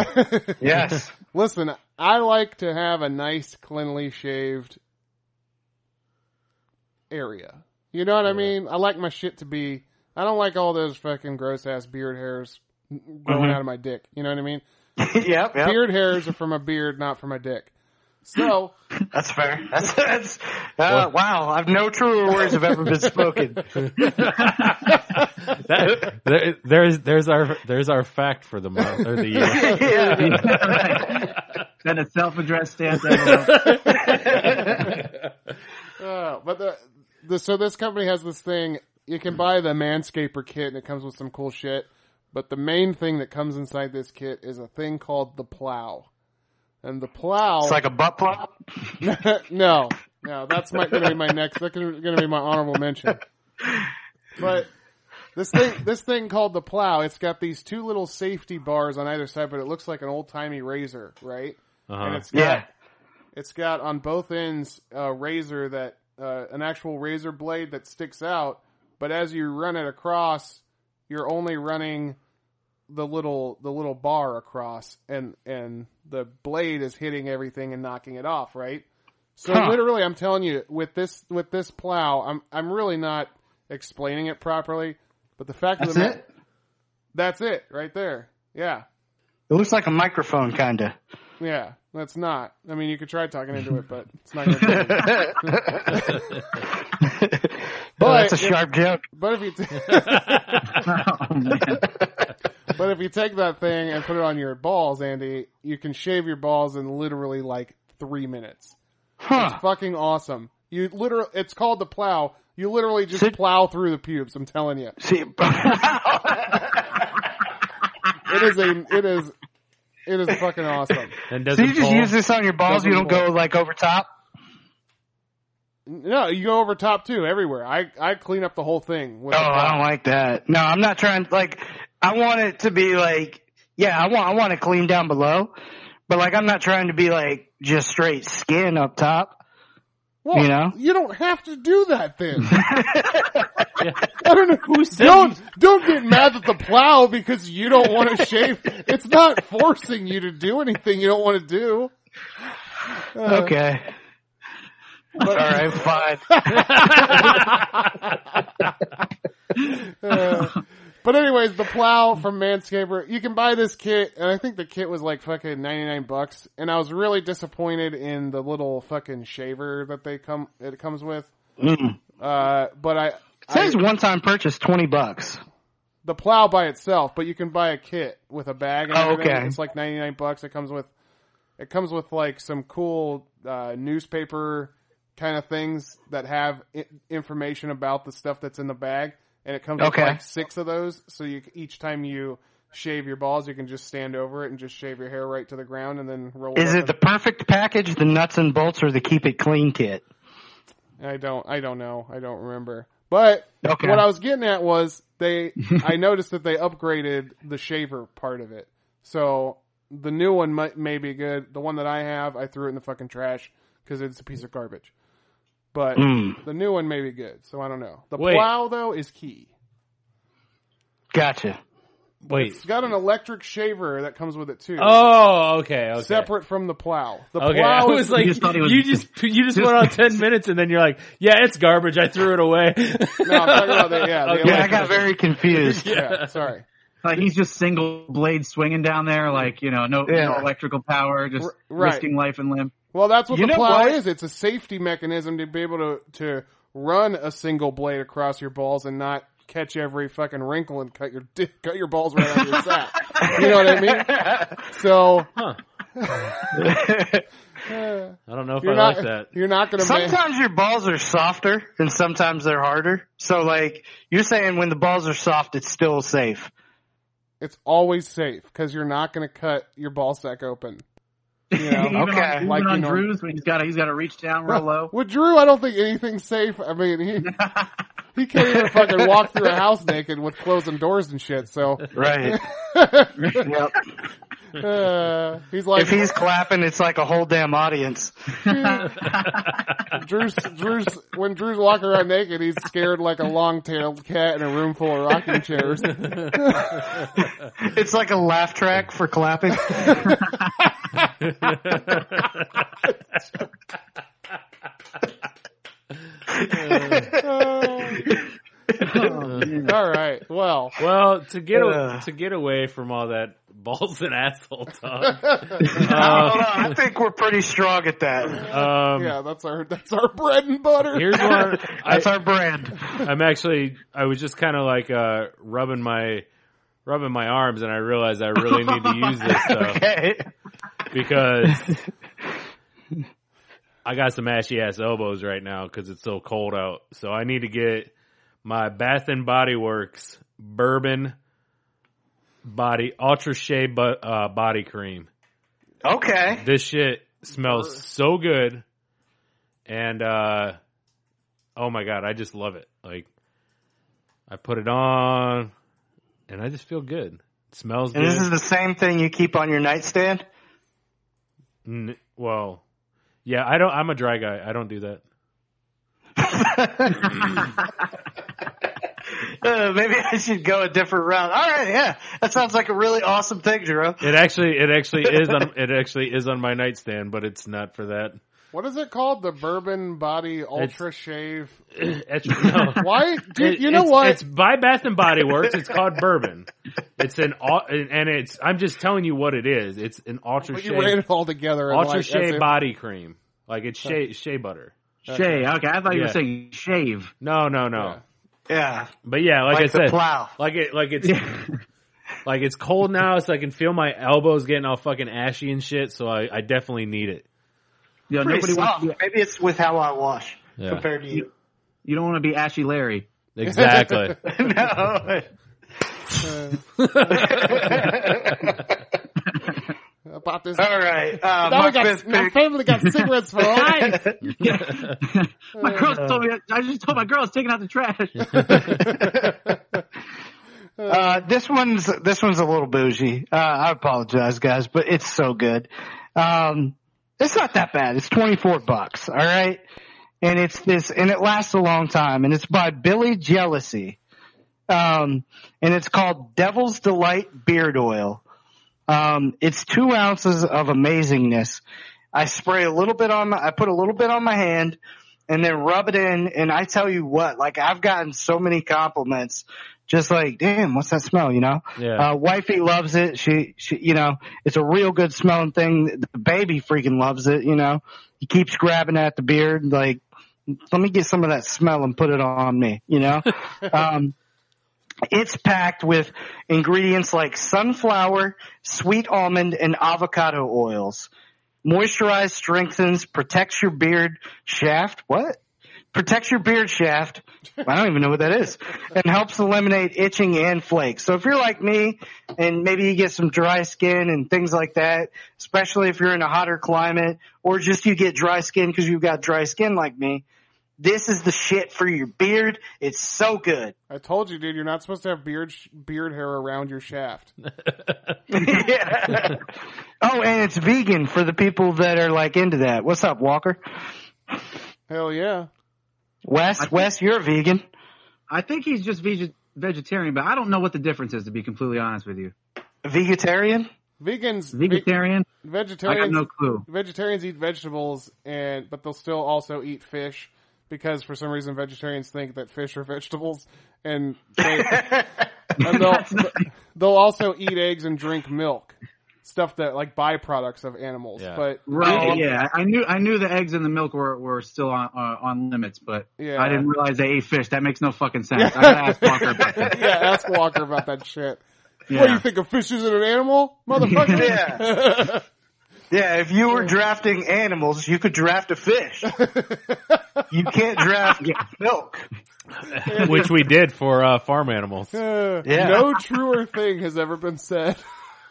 Speaker 2: Yes.
Speaker 4: listen, I like to have a nice, cleanly shaved area. You know what I mean? I like my shit to be. I don't like all those fucking gross ass beard hairs growing out of my dick. You know what I mean?
Speaker 2: yep. Yep.
Speaker 4: Beard hairs are from a beard, not from a dick. So
Speaker 2: That's fair. That's, that's uh, wow. I've no truer words have ever been spoken.
Speaker 5: That, there, there's there's our there's our fact for the month or the year.
Speaker 2: yeah.
Speaker 3: Send a self-addressed stamped envelope.
Speaker 4: Uh, but the, the so this company has this thing. You can buy the manscaper kit, and it comes with some cool shit. But the main thing that comes inside this kit is a thing called the plow, and the plow.
Speaker 2: It's like a butt plug.
Speaker 4: no, no, that's my, gonna be my next. That's gonna, gonna be my honorable mention. But this thing, this thing called the plow, it's got these two little safety bars on either side, but it looks like an old timey razor, right? And
Speaker 6: Uh-huh.
Speaker 4: it's got
Speaker 2: Yeah.
Speaker 4: it's got on both ends a razor that uh, an actual razor blade that sticks out, but as you run it across, you're only running the little the little bar across, and and the blade is hitting everything and knocking it off, right? So
Speaker 2: Huh.
Speaker 4: literally, I'm telling you, with this with this plow, I'm I'm really not explaining it properly, but the fact
Speaker 2: That's
Speaker 4: of the ma-
Speaker 2: it.
Speaker 4: that's it right there, yeah.
Speaker 2: It looks like a microphone, kinda.
Speaker 4: Yeah, that's not. I mean, you could try talking into it, but it's not. Gonna be.
Speaker 2: But Oh, that's a
Speaker 4: if-
Speaker 2: sharp joke.
Speaker 4: but if you, t-
Speaker 3: Oh, man.
Speaker 4: but if you take that thing and put it on your balls, Andy, you can shave your balls in literally like three minutes.
Speaker 2: Huh.
Speaker 4: Fucking awesome! You literally, it's called the plow. You literally just
Speaker 2: Sit-
Speaker 4: plow through the pubes. I'm telling you,
Speaker 2: See,
Speaker 4: it is a, it is, it is fucking awesome.
Speaker 6: And
Speaker 2: so
Speaker 6: doesn't
Speaker 2: you just
Speaker 6: Paul-
Speaker 2: use this on your balls.
Speaker 4: Doesn't
Speaker 2: You don't
Speaker 4: pull.
Speaker 2: go like over top.
Speaker 4: No, you go over top too, everywhere. I, I clean up the whole thing. With
Speaker 2: Oh,
Speaker 4: the plow.
Speaker 2: I don't like that. No, I'm not trying. Like, I want it to be like, yeah, I want, I want it clean down below, but like, I'm not trying to be like just straight skin up top.
Speaker 4: Well,
Speaker 2: You know?
Speaker 4: you don't have to do that then. I don't know who said. Don't don't get mad at the plow because you don't want to shave. It's not forcing you to do anything you don't want to do.
Speaker 2: Okay. Uh-huh. All right, fine.
Speaker 4: Uh, but anyways, the plow from Manscaper. You can buy this kit, and I think the kit was like fucking ninety nine bucks. And I was really disappointed in the little fucking shaver that they come it comes with.
Speaker 2: Mm.
Speaker 4: Uh, but I
Speaker 2: It says one time purchase twenty bucks.
Speaker 4: the plow by itself, but you can buy a kit with a bag. And
Speaker 2: Oh,
Speaker 4: everything.
Speaker 2: okay.
Speaker 4: It's like ninety nine bucks. It comes with, it comes with like some cool uh, newspaper kind of things that have I- information about the stuff that's in the bag, and it comes
Speaker 2: Okay.
Speaker 4: with like six of those. So you each time you shave your balls, you can just stand over it and just shave your hair right to the ground, and then roll.
Speaker 2: Is
Speaker 4: up
Speaker 2: it the perfect package, the nuts and bolts, or the keep it clean kit?
Speaker 4: I don't. I don't know. I don't remember. But
Speaker 2: Okay.
Speaker 4: what I was getting at was they. I noticed that they upgraded the shaver part of it. So the new one might may be good. The one that I have, I threw it in the fucking trash because it's a piece of garbage. But
Speaker 2: Mm.
Speaker 4: the new one may be good. So I don't know. The
Speaker 6: Wait.
Speaker 4: plow though is key.
Speaker 2: Gotcha.
Speaker 6: Wait.
Speaker 4: It's got an electric shaver that comes with it too.
Speaker 6: Oh, okay. okay.
Speaker 4: Separate from the plow. The
Speaker 6: Okay, I
Speaker 4: plow
Speaker 6: was
Speaker 4: is
Speaker 6: like,
Speaker 3: You
Speaker 6: you
Speaker 3: just thought he was-
Speaker 6: just you just went on ten minutes, and then you're like, yeah, it's garbage. I threw it away.
Speaker 4: no, I'm talking about the, yeah, the
Speaker 6: Okay.
Speaker 2: Yeah, I
Speaker 4: electric-
Speaker 2: got very confused.
Speaker 4: yeah, sorry.
Speaker 3: Like he's just single blade swinging down there, like you know, no,
Speaker 2: Yeah.
Speaker 3: no electrical power, just
Speaker 4: R- right.
Speaker 3: risking life and limb.
Speaker 4: Well, that's what
Speaker 2: You
Speaker 4: the
Speaker 2: know
Speaker 4: plow
Speaker 2: what?
Speaker 4: is. It's a safety mechanism to be able to to run a single blade across your balls and not catch every fucking wrinkle and cut your di- cut your balls right out of your sack. You know what I mean? So
Speaker 6: Huh.
Speaker 4: uh,
Speaker 6: I don't know if
Speaker 4: you're
Speaker 6: I
Speaker 4: not
Speaker 6: like that.
Speaker 4: you're not gonna make
Speaker 2: Sometimes your balls are softer and sometimes they're harder. So like you're saying when the balls are soft it's still safe.
Speaker 4: it's always safe because you're not gonna cut your ball sack open. You
Speaker 3: even
Speaker 4: know?
Speaker 2: Okay.
Speaker 3: on, even
Speaker 4: Like you
Speaker 3: on
Speaker 4: know.
Speaker 3: Drew's, when he's got to he's got to reach down real low.
Speaker 4: With Drew, I don't think anything's safe. I mean, he he can't even fucking walk through a house naked with closing doors and shit. So
Speaker 2: Right. yep.
Speaker 4: uh, he's like
Speaker 2: If he's clapping it's like a whole damn audience.
Speaker 4: Drew's. Drew's when Drew's walking around naked, he's scared like a long-tailed cat in a room full of rocking chairs.
Speaker 2: It's like a laugh track for clapping.
Speaker 4: All right, well,
Speaker 6: Well, to get
Speaker 2: Ugh.
Speaker 6: to get away from all that balls and asshole talk,
Speaker 2: I
Speaker 6: uh,
Speaker 2: don't know. I think we're pretty strong at that.
Speaker 6: um,
Speaker 4: yeah, that's our that's our bread and butter.
Speaker 6: here's one. I,
Speaker 2: That's our brand.
Speaker 6: I'm actually I was just kind of like uh, rubbing my rubbing my arms, and I realized I really need to use this stuff
Speaker 2: Okay.
Speaker 6: because I got some ashy ass elbows right now because it's so cold out. So I need to get my Bath and Body Works bourbon body ultra shea bu- uh, body cream.
Speaker 2: Okay.
Speaker 6: This shit smells so good, and uh, oh my god, I just love it. Like I put it on, and I just feel good. It smells
Speaker 2: And
Speaker 6: good.
Speaker 2: this is the same thing you keep on your nightstand?
Speaker 6: N- well, yeah, I don't. I'm a dry guy. I don't do that.
Speaker 2: Uh, maybe I should go a different route. All right, yeah. That sounds like a really awesome thing, Jerome.
Speaker 6: It actually, it actually is on. It actually is on my nightstand, but it's not for that.
Speaker 4: What is it called? The bourbon body ultra shave.
Speaker 6: It's- no.
Speaker 4: Why? Dude,
Speaker 6: It-
Speaker 4: you know
Speaker 6: it's-
Speaker 4: what?
Speaker 6: It's by Bath and Body Works. It's called bourbon. It's an au- and it's. I'm just telling you what it is. It's an ultra
Speaker 4: But you ran
Speaker 6: shea
Speaker 4: it all together. and,
Speaker 6: ultra
Speaker 4: like, that's
Speaker 6: shea
Speaker 4: it.
Speaker 6: body cream. Like it's shea shea butter.
Speaker 3: Shay, okay, I thought you were
Speaker 6: Yeah.
Speaker 3: saying shave.
Speaker 6: No, no, no.
Speaker 4: Yeah.
Speaker 2: Yeah.
Speaker 6: But yeah, like,
Speaker 2: Like
Speaker 6: I said,
Speaker 2: the plow.
Speaker 6: like it, like it's. Like it's cold now, so I can feel my elbows getting all fucking ashy and shit. So I, I definitely need it.
Speaker 3: You know,
Speaker 2: Pretty
Speaker 3: nobody wants
Speaker 2: soft.
Speaker 3: to be,
Speaker 2: Maybe it's with how I wash
Speaker 6: Yeah.
Speaker 2: compared to you.
Speaker 3: you don't want to be ashy Larry.
Speaker 6: Exactly.
Speaker 2: no.
Speaker 4: About this.
Speaker 2: All right. Uh,
Speaker 4: Now
Speaker 2: my
Speaker 4: we got,
Speaker 2: fifth
Speaker 4: my
Speaker 2: pick.
Speaker 4: family got cigarettes for all night.
Speaker 3: My girls told me I just told my girls taking out the trash.
Speaker 2: Uh, this one's this one's a little bougie. Uh, I apologize, guys, but it's so good. Um, it's not that bad. It's twenty four bucks. All right, and it's this, and it lasts a long time, and it's by Billy Jealousy, um, and it's called Devil's Delight Beard Oil. Um, it's two ounces of amazingness. I spray a little bit on my, I put a little bit on my hand and then rub it in. And I tell you what, like I've gotten so many compliments, just like, damn, what's that smell? You know,
Speaker 6: Yeah.
Speaker 2: uh, wifey loves it. She, she, you know, it's a real good smelling thing. The baby freaking loves it. You know, he keeps grabbing at the beard. Like, let me get some of that smell and put it on me, you know? um, it's packed with ingredients like sunflower, sweet almond, and avocado oils. Moisturize, strengthens, protects your beard shaft. What? Protects your beard shaft. I don't even know what that is. And helps eliminate itching and flakes. So if you're like me and maybe you get some dry skin and things like that, especially if you're in a hotter climate or just you get dry skin because you've got dry skin like me, this is the shit for your beard. It's so good.
Speaker 4: I told you, dude, you're not supposed to have beard sh- beard hair around your shaft.
Speaker 2: yeah. Oh, and it's vegan for the people that are like into that. What's up, Walker?
Speaker 4: Hell yeah.
Speaker 2: Wes, Wes, you're a vegan.
Speaker 3: I think he's just veg- vegetarian, but I don't know what the difference is. To be completely honest with you,
Speaker 2: Vegetarian?
Speaker 4: Vegans, ve-
Speaker 3: vegetarian, I got
Speaker 4: vegetarians,
Speaker 3: no clue.
Speaker 4: vegetarians eat vegetables, and but they'll still also eat fish because for some reason vegetarians think that fish are vegetables, and, they, and they'll they'll also eat eggs and drink milk, stuff that like byproducts of animals.
Speaker 6: Yeah.
Speaker 4: But um,
Speaker 3: Right? Yeah, I knew I knew the eggs and the milk were, were still on uh, on limits, but
Speaker 4: Yeah.
Speaker 3: I didn't realize they ate fish. That makes no fucking sense. I gotta ask Walker about that.
Speaker 4: yeah, ask Walker about that shit. What do you think a fish isn't an animal, motherfucker?
Speaker 2: Yeah. Yeah, if you were drafting animals, you could draft a fish. you can't draft milk.
Speaker 6: which we did for uh, farm animals.
Speaker 4: Uh,
Speaker 2: Yeah.
Speaker 4: No truer thing has ever been said.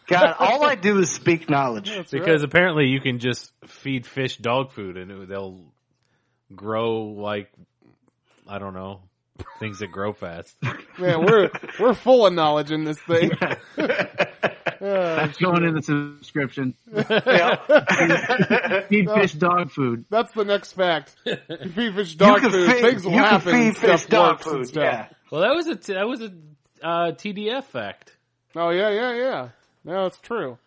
Speaker 2: God, all I do is speak knowledge.
Speaker 6: Because apparently you can just feed fish dog food and it, they'll grow like I don't know things that grow fast.
Speaker 4: Man, we're we're full of knowledge in this thing. Uh,
Speaker 3: That's going in the subscription.
Speaker 2: Yeah.
Speaker 3: Feed fish dog food.
Speaker 4: that's the next fact. You feed fish
Speaker 2: you
Speaker 4: dog
Speaker 2: can
Speaker 4: food,
Speaker 2: feed,
Speaker 4: things
Speaker 2: you
Speaker 4: will
Speaker 2: can
Speaker 4: happen.
Speaker 2: feed
Speaker 4: stuff
Speaker 2: fish dog
Speaker 4: works and
Speaker 2: food.
Speaker 4: stuff.
Speaker 2: Yeah.
Speaker 6: Well, that was a t- that was a uh, TDF fact.
Speaker 4: Oh yeah, yeah, yeah. No, it's true.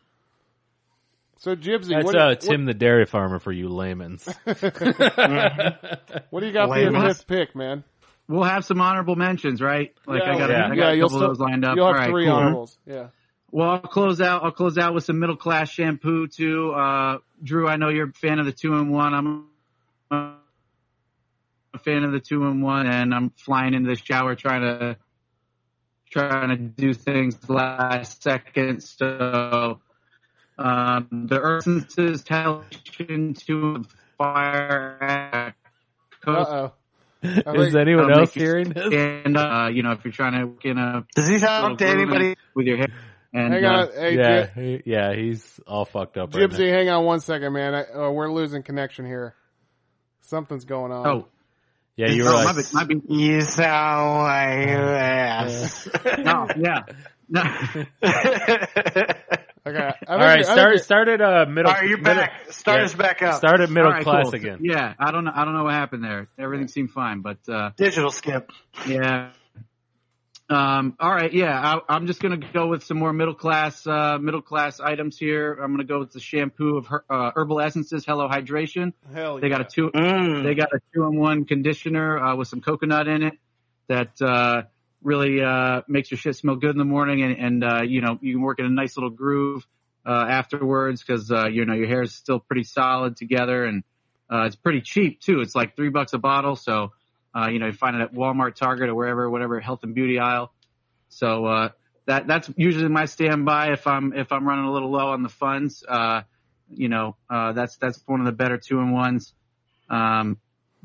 Speaker 4: So Jibsy,
Speaker 6: That's
Speaker 4: what,
Speaker 6: uh,
Speaker 4: what-
Speaker 6: Tim the dairy farmer for you layman's.
Speaker 4: what do you got for your
Speaker 2: Lame.
Speaker 4: fifth pick, man?
Speaker 3: We'll have some honorable mentions, right? Like I got, a-
Speaker 6: yeah.
Speaker 3: I got
Speaker 4: yeah,
Speaker 3: a
Speaker 4: you'll
Speaker 3: couple of those
Speaker 4: still-
Speaker 3: lined up.
Speaker 4: You'll have
Speaker 3: All right,
Speaker 4: three
Speaker 3: cool.
Speaker 4: honorables. Yeah.
Speaker 3: Well, I'll close out. I'll close out with some middle class shampoo too. Uh, Drew, I know you're a fan of the two in one. I'm a fan of the two in one, and I'm flying into the shower trying to trying to do things last second. So um, the Earth senses television to fire.
Speaker 4: Uh oh.
Speaker 6: Is anyone
Speaker 3: I'll
Speaker 6: else
Speaker 3: make you
Speaker 6: hearing this?
Speaker 3: And uh, you know, if you're trying to work in a
Speaker 2: Does he talk to
Speaker 3: room
Speaker 2: anybody?
Speaker 3: with your hair, and
Speaker 4: Hang
Speaker 3: uh,
Speaker 4: on, hey,
Speaker 6: yeah,
Speaker 4: Jib-
Speaker 6: he- yeah, he's all fucked up. Right
Speaker 4: Jibsy, hang on one second, man. I, oh, we're losing connection here. Something's going on.
Speaker 3: oh,
Speaker 6: now. Yeah, you were
Speaker 3: oh,
Speaker 6: like,
Speaker 3: my bad, my bad.
Speaker 2: You sound like ass.
Speaker 3: No, yeah. No.
Speaker 4: okay. I think-
Speaker 6: all right,
Speaker 4: I think
Speaker 6: start
Speaker 4: it-
Speaker 6: started uh, middle.
Speaker 2: All right, you're
Speaker 6: middle-
Speaker 2: back. Start
Speaker 6: yeah.
Speaker 2: us back up.
Speaker 6: Start at middle
Speaker 3: All right,
Speaker 6: class
Speaker 3: cool.
Speaker 6: again.
Speaker 3: Yeah, I don't know. I don't know what happened there. Everything seemed fine, but uh,
Speaker 2: Digital skip.
Speaker 3: yeah. Um, all right, yeah. I, I'm just gonna go with some more middle class uh, middle class items here. I'm gonna go with the shampoo of her, uh, herbal essences, Hello Hydration.
Speaker 4: Hell
Speaker 3: They got a two.
Speaker 2: Mm.
Speaker 3: They got a two-in-one conditioner uh, with some coconut in it that uh, really uh, makes your shit smell good in the morning, and, and uh, you know you can work in a nice little groove uh, afterwards because uh, you know your hair is still pretty solid together, and uh, it's pretty cheap too. It's like three bucks a bottle, so uh, you know you find it at Walmart, Target, or wherever, whatever health and beauty aisle. So uh, that that's usually my standby if I'm if I'm running a little low on the funds. Uh, you know uh, that's that's one of the better two in ones. Um,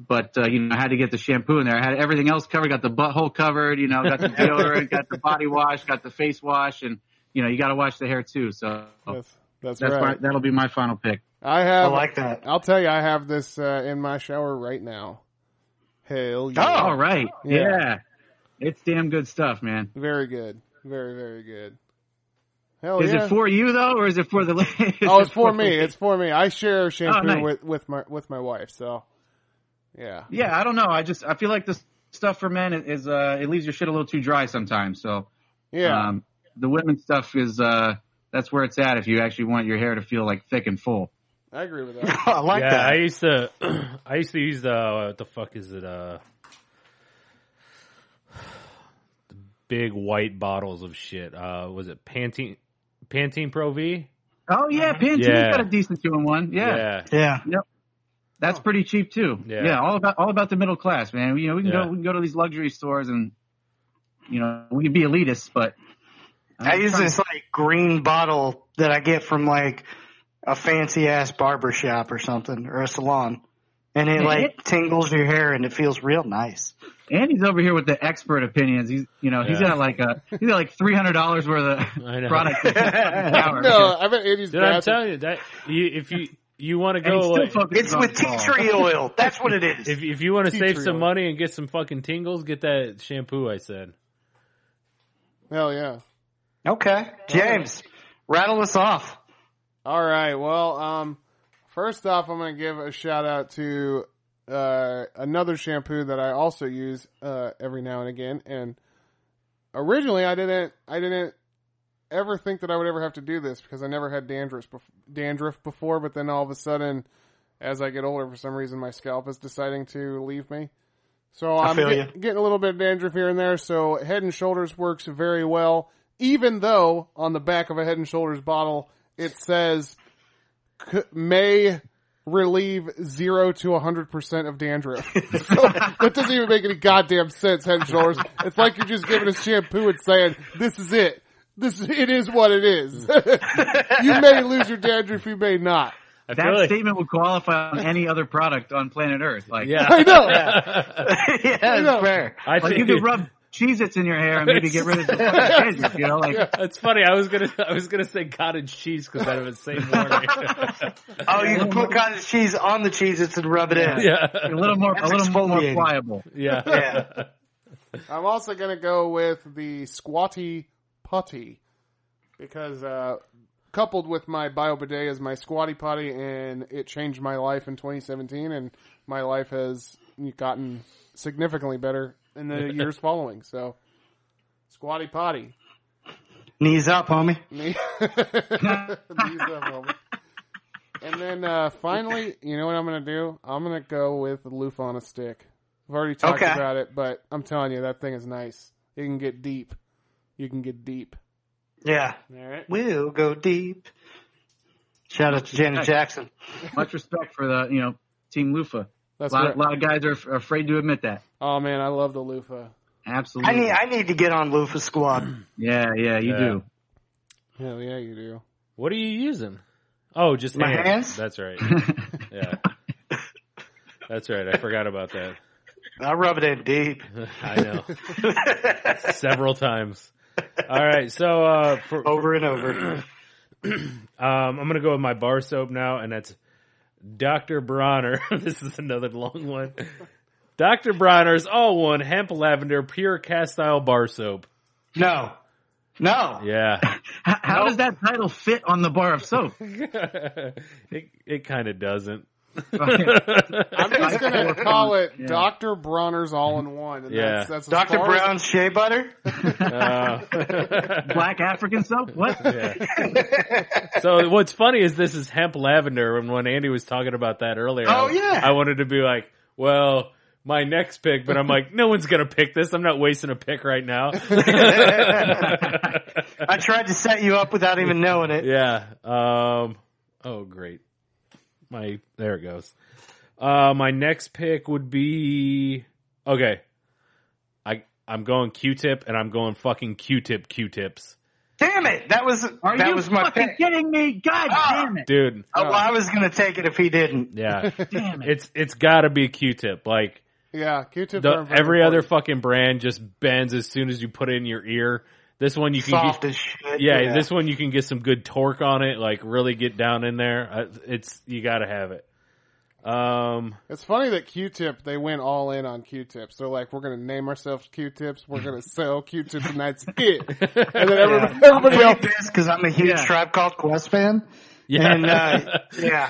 Speaker 3: but uh, you know, I had to get the shampoo in there. I had everything else covered. Got the butthole covered. You know, got the deodorant, got the body wash, got the face wash, and you know, you got to wash the hair too. So
Speaker 4: That's, that's,
Speaker 3: that's Oh,
Speaker 4: right.
Speaker 3: my, that'll be my final pick.
Speaker 4: I
Speaker 2: I
Speaker 4: have.
Speaker 2: like that.
Speaker 4: I'll tell you, I have this uh, in my shower right now. Hell yeah!
Speaker 3: All right,
Speaker 4: Oh! Yeah.
Speaker 3: yeah. it's damn good stuff, man.
Speaker 4: Very good. Very very good. Hell
Speaker 3: Is
Speaker 4: Oh, yeah!
Speaker 3: it for you though, or is it for the? is
Speaker 4: oh,
Speaker 3: it Oh,
Speaker 4: it's for me. It's for me. I share shampoo
Speaker 3: nice.
Speaker 4: with with my with my wife. So, yeah.
Speaker 3: Yeah, I don't know. I just I feel like this stuff for men is uh, it leaves your shit a little too dry sometimes. So
Speaker 4: Yeah.
Speaker 3: um, the women's stuff is uh, that's where it's at if you actually want your hair to feel like thick and full.
Speaker 4: I agree with that.
Speaker 2: I like
Speaker 6: yeah,
Speaker 2: that.
Speaker 6: I used to, I used to use the what the fuck is it? Uh, the big white bottles of shit. Uh, was it Pantene? Pantene Pro V?
Speaker 3: Oh yeah, Pantene's
Speaker 6: Yeah.
Speaker 3: got a decent two in one.
Speaker 6: yeah.
Speaker 2: yeah.
Speaker 3: That's pretty cheap too.
Speaker 6: Yeah.
Speaker 3: Yeah. all about all about the middle class, man. You know, we can
Speaker 6: Yeah.
Speaker 3: go we can go to these luxury stores and you know we can be elitists, but
Speaker 2: I use this like green bottle that I get from like a fancy ass barber shop or something or a salon. And it
Speaker 3: Yeah,
Speaker 2: like tingles your hair and it feels real nice.
Speaker 3: Andy's over here with the expert opinions. He's you know he's
Speaker 6: Yeah.
Speaker 3: got like a he's got like three hundred dollars worth
Speaker 6: I know.
Speaker 3: of product. in an hour.
Speaker 4: No, I bet Andy's
Speaker 6: Dude, I'm
Speaker 4: bathroom-
Speaker 6: telling you that you, if you you want to
Speaker 3: And he's
Speaker 6: go,
Speaker 3: still
Speaker 6: like,
Speaker 3: focusing
Speaker 2: It's
Speaker 3: on
Speaker 2: with tea
Speaker 3: fall.
Speaker 2: tree oil. That's what it is.
Speaker 6: if if you want to
Speaker 4: Tea
Speaker 6: save
Speaker 4: tree
Speaker 6: some
Speaker 4: oil.
Speaker 6: money and get some fucking tingles, get that shampoo. I said.
Speaker 4: Hell yeah.
Speaker 2: Okay. James, rattle us off.
Speaker 4: All right. Well, um, first off, I'm going to give a shout out to uh, another shampoo that I also use uh, every now and again. And originally, I didn't, I didn't ever think that I would ever have to do this because I never had dandruff, bef- dandruff before. But then all of a sudden, as I get older, for some reason, my scalp is deciding to leave me. So
Speaker 2: I
Speaker 4: I'm
Speaker 2: feel
Speaker 4: get- getting a little bit of dandruff here and there. So Head and Shoulders works very well, even though on the back of a Head and Shoulders bottle it says c- may relieve zero to hundred percent of dandruff. so that doesn't even make any goddamn sense. Head and Shoulders. It's like you're just giving us shampoo and saying this is it. This it is what it is. you may lose your dandruff, you may not.
Speaker 6: I
Speaker 3: That
Speaker 6: feel like,
Speaker 3: statement would qualify on any other product on planet Earth. Like,
Speaker 6: yeah,
Speaker 4: I know.
Speaker 2: yeah, that's fair.
Speaker 6: I
Speaker 3: like you
Speaker 6: think
Speaker 3: could rub Cheez-Its in your hair and maybe get rid of the fucking dandruff, you know? Like,
Speaker 6: It's funny. I was gonna, I was gonna say cottage cheese because I have the same warning.
Speaker 2: Oh, you can put cottage cheese on the cheese its and rub it in.
Speaker 3: a
Speaker 6: yeah,
Speaker 3: little more, a
Speaker 2: That's
Speaker 3: little more
Speaker 2: exfoliating.
Speaker 3: pliable.
Speaker 6: yeah,
Speaker 2: Yeah.
Speaker 4: I'm also gonna go with the squatty putty because uh, coupled with my bio bidet is my squatty potty, and it changed my life in 2017, and my life has gotten significantly better in the years following. So, squatty potty.
Speaker 2: Knees up, homie.
Speaker 4: Me- These are moments. and then uh, finally, you know what I'm gonna do? I'm gonna go with the loof on a stick. I've already talked
Speaker 2: Okay.
Speaker 4: about it, but I'm telling you, that thing is nice. It can get deep. You can get deep.
Speaker 2: Yeah.
Speaker 4: All right.
Speaker 2: We'll go deep. Shout out to Janet Jackson.
Speaker 3: Much respect for the, you know, Team Lufa.
Speaker 4: That's
Speaker 3: a lot,
Speaker 4: right.
Speaker 3: lot of guys are af- afraid to admit that.
Speaker 4: Oh man, I love the loofah.
Speaker 3: Absolutely.
Speaker 2: I need I need to get on Lufa Squad.
Speaker 3: yeah, yeah, you
Speaker 6: Yeah.
Speaker 3: do.
Speaker 4: Hell yeah, you do.
Speaker 6: What are you using? Oh, just
Speaker 2: My hands?
Speaker 6: hands. That's right. Yeah, that's right. I forgot about that.
Speaker 2: I'll rub it in deep.
Speaker 6: I know several times. All right, so uh, for,
Speaker 2: Over and over.
Speaker 6: Um, I'm gonna go with my bar soap now, and that's Dr. Bronner. this is another long one. Dr. Bronner's all one hemp lavender pure castile bar soap.
Speaker 2: No. No.
Speaker 6: Yeah,
Speaker 3: How, how does that title fit on the bar of soap?
Speaker 6: it it kind of doesn't.
Speaker 4: I'm just gonna call it
Speaker 3: Yeah.
Speaker 4: Doctor Bronner's All in One. And
Speaker 6: Yeah.
Speaker 4: that's, that's as
Speaker 2: Dr.
Speaker 4: far as-
Speaker 2: Brown's shea butter?
Speaker 6: Uh,
Speaker 3: Black African soap? What?
Speaker 6: so what's funny is this is hemp lavender, and when Andy was talking about that earlier,
Speaker 2: Oh,
Speaker 6: I,
Speaker 2: yeah.
Speaker 6: I wanted to be like, well. My next pick, but I'm like, no one's gonna pick this. I'm not wasting a pick right now.
Speaker 2: I tried to set you up without even knowing it.
Speaker 6: Yeah. Um. Oh, great. My there it goes. Uh, my next pick would be okay. I I'm going Q-tip, and I'm going fucking Q-tip Q-tips,
Speaker 2: Damn it. That was
Speaker 3: Are
Speaker 2: that
Speaker 3: you
Speaker 2: was my
Speaker 3: fucking
Speaker 2: pick.
Speaker 3: kidding me? God damn it.
Speaker 6: dude.
Speaker 2: Oh, well, I was going to take it if he didn't.
Speaker 6: Yeah,
Speaker 3: Damn it.
Speaker 6: it's it's got to be Q-tip. Like
Speaker 4: Yeah, Q-tip.
Speaker 6: the, every other fucking brand just bends as soon as you put it in your ear. This one you can
Speaker 2: Soft
Speaker 6: get,
Speaker 2: as shit.
Speaker 6: yeah, This one you can get some good torque on it. Like really get down in there. Uh, It's you got to have it. Um.
Speaker 4: It's funny that Q-tip they went all in on Q-tips. They're like, we're gonna name ourselves Q-tips. We're gonna sell Q-tips, and that's it. And then everybody, everybody else,
Speaker 2: because I'm a huge
Speaker 3: Yeah.
Speaker 2: Tribe Called Quest fan.
Speaker 6: Yeah.
Speaker 2: And, uh, yeah.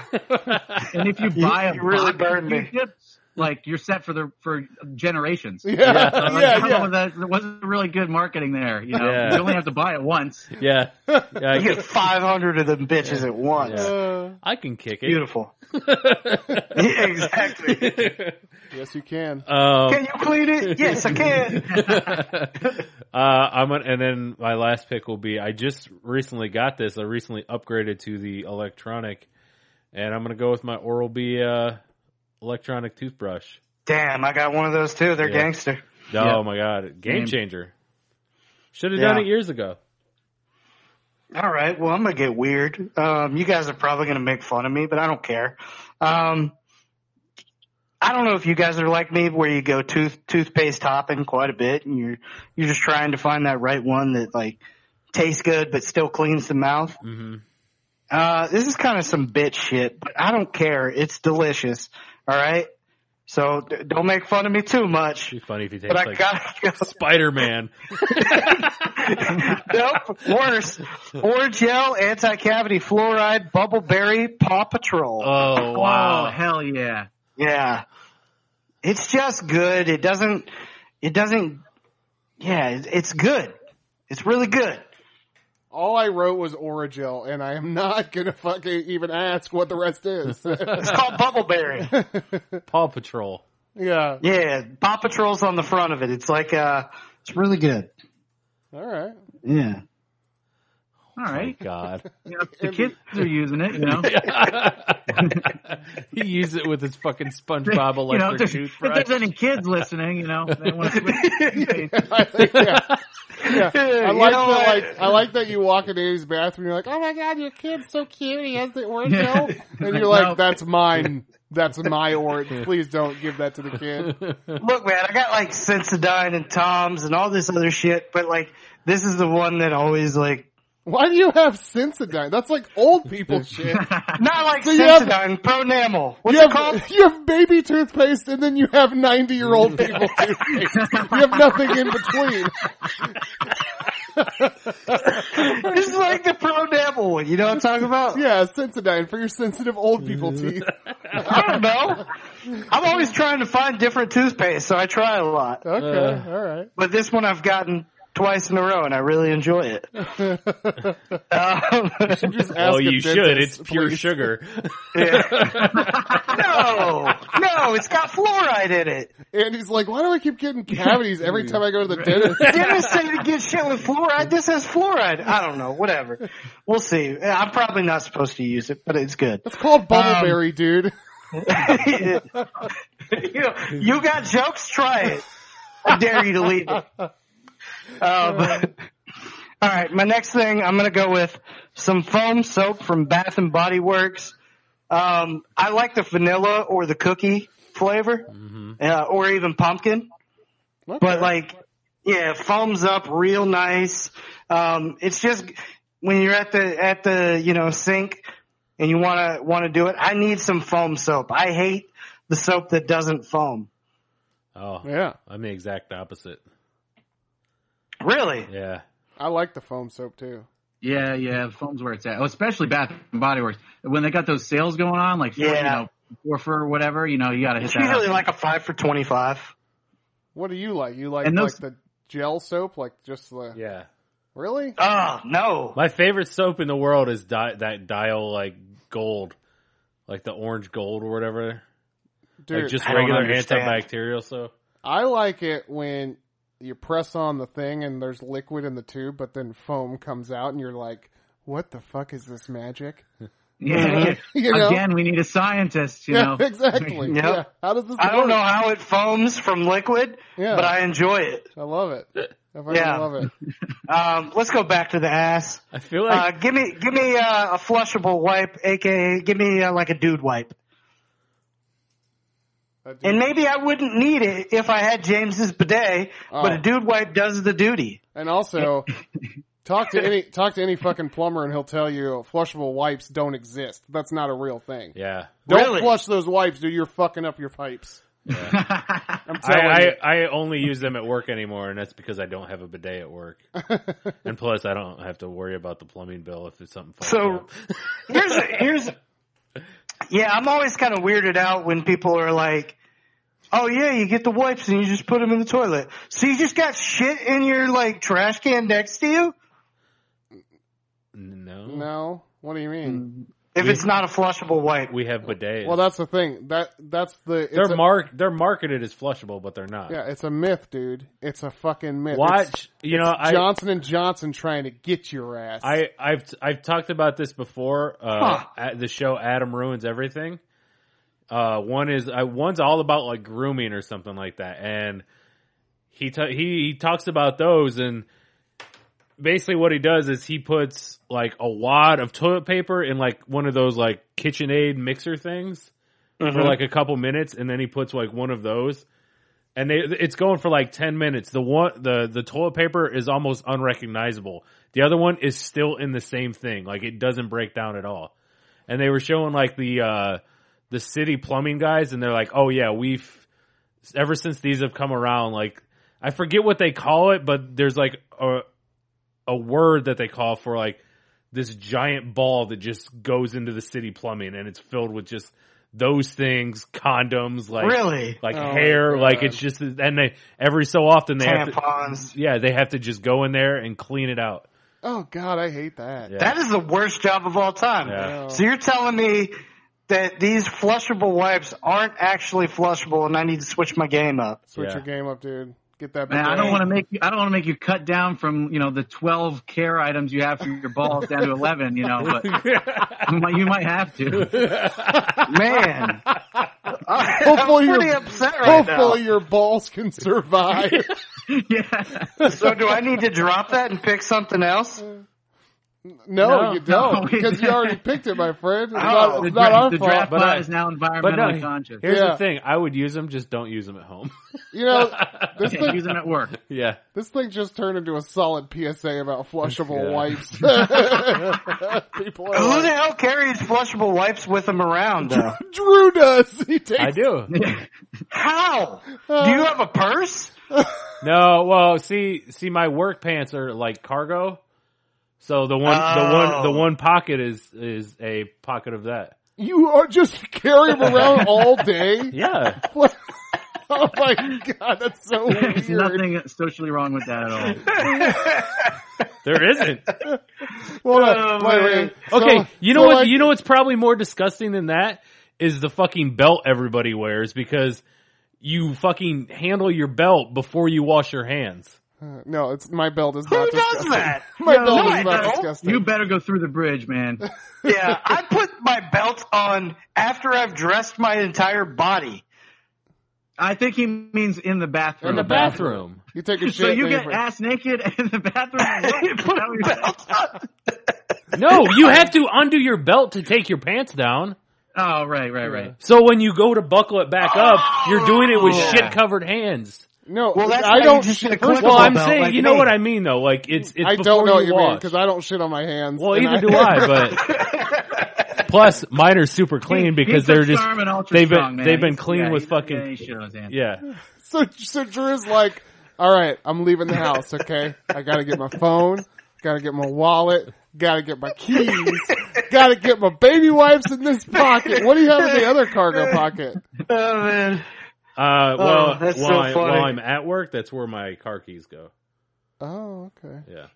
Speaker 3: And if you buy a
Speaker 2: you really
Speaker 3: box of
Speaker 2: burned me.
Speaker 3: Q-tips, like you're set for the for generations.
Speaker 4: yeah,
Speaker 6: Yeah.
Speaker 4: yeah,
Speaker 3: Like,
Speaker 4: yeah.
Speaker 3: oh, that- there wasn't really good marketing there. You know,
Speaker 6: Yeah.
Speaker 3: you only have to buy it once.
Speaker 6: Yeah. yeah I,
Speaker 2: You
Speaker 6: can,
Speaker 2: get 500 of them bitches at once.
Speaker 6: Yeah.
Speaker 4: Uh,
Speaker 6: I can kick it.
Speaker 2: Beautiful. Yeah, exactly.
Speaker 4: yes, you can.
Speaker 6: um,
Speaker 2: Can you clean it? Yes, I can.
Speaker 6: uh, I'm gonna, and then my last pick will be I just recently got this. I recently upgraded to the electronic, and I'm going to go with my Oral B uh, electronic toothbrush.
Speaker 2: Damn, I got one of those too. They're
Speaker 6: Yeah.
Speaker 2: gangster.
Speaker 6: Oh my God. Game
Speaker 3: Game.
Speaker 6: changer. Should have
Speaker 2: Yeah.
Speaker 6: done it years ago.
Speaker 2: All right. Well, I'm gonna get weird. Um, you guys are probably gonna make fun of me, but I don't care. Um, I don't know if you guys are like me, where you go tooth toothpaste hopping quite a bit, and you're you're just trying to find that right one that like tastes good but still cleans the mouth.
Speaker 6: hmm
Speaker 2: Uh, this is kind of some bitch shit, but I don't care. It's delicious. All right. So d- don't make fun of me too much.
Speaker 6: Be funny if you take
Speaker 2: But I
Speaker 6: like
Speaker 2: gotta go.
Speaker 6: Spider Man.
Speaker 2: nope, worse. Or gel, anti cavity fluoride, bubbleberry, Paw Patrol.
Speaker 4: Uh.
Speaker 6: Oh
Speaker 3: Oh,
Speaker 6: wow.
Speaker 3: hell yeah.
Speaker 2: yeah, it's just good. It doesn't. It doesn't. Yeah, it- it's good. It's really good.
Speaker 4: All I wrote was Origel, and I am not gonna fucking even ask what the rest is.
Speaker 2: It's called Bubbleberry.
Speaker 6: Paw Patrol.
Speaker 4: yeah.
Speaker 2: Yeah, Paw Patrol's on the front of it. It's like uh, it's really good.
Speaker 4: All right.
Speaker 2: Yeah.
Speaker 3: All right.
Speaker 6: My God.
Speaker 3: You know, the kids are using it, you know.
Speaker 6: he used it with his fucking SpongeBob
Speaker 3: you know, if
Speaker 6: electric
Speaker 3: there's, if
Speaker 6: toothbrush.
Speaker 3: there's any kids listening, you know, they want to switch.
Speaker 4: I think, yeah. Yeah. I
Speaker 2: You
Speaker 4: like
Speaker 2: know
Speaker 4: that.
Speaker 2: what?
Speaker 4: Like uh, I like that you walk into Andy's bathroom. You're like, oh my god, your kid's so cute. He has the orange
Speaker 3: Yeah.
Speaker 4: hill, and you're
Speaker 3: No.
Speaker 4: like, that's mine. That's my orange. Please don't give that to the kid.
Speaker 2: Look, man, I got like Sensodyne and Toms and all this other shit, but like this is the one that always like
Speaker 4: Why do you have Sensodyne? That's like old people shit.
Speaker 2: not like
Speaker 4: So you have-
Speaker 2: Sensodyne, Pronamel. What's
Speaker 4: You
Speaker 2: it called?
Speaker 4: have, you have baby toothpaste and then you have 90 year old people toothpaste. You have nothing in between.
Speaker 2: this is like the Pronamel one. You know what I'm talking about?
Speaker 4: Yeah, Sensodyne for your sensitive old people teeth.
Speaker 2: I don't know. I'm always trying to find different toothpaste, so I try a lot.
Speaker 4: Okay, alright.
Speaker 2: But this one I've gotten twice in a row, and I really enjoy it. Um,
Speaker 4: Just ask a
Speaker 6: well, Oh, you should. It's
Speaker 4: dentist,
Speaker 6: pure
Speaker 4: please.
Speaker 6: sugar.
Speaker 2: yeah. No, no, it's got fluoride in it.
Speaker 4: And he's like, why do I keep getting cavities every time I go to the dentist?
Speaker 2: Dentists say to get shit with fluoride. This has fluoride. I don't know. Whatever. We'll see. I'm probably not supposed to use it, but it's good.
Speaker 4: It's called Bubbleberry, dude.
Speaker 2: you, know, you got jokes? Try it. I dare you to leave it. Um, all right, my next thing I'm going to go with some foam soap from Bath and Body Works. Um, I like the vanilla or the cookie flavor, uh, or even pumpkin. But like, yeah, foams up real nice. Um, it's just when you're at the at the you know sink and you want to want to do it. I need some foam soap. I hate the soap that doesn't foam.
Speaker 6: Oh,
Speaker 4: Yeah,
Speaker 6: I'm the exact opposite.
Speaker 2: Really?
Speaker 6: Yeah.
Speaker 4: I like the foam soap too.
Speaker 3: Yeah, yeah, foam's where it's at. Oh, especially Bath and Body Works when they got those sales going on, like for, you
Speaker 2: Yeah.
Speaker 3: know, four for whatever. You know, you got to hit
Speaker 2: It's
Speaker 3: that.
Speaker 2: usually
Speaker 3: up.
Speaker 2: like a five for twenty five.
Speaker 4: What do you like? You like
Speaker 3: And those-
Speaker 4: like the gel soap, like just the
Speaker 6: Yeah.
Speaker 4: really?
Speaker 2: Oh no!
Speaker 6: My favorite soap in the world is di- that dial like gold, like the orange gold or whatever.
Speaker 4: Dude,
Speaker 6: like just
Speaker 2: I don't
Speaker 6: regular
Speaker 2: understand.
Speaker 6: antibacterial soap.
Speaker 4: I like it when you press on the thing and there's liquid in the tube, but then foam comes out, and you're like, "What the fuck is this magic?"
Speaker 3: yeah.
Speaker 4: You know?
Speaker 3: Again, we need a scientist. You know,
Speaker 4: Yeah, exactly.
Speaker 2: Yep.
Speaker 4: Yeah. How does this?
Speaker 2: I don't
Speaker 4: work?
Speaker 2: know how it foams from liquid,
Speaker 4: Yeah.
Speaker 2: but I enjoy it.
Speaker 4: I love it. I fucking
Speaker 2: Yeah.
Speaker 4: love it.
Speaker 2: Um, let's go back to the ass.
Speaker 6: I feel
Speaker 2: Uh,
Speaker 6: like
Speaker 2: give me give me uh, a flushable wipe, aka give me uh, like a dude wipe.
Speaker 4: I do.
Speaker 2: And maybe I wouldn't need it if I had James's bidet, but
Speaker 4: Oh.
Speaker 2: a dude wipe does the duty.
Speaker 4: And also, talk to any talk to any fucking plumber, and he'll tell you flushable wipes don't exist. That's not a real thing.
Speaker 6: yeah.
Speaker 4: Don't
Speaker 2: Really?
Speaker 4: flush those wipes, dude. You're fucking up your pipes. I'm
Speaker 6: I,
Speaker 4: telling you.
Speaker 6: I, I only use them at work anymore, and that's because I don't have a bidet at work. and plus, I don't have to worry about the plumbing bill if there's something. falls
Speaker 2: So-
Speaker 6: out.
Speaker 2: Here's a, here's yeah, I'm always kind of weirded out when people are like, "Oh yeah, you get the wipes and you just put them in the toilet." So you just got shit in your like trash can next to you
Speaker 6: no,
Speaker 2: Mm.
Speaker 4: No. What do you mean?
Speaker 2: if it's not a flushable wipe.
Speaker 6: we have bidets.
Speaker 4: Well, that's the thing. That that's the it's
Speaker 6: they're
Speaker 4: a,
Speaker 6: mark they're marketed as flushable, but they're not.
Speaker 4: Yeah, it's a myth, dude. It's a fucking myth. It's
Speaker 6: Watch, you know, I
Speaker 4: Johnson and Johnson trying to get your ass.
Speaker 6: I, I've I've talked about this before. Uh,
Speaker 2: Huh.
Speaker 6: at the show Adam ruins everything. Uh, one is uh, one's all about like grooming or something like that, and he ta- he he talks about those, and basically what he does is he puts like a wad of toilet paper in like one of those like KitchenAid mixer things for like a couple minutes, and then he puts like one of those. And they, it's going for like ten minutes. The one, the the toilet paper is almost unrecognizable. The other one is still in the same thing. Like it doesn't break down at all. And they were showing like the uh the city plumbing guys and they're like, "Oh yeah, we've ever since these have come around like I forget what they call it, but there's like a a word that they call for like this giant ball that just goes into the city plumbing and it's filled with just those things, condoms, like
Speaker 2: really?
Speaker 6: like
Speaker 4: Oh,
Speaker 6: hair,
Speaker 4: God.
Speaker 6: like it's just and they every so often they have to,
Speaker 2: Tampons.
Speaker 6: yeah, they have to just go in there and clean it out.
Speaker 4: oh God, I hate that.
Speaker 6: Yeah.
Speaker 2: That is the worst job of all time.
Speaker 6: Yeah.
Speaker 2: So you're telling me that these flushable wipes aren't actually flushable and I need to switch my game up.
Speaker 4: Switch
Speaker 6: Yeah.
Speaker 4: your game up, dude. Get that.
Speaker 3: Man, I
Speaker 4: bidet.
Speaker 3: don't want to make you. I don't want to make you cut down from you know the twelve care items you have for your balls down to eleven. You know, but you might, you might have to.
Speaker 2: Man. I'm
Speaker 4: Hopefully
Speaker 2: pretty
Speaker 4: you're-
Speaker 2: upset right
Speaker 4: Hopefully your balls can survive.
Speaker 3: yeah.
Speaker 2: So do I need to drop that and pick something else?
Speaker 4: No,
Speaker 6: No,
Speaker 4: you
Speaker 3: no,
Speaker 4: don't,
Speaker 3: we-
Speaker 4: because you already picked it, my friend. It's
Speaker 2: Oh,
Speaker 4: not,
Speaker 3: the
Speaker 4: it's not our
Speaker 3: the
Speaker 4: fault.
Speaker 3: draft
Speaker 6: but
Speaker 3: bot
Speaker 6: I-
Speaker 3: is now
Speaker 6: but no,
Speaker 3: environmentally
Speaker 6: he-
Speaker 3: conscious.
Speaker 6: Here's
Speaker 4: Yeah.
Speaker 6: the thing: I would use them, just don't use them at home.
Speaker 4: You know, this
Speaker 3: Can't
Speaker 4: thing,
Speaker 3: use them at work.
Speaker 6: yeah,
Speaker 4: this thing just turned into a solid PSA about flushable
Speaker 6: Yeah.
Speaker 4: wipes. People are
Speaker 2: Who the
Speaker 4: like,
Speaker 2: hell carries flushable wipes with them around? Though?
Speaker 4: Drew does. He takes. uh,
Speaker 6: I do.
Speaker 2: How? Do you have a purse?
Speaker 6: No, well, see, see, my work pants are like cargo, so the one, the one, the
Speaker 2: Oh.
Speaker 6: one pocket is is a pocket of that.
Speaker 4: You are just carry him around all day.
Speaker 6: Yeah,
Speaker 4: What- oh my god, that's so
Speaker 3: There's
Speaker 4: weird.
Speaker 3: nothing socially wrong with that at all.
Speaker 6: there isn't.
Speaker 4: Hold on,
Speaker 2: Oh,
Speaker 4: wait, wait.
Speaker 2: man.
Speaker 4: So-
Speaker 6: Okay, you know
Speaker 4: so
Speaker 6: what?
Speaker 4: like-
Speaker 6: you know what's probably more disgusting than that is the fucking belt everybody wears because you fucking handle your belt before you wash your hands.
Speaker 4: uh, No, it's my belt is
Speaker 2: Who
Speaker 4: not
Speaker 2: does
Speaker 4: disgusting.
Speaker 2: that?
Speaker 4: My
Speaker 2: No,
Speaker 4: belt
Speaker 2: I
Speaker 4: is not
Speaker 2: don't.
Speaker 4: disgusting.
Speaker 3: You better go through the bridge, man.
Speaker 2: Yeah, I put my belt on after I've dressed my entire body.
Speaker 3: I think he means in the bathroom.
Speaker 4: In the bathroom. You take a shit.
Speaker 3: So you
Speaker 4: and
Speaker 3: get
Speaker 4: you-
Speaker 3: ass naked in the bathroom. and
Speaker 2: You
Speaker 3: what?
Speaker 2: put a belt on.
Speaker 6: No, you have to undo your belt to take your pants down.
Speaker 3: Oh, right, right, right.
Speaker 6: So when you go to buckle it back up, you're doing it with
Speaker 4: Oh.
Speaker 6: shit covered hands.
Speaker 4: no,
Speaker 2: Well, that's why
Speaker 4: I
Speaker 2: you
Speaker 4: don't.
Speaker 2: just
Speaker 4: shit-
Speaker 2: get a
Speaker 4: first of
Speaker 2: clickable
Speaker 6: Well,
Speaker 4: all,
Speaker 6: I'm
Speaker 2: belt
Speaker 6: saying,
Speaker 2: like
Speaker 6: you know
Speaker 2: me.
Speaker 6: what I mean though. Like it's it's
Speaker 4: I
Speaker 6: before
Speaker 4: don't know what
Speaker 6: you
Speaker 4: you mean
Speaker 6: wash.
Speaker 4: because I don't shit on my hands.
Speaker 6: well,
Speaker 4: and
Speaker 6: either
Speaker 4: I-
Speaker 6: do I, but plus mine are super clean because they're just they've been- they've been clean with fucking-
Speaker 3: yeah.
Speaker 6: yeah.
Speaker 4: So, so Drew's like, all right, I'm leaving the house, okay? I gotta get my phone, gotta get my wallet, gotta get my keys, gotta get my baby wipes in this pocket. What do you have in the other cargo pocket?
Speaker 2: Oh, man.
Speaker 6: Uh, well,
Speaker 2: Oh, that's so
Speaker 6: while, I,
Speaker 2: funny.
Speaker 6: while I'm at work, that's where my car keys go.
Speaker 4: Oh, okay.
Speaker 6: Yeah.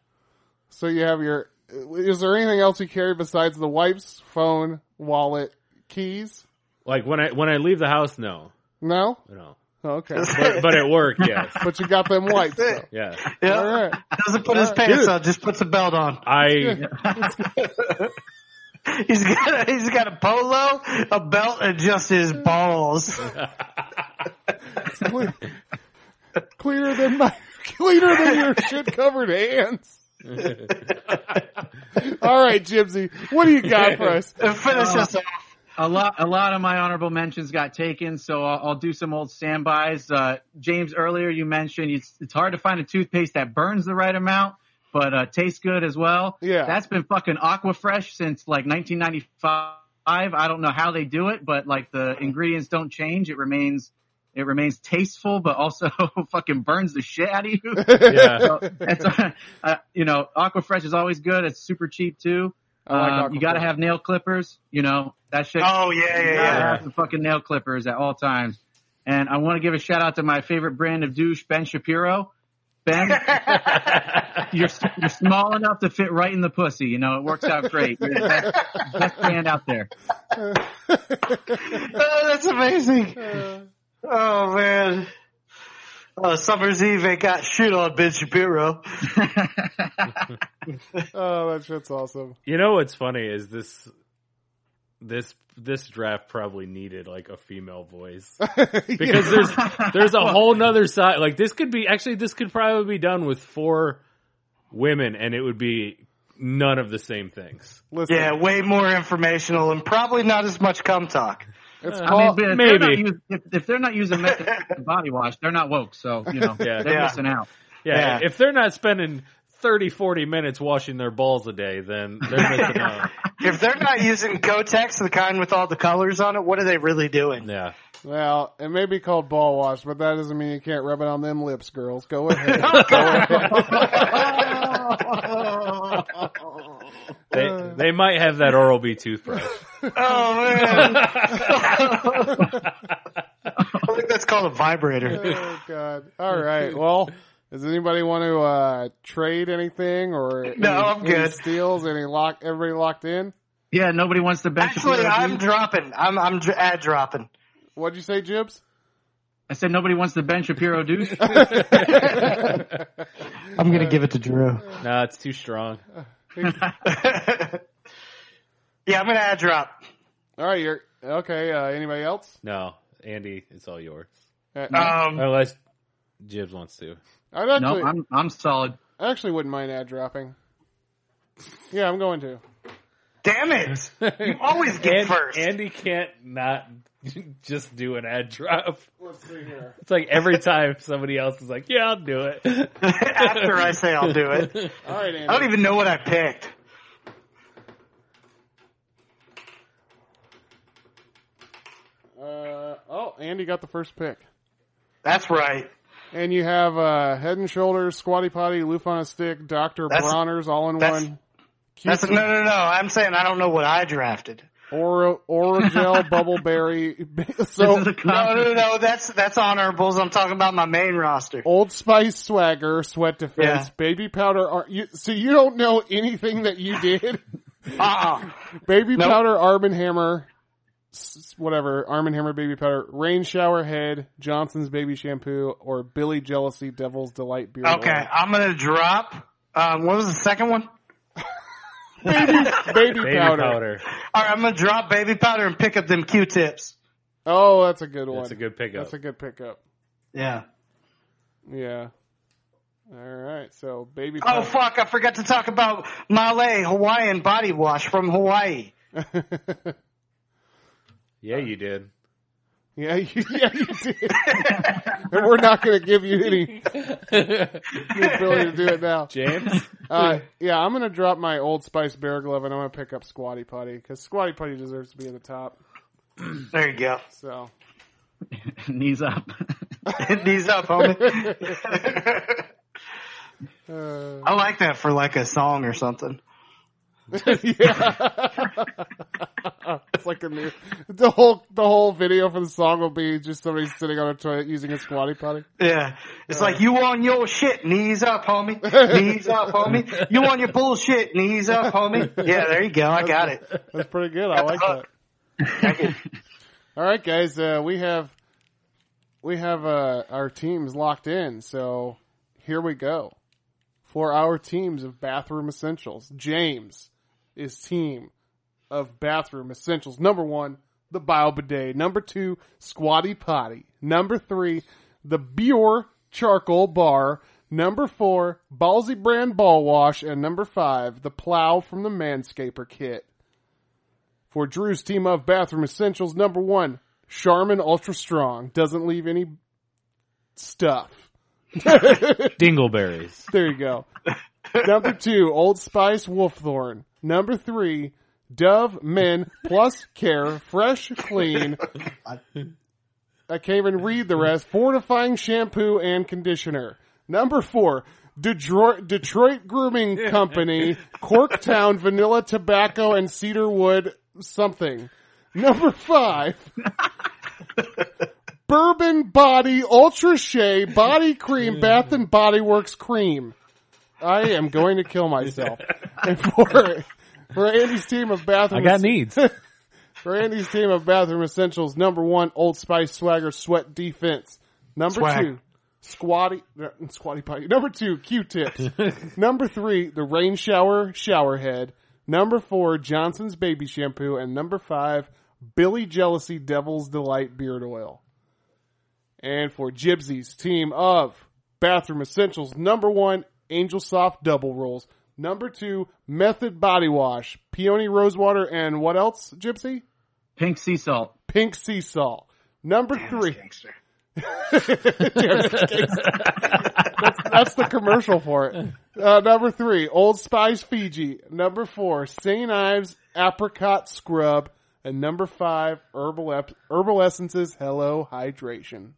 Speaker 4: So you have your, is there anything else you carry besides the wipes, phone, wallet, keys?
Speaker 6: Like when I when I leave the house, no,
Speaker 4: No?
Speaker 6: no.
Speaker 4: Okay.
Speaker 6: But, but at work, yes,
Speaker 4: But you got them wipes though.
Speaker 6: yeah.
Speaker 2: Yeah.
Speaker 4: All right.
Speaker 2: Doesn't put his pants on, just puts a belt on.
Speaker 6: I
Speaker 2: He's got a, he's got a polo, a belt, and just his balls.
Speaker 4: Cle- clearer than my cleaner than your shit covered hands. All right, Gypsy, what do you got for us?
Speaker 2: And finish us off.
Speaker 3: A lot, a lot of my honorable mentions got taken, so I'll, I'll do some old standbys. Uh, James, earlier you mentioned it's, it's hard to find a toothpaste that burns the right amount, but uh, tastes good as well.
Speaker 4: Yeah.
Speaker 3: that's been fucking Aquafresh since like 1995. I don't know how they do it, but like the ingredients don't change. It remains, it remains tasteful, but also fucking burns the shit out of you.
Speaker 6: yeah.
Speaker 3: So, that's, uh, you know, Aquafresh is always good. It's super cheap too.
Speaker 4: I like
Speaker 3: Um, you gotta
Speaker 4: Aquafresh.
Speaker 3: have nail clippers. You know that shit.
Speaker 2: Oh yeah, yeah,
Speaker 3: you gotta
Speaker 2: yeah.
Speaker 3: have some fucking nail clippers at all times. And I want to give a shout out to my favorite brand of douche, Ben Shapiro. Ben, you're you're small enough to fit right in the pussy. You know it works out great. You're the best, best brand out there.
Speaker 2: Oh, that's amazing.
Speaker 4: Uh,
Speaker 2: Oh man. Oh, Summer's Eve ain't got shit on Ben Shapiro.
Speaker 4: Oh, that shit's awesome.
Speaker 6: You know what's funny is this this this draft probably needed like a female voice because there's there's a whole nother side. Like this could be actually this could probably be done with four women, and it would be none of the same things.
Speaker 4: Listen,
Speaker 2: Yeah, way more informational and probably not as much cum talk.
Speaker 4: it's
Speaker 3: I mean,
Speaker 4: called.
Speaker 3: but if they're not
Speaker 6: maybe.
Speaker 3: us- if, if they're not using method body wash, they're not woke. So you know
Speaker 6: Yeah.
Speaker 3: they're
Speaker 2: Yeah.
Speaker 3: missing out.
Speaker 6: Yeah,
Speaker 2: Yeah.
Speaker 6: if they're not spending 30, 40 minutes washing their balls a day, then they're missing out.
Speaker 2: If they're not using Kotex, the kind with all the colors on it, what are they really doing?
Speaker 6: Yeah.
Speaker 4: well, it may be called ball wash, but that doesn't mean you can't rub it on them lips, girls. Go ahead.
Speaker 6: They, they might have that Oral B toothbrush.
Speaker 2: Oh man. I think that's called a vibrator.
Speaker 4: oh God! All right. Well, does anybody want to uh, trade anything or any,
Speaker 2: I'm
Speaker 4: any
Speaker 2: good.
Speaker 4: steals? Any lock? Everybody locked in?
Speaker 3: Yeah, nobody wants to Ben
Speaker 2: Actually,
Speaker 3: Shapiro
Speaker 2: I'm
Speaker 3: douche.
Speaker 2: dropping. I'm I'm dr- ad dropping.
Speaker 4: What'd you say, Jibs?
Speaker 3: I said nobody wants the Ben Shapiro douche.
Speaker 2: I'm gonna give it to Drew.
Speaker 6: nah, it's too strong.
Speaker 2: Yeah, I'm gonna ad drop.
Speaker 4: All right, you're okay. Uh, anybody else?
Speaker 6: No, Andy, it's all yours.
Speaker 4: Uh,
Speaker 2: Um,
Speaker 6: Unless Jibs wants to.
Speaker 4: I'd actually,
Speaker 3: No, I'm I'm solid.
Speaker 4: I actually wouldn't mind ad dropping. Yeah, I'm going to.
Speaker 2: Damn it! You always get
Speaker 6: And-
Speaker 2: first.
Speaker 6: Andy can't not just do an ad drop.
Speaker 4: Let's see here.
Speaker 6: It's like every time somebody else is like, "Yeah, I'll do it."
Speaker 2: After I say I'll do it,
Speaker 4: All right,
Speaker 2: I don't
Speaker 4: Andy.
Speaker 2: even know what I picked.
Speaker 4: Uh, oh, Andy got the first pick.
Speaker 2: That's right.
Speaker 4: And you have uh, Head and Shoulders, Squatty Potty, Loof on a Stick, Doctor
Speaker 2: That's-
Speaker 4: Bronner's, all in
Speaker 2: that's-
Speaker 4: one.
Speaker 2: That's no, no, no. I'm saying I don't know what I drafted.
Speaker 4: Oro Orogel, Bubbleberry.
Speaker 3: This
Speaker 4: So
Speaker 3: is a
Speaker 2: No, no,
Speaker 3: compliment.
Speaker 2: no, no. That's that's honorables. I'm talking about my main roster.
Speaker 6: Oh.
Speaker 4: Old Spice Swagger, Sweat Defense,
Speaker 2: Yeah.
Speaker 4: Baby Powder. Ar- you, so you don't know anything that you did.
Speaker 2: Uh-uh.
Speaker 4: Baby
Speaker 2: Nope.
Speaker 4: powder, Arm and Hammer, s- s- whatever. Arm and Hammer, baby powder, rain shower head, Johnson's baby shampoo, or Billy Jealousy, Devil's Delight beer.
Speaker 2: Okay, I'm gonna drop. Um, what was the second one?
Speaker 4: oil. baby,
Speaker 6: Baby
Speaker 4: powder.
Speaker 6: powder.
Speaker 2: All right, I'm gonna drop baby powder and pick up them Q-tips.
Speaker 4: Oh, that's a good one.
Speaker 6: That's a good pickup.
Speaker 4: That's a good pickup.
Speaker 2: Yeah.
Speaker 4: Yeah. All right, so baby.
Speaker 2: Oh
Speaker 4: Powder.
Speaker 2: fuck! I forgot to talk about Malay Hawaiian body wash from Hawaii.
Speaker 6: yeah, you did.
Speaker 4: yeah, you, yeah, you did. and we're not going to give you any the ability to do it now.
Speaker 6: James,
Speaker 4: Uh, yeah, I'm gonna drop my Old Spice Bear Glove and I'm gonna pick up Squatty Putty because Squatty Putty deserves to be in the top.
Speaker 2: There you go.
Speaker 4: So
Speaker 3: Knees up.
Speaker 2: Hit these up, homie.
Speaker 4: uh,
Speaker 2: I like that for like a song or something.
Speaker 4: it's like a new the whole the whole video for the song will be just somebody sitting on a toilet using a Squatty Putty.
Speaker 2: Yeah, it's like you on your shit, knees up, homie. Knees up, homie. You on your bullshit, knees up, homie. Yeah, there you go. I got it.
Speaker 4: That's pretty good. I like that. All right, guys, uh, we have we have uh, our teams locked in. So here we go for our teams of bathroom essentials. James is team of bathroom essentials. Number one, the bio bidet. Number two, squatty potty. Number three, the Bior charcoal bar. Number four, Ballsy brand ball wash, and number five, the plow from the Manscaper kit. For Drew's team of bathroom essentials, number one, Charmin Ultra Strong doesn't leave any stuff.
Speaker 6: dingleberries.
Speaker 4: There you go. Number two, Old Spice Wolfthorn. Number three, Dove Men Plus Care Fresh Clean. I can't even read the rest. Fortifying shampoo and conditioner. Number four, Detroit, Detroit Grooming Company, Corktown Vanilla Tobacco and Cedarwood something. Number five, Bourbon Body Ultra Shea Body Cream Bath and Body Works Cream. I am going to kill myself. And for, for Andy's team of
Speaker 5: I
Speaker 4: bathroom
Speaker 5: got needs.
Speaker 4: for Andy's team of bathroom essentials, number one, Old Spice Swagger Sweat Defense. Number
Speaker 2: Swag.
Speaker 4: two, Squatty, uh, Squatty Potty. Number two, Q-Tips. number three, the Rain Shower Shower Head. Number four, Johnson's Baby Shampoo. And number five, Billy Jealousy Devil's Delight Beard Oil. And for Jibsy's team of bathroom essentials, number one, Angel Soft Double Rolls. Number two, Method Body Wash, Peony Rosewater, and what else, Gypsy?
Speaker 3: Pink sea salt.
Speaker 4: Pink Sea Salt. Number three. that's the commercial for it. Uh, number three, Old Spice Fiji. Number four, St. Ives Apricot Scrub. And number five, Herbal, Ep- Herbal Essences Hello Hydration.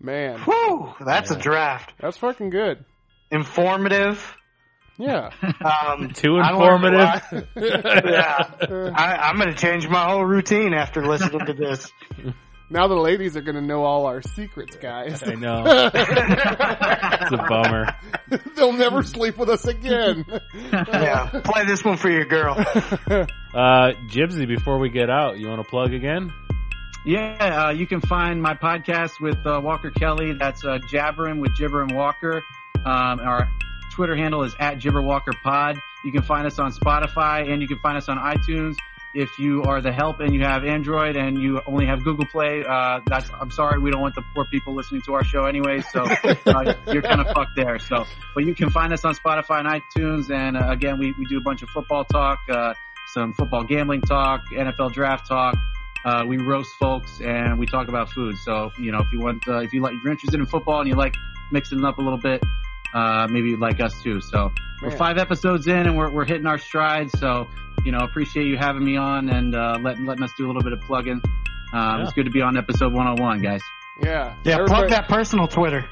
Speaker 4: Man,
Speaker 2: Woo! That's a draft.
Speaker 4: that's fucking good.
Speaker 2: Informative.
Speaker 4: Yeah.
Speaker 2: Um,
Speaker 6: Too
Speaker 2: I learned a
Speaker 6: informative.
Speaker 2: lot. yeah, I, I'm going to change my whole routine after listening to this.
Speaker 4: Now the ladies are going to know all our secrets, guys.
Speaker 6: I know. it's a bummer.
Speaker 4: They'll never sleep with us again.
Speaker 2: Yeah, play this one for your girl.
Speaker 6: Uh, Jibsy, before we get out, you want to plug again?
Speaker 3: Yeah, uh, you can find my podcast with uh, Walker Kelly. That's uh, Jabbering with Jibber and Walker. Um, our Twitter handle is at Jibber Walker Pod. You can find us on Spotify and you can find us on iTunes. If you are the help and you have Android and you only have Google Play, uh, that's I'm sorry, we don't want the poor people listening to our show anyway, so uh, you're kind of fucked there. So, but you can find us on Spotify and iTunes, and uh, again, we, we do a bunch of football talk, uh, some football gambling talk, NFL draft talk. Uh, we roast folks and we talk about food. So you know, if you want, uh, if you like, if you're interested in football and you like mixing it up a little bit, uh, maybe you'd like us too. So we're
Speaker 4: Man.
Speaker 3: five episodes in and we're we're hitting our stride. So you know, appreciate you having me on and uh, letting letting us do a little bit of plugging. Um, It's good to be on episode 101, guys.
Speaker 4: Yeah.
Speaker 2: Yeah,
Speaker 4: Everybody-
Speaker 2: plug that personal Twitter.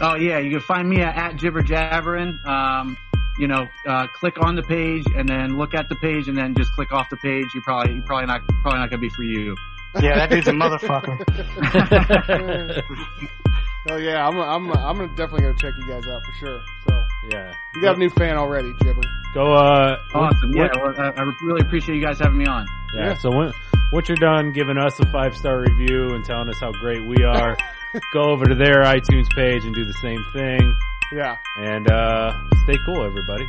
Speaker 3: Oh yeah, you can find me at, at Jibber Jabberin. Um, you know, uh, click on the page and then look at the page and then just click off the page. You probably you probably not probably not gonna be for you.
Speaker 2: Yeah, that dude's a motherfucker.
Speaker 4: Oh yeah, I'm I'm I'm definitely gonna check you guys out for sure. So
Speaker 6: Yeah.
Speaker 4: you got a new fan already, Jibber.
Speaker 6: Go, uh,
Speaker 3: Awesome.
Speaker 6: once-
Speaker 3: Yeah, well, I, I really appreciate you guys having me on.
Speaker 6: Yeah.
Speaker 4: Yeah.
Speaker 6: So when, once you're done giving us a five star review and telling us how great we are, go over to their iTunes page and do the same thing.
Speaker 4: Yeah.
Speaker 6: And uh, stay cool, everybody.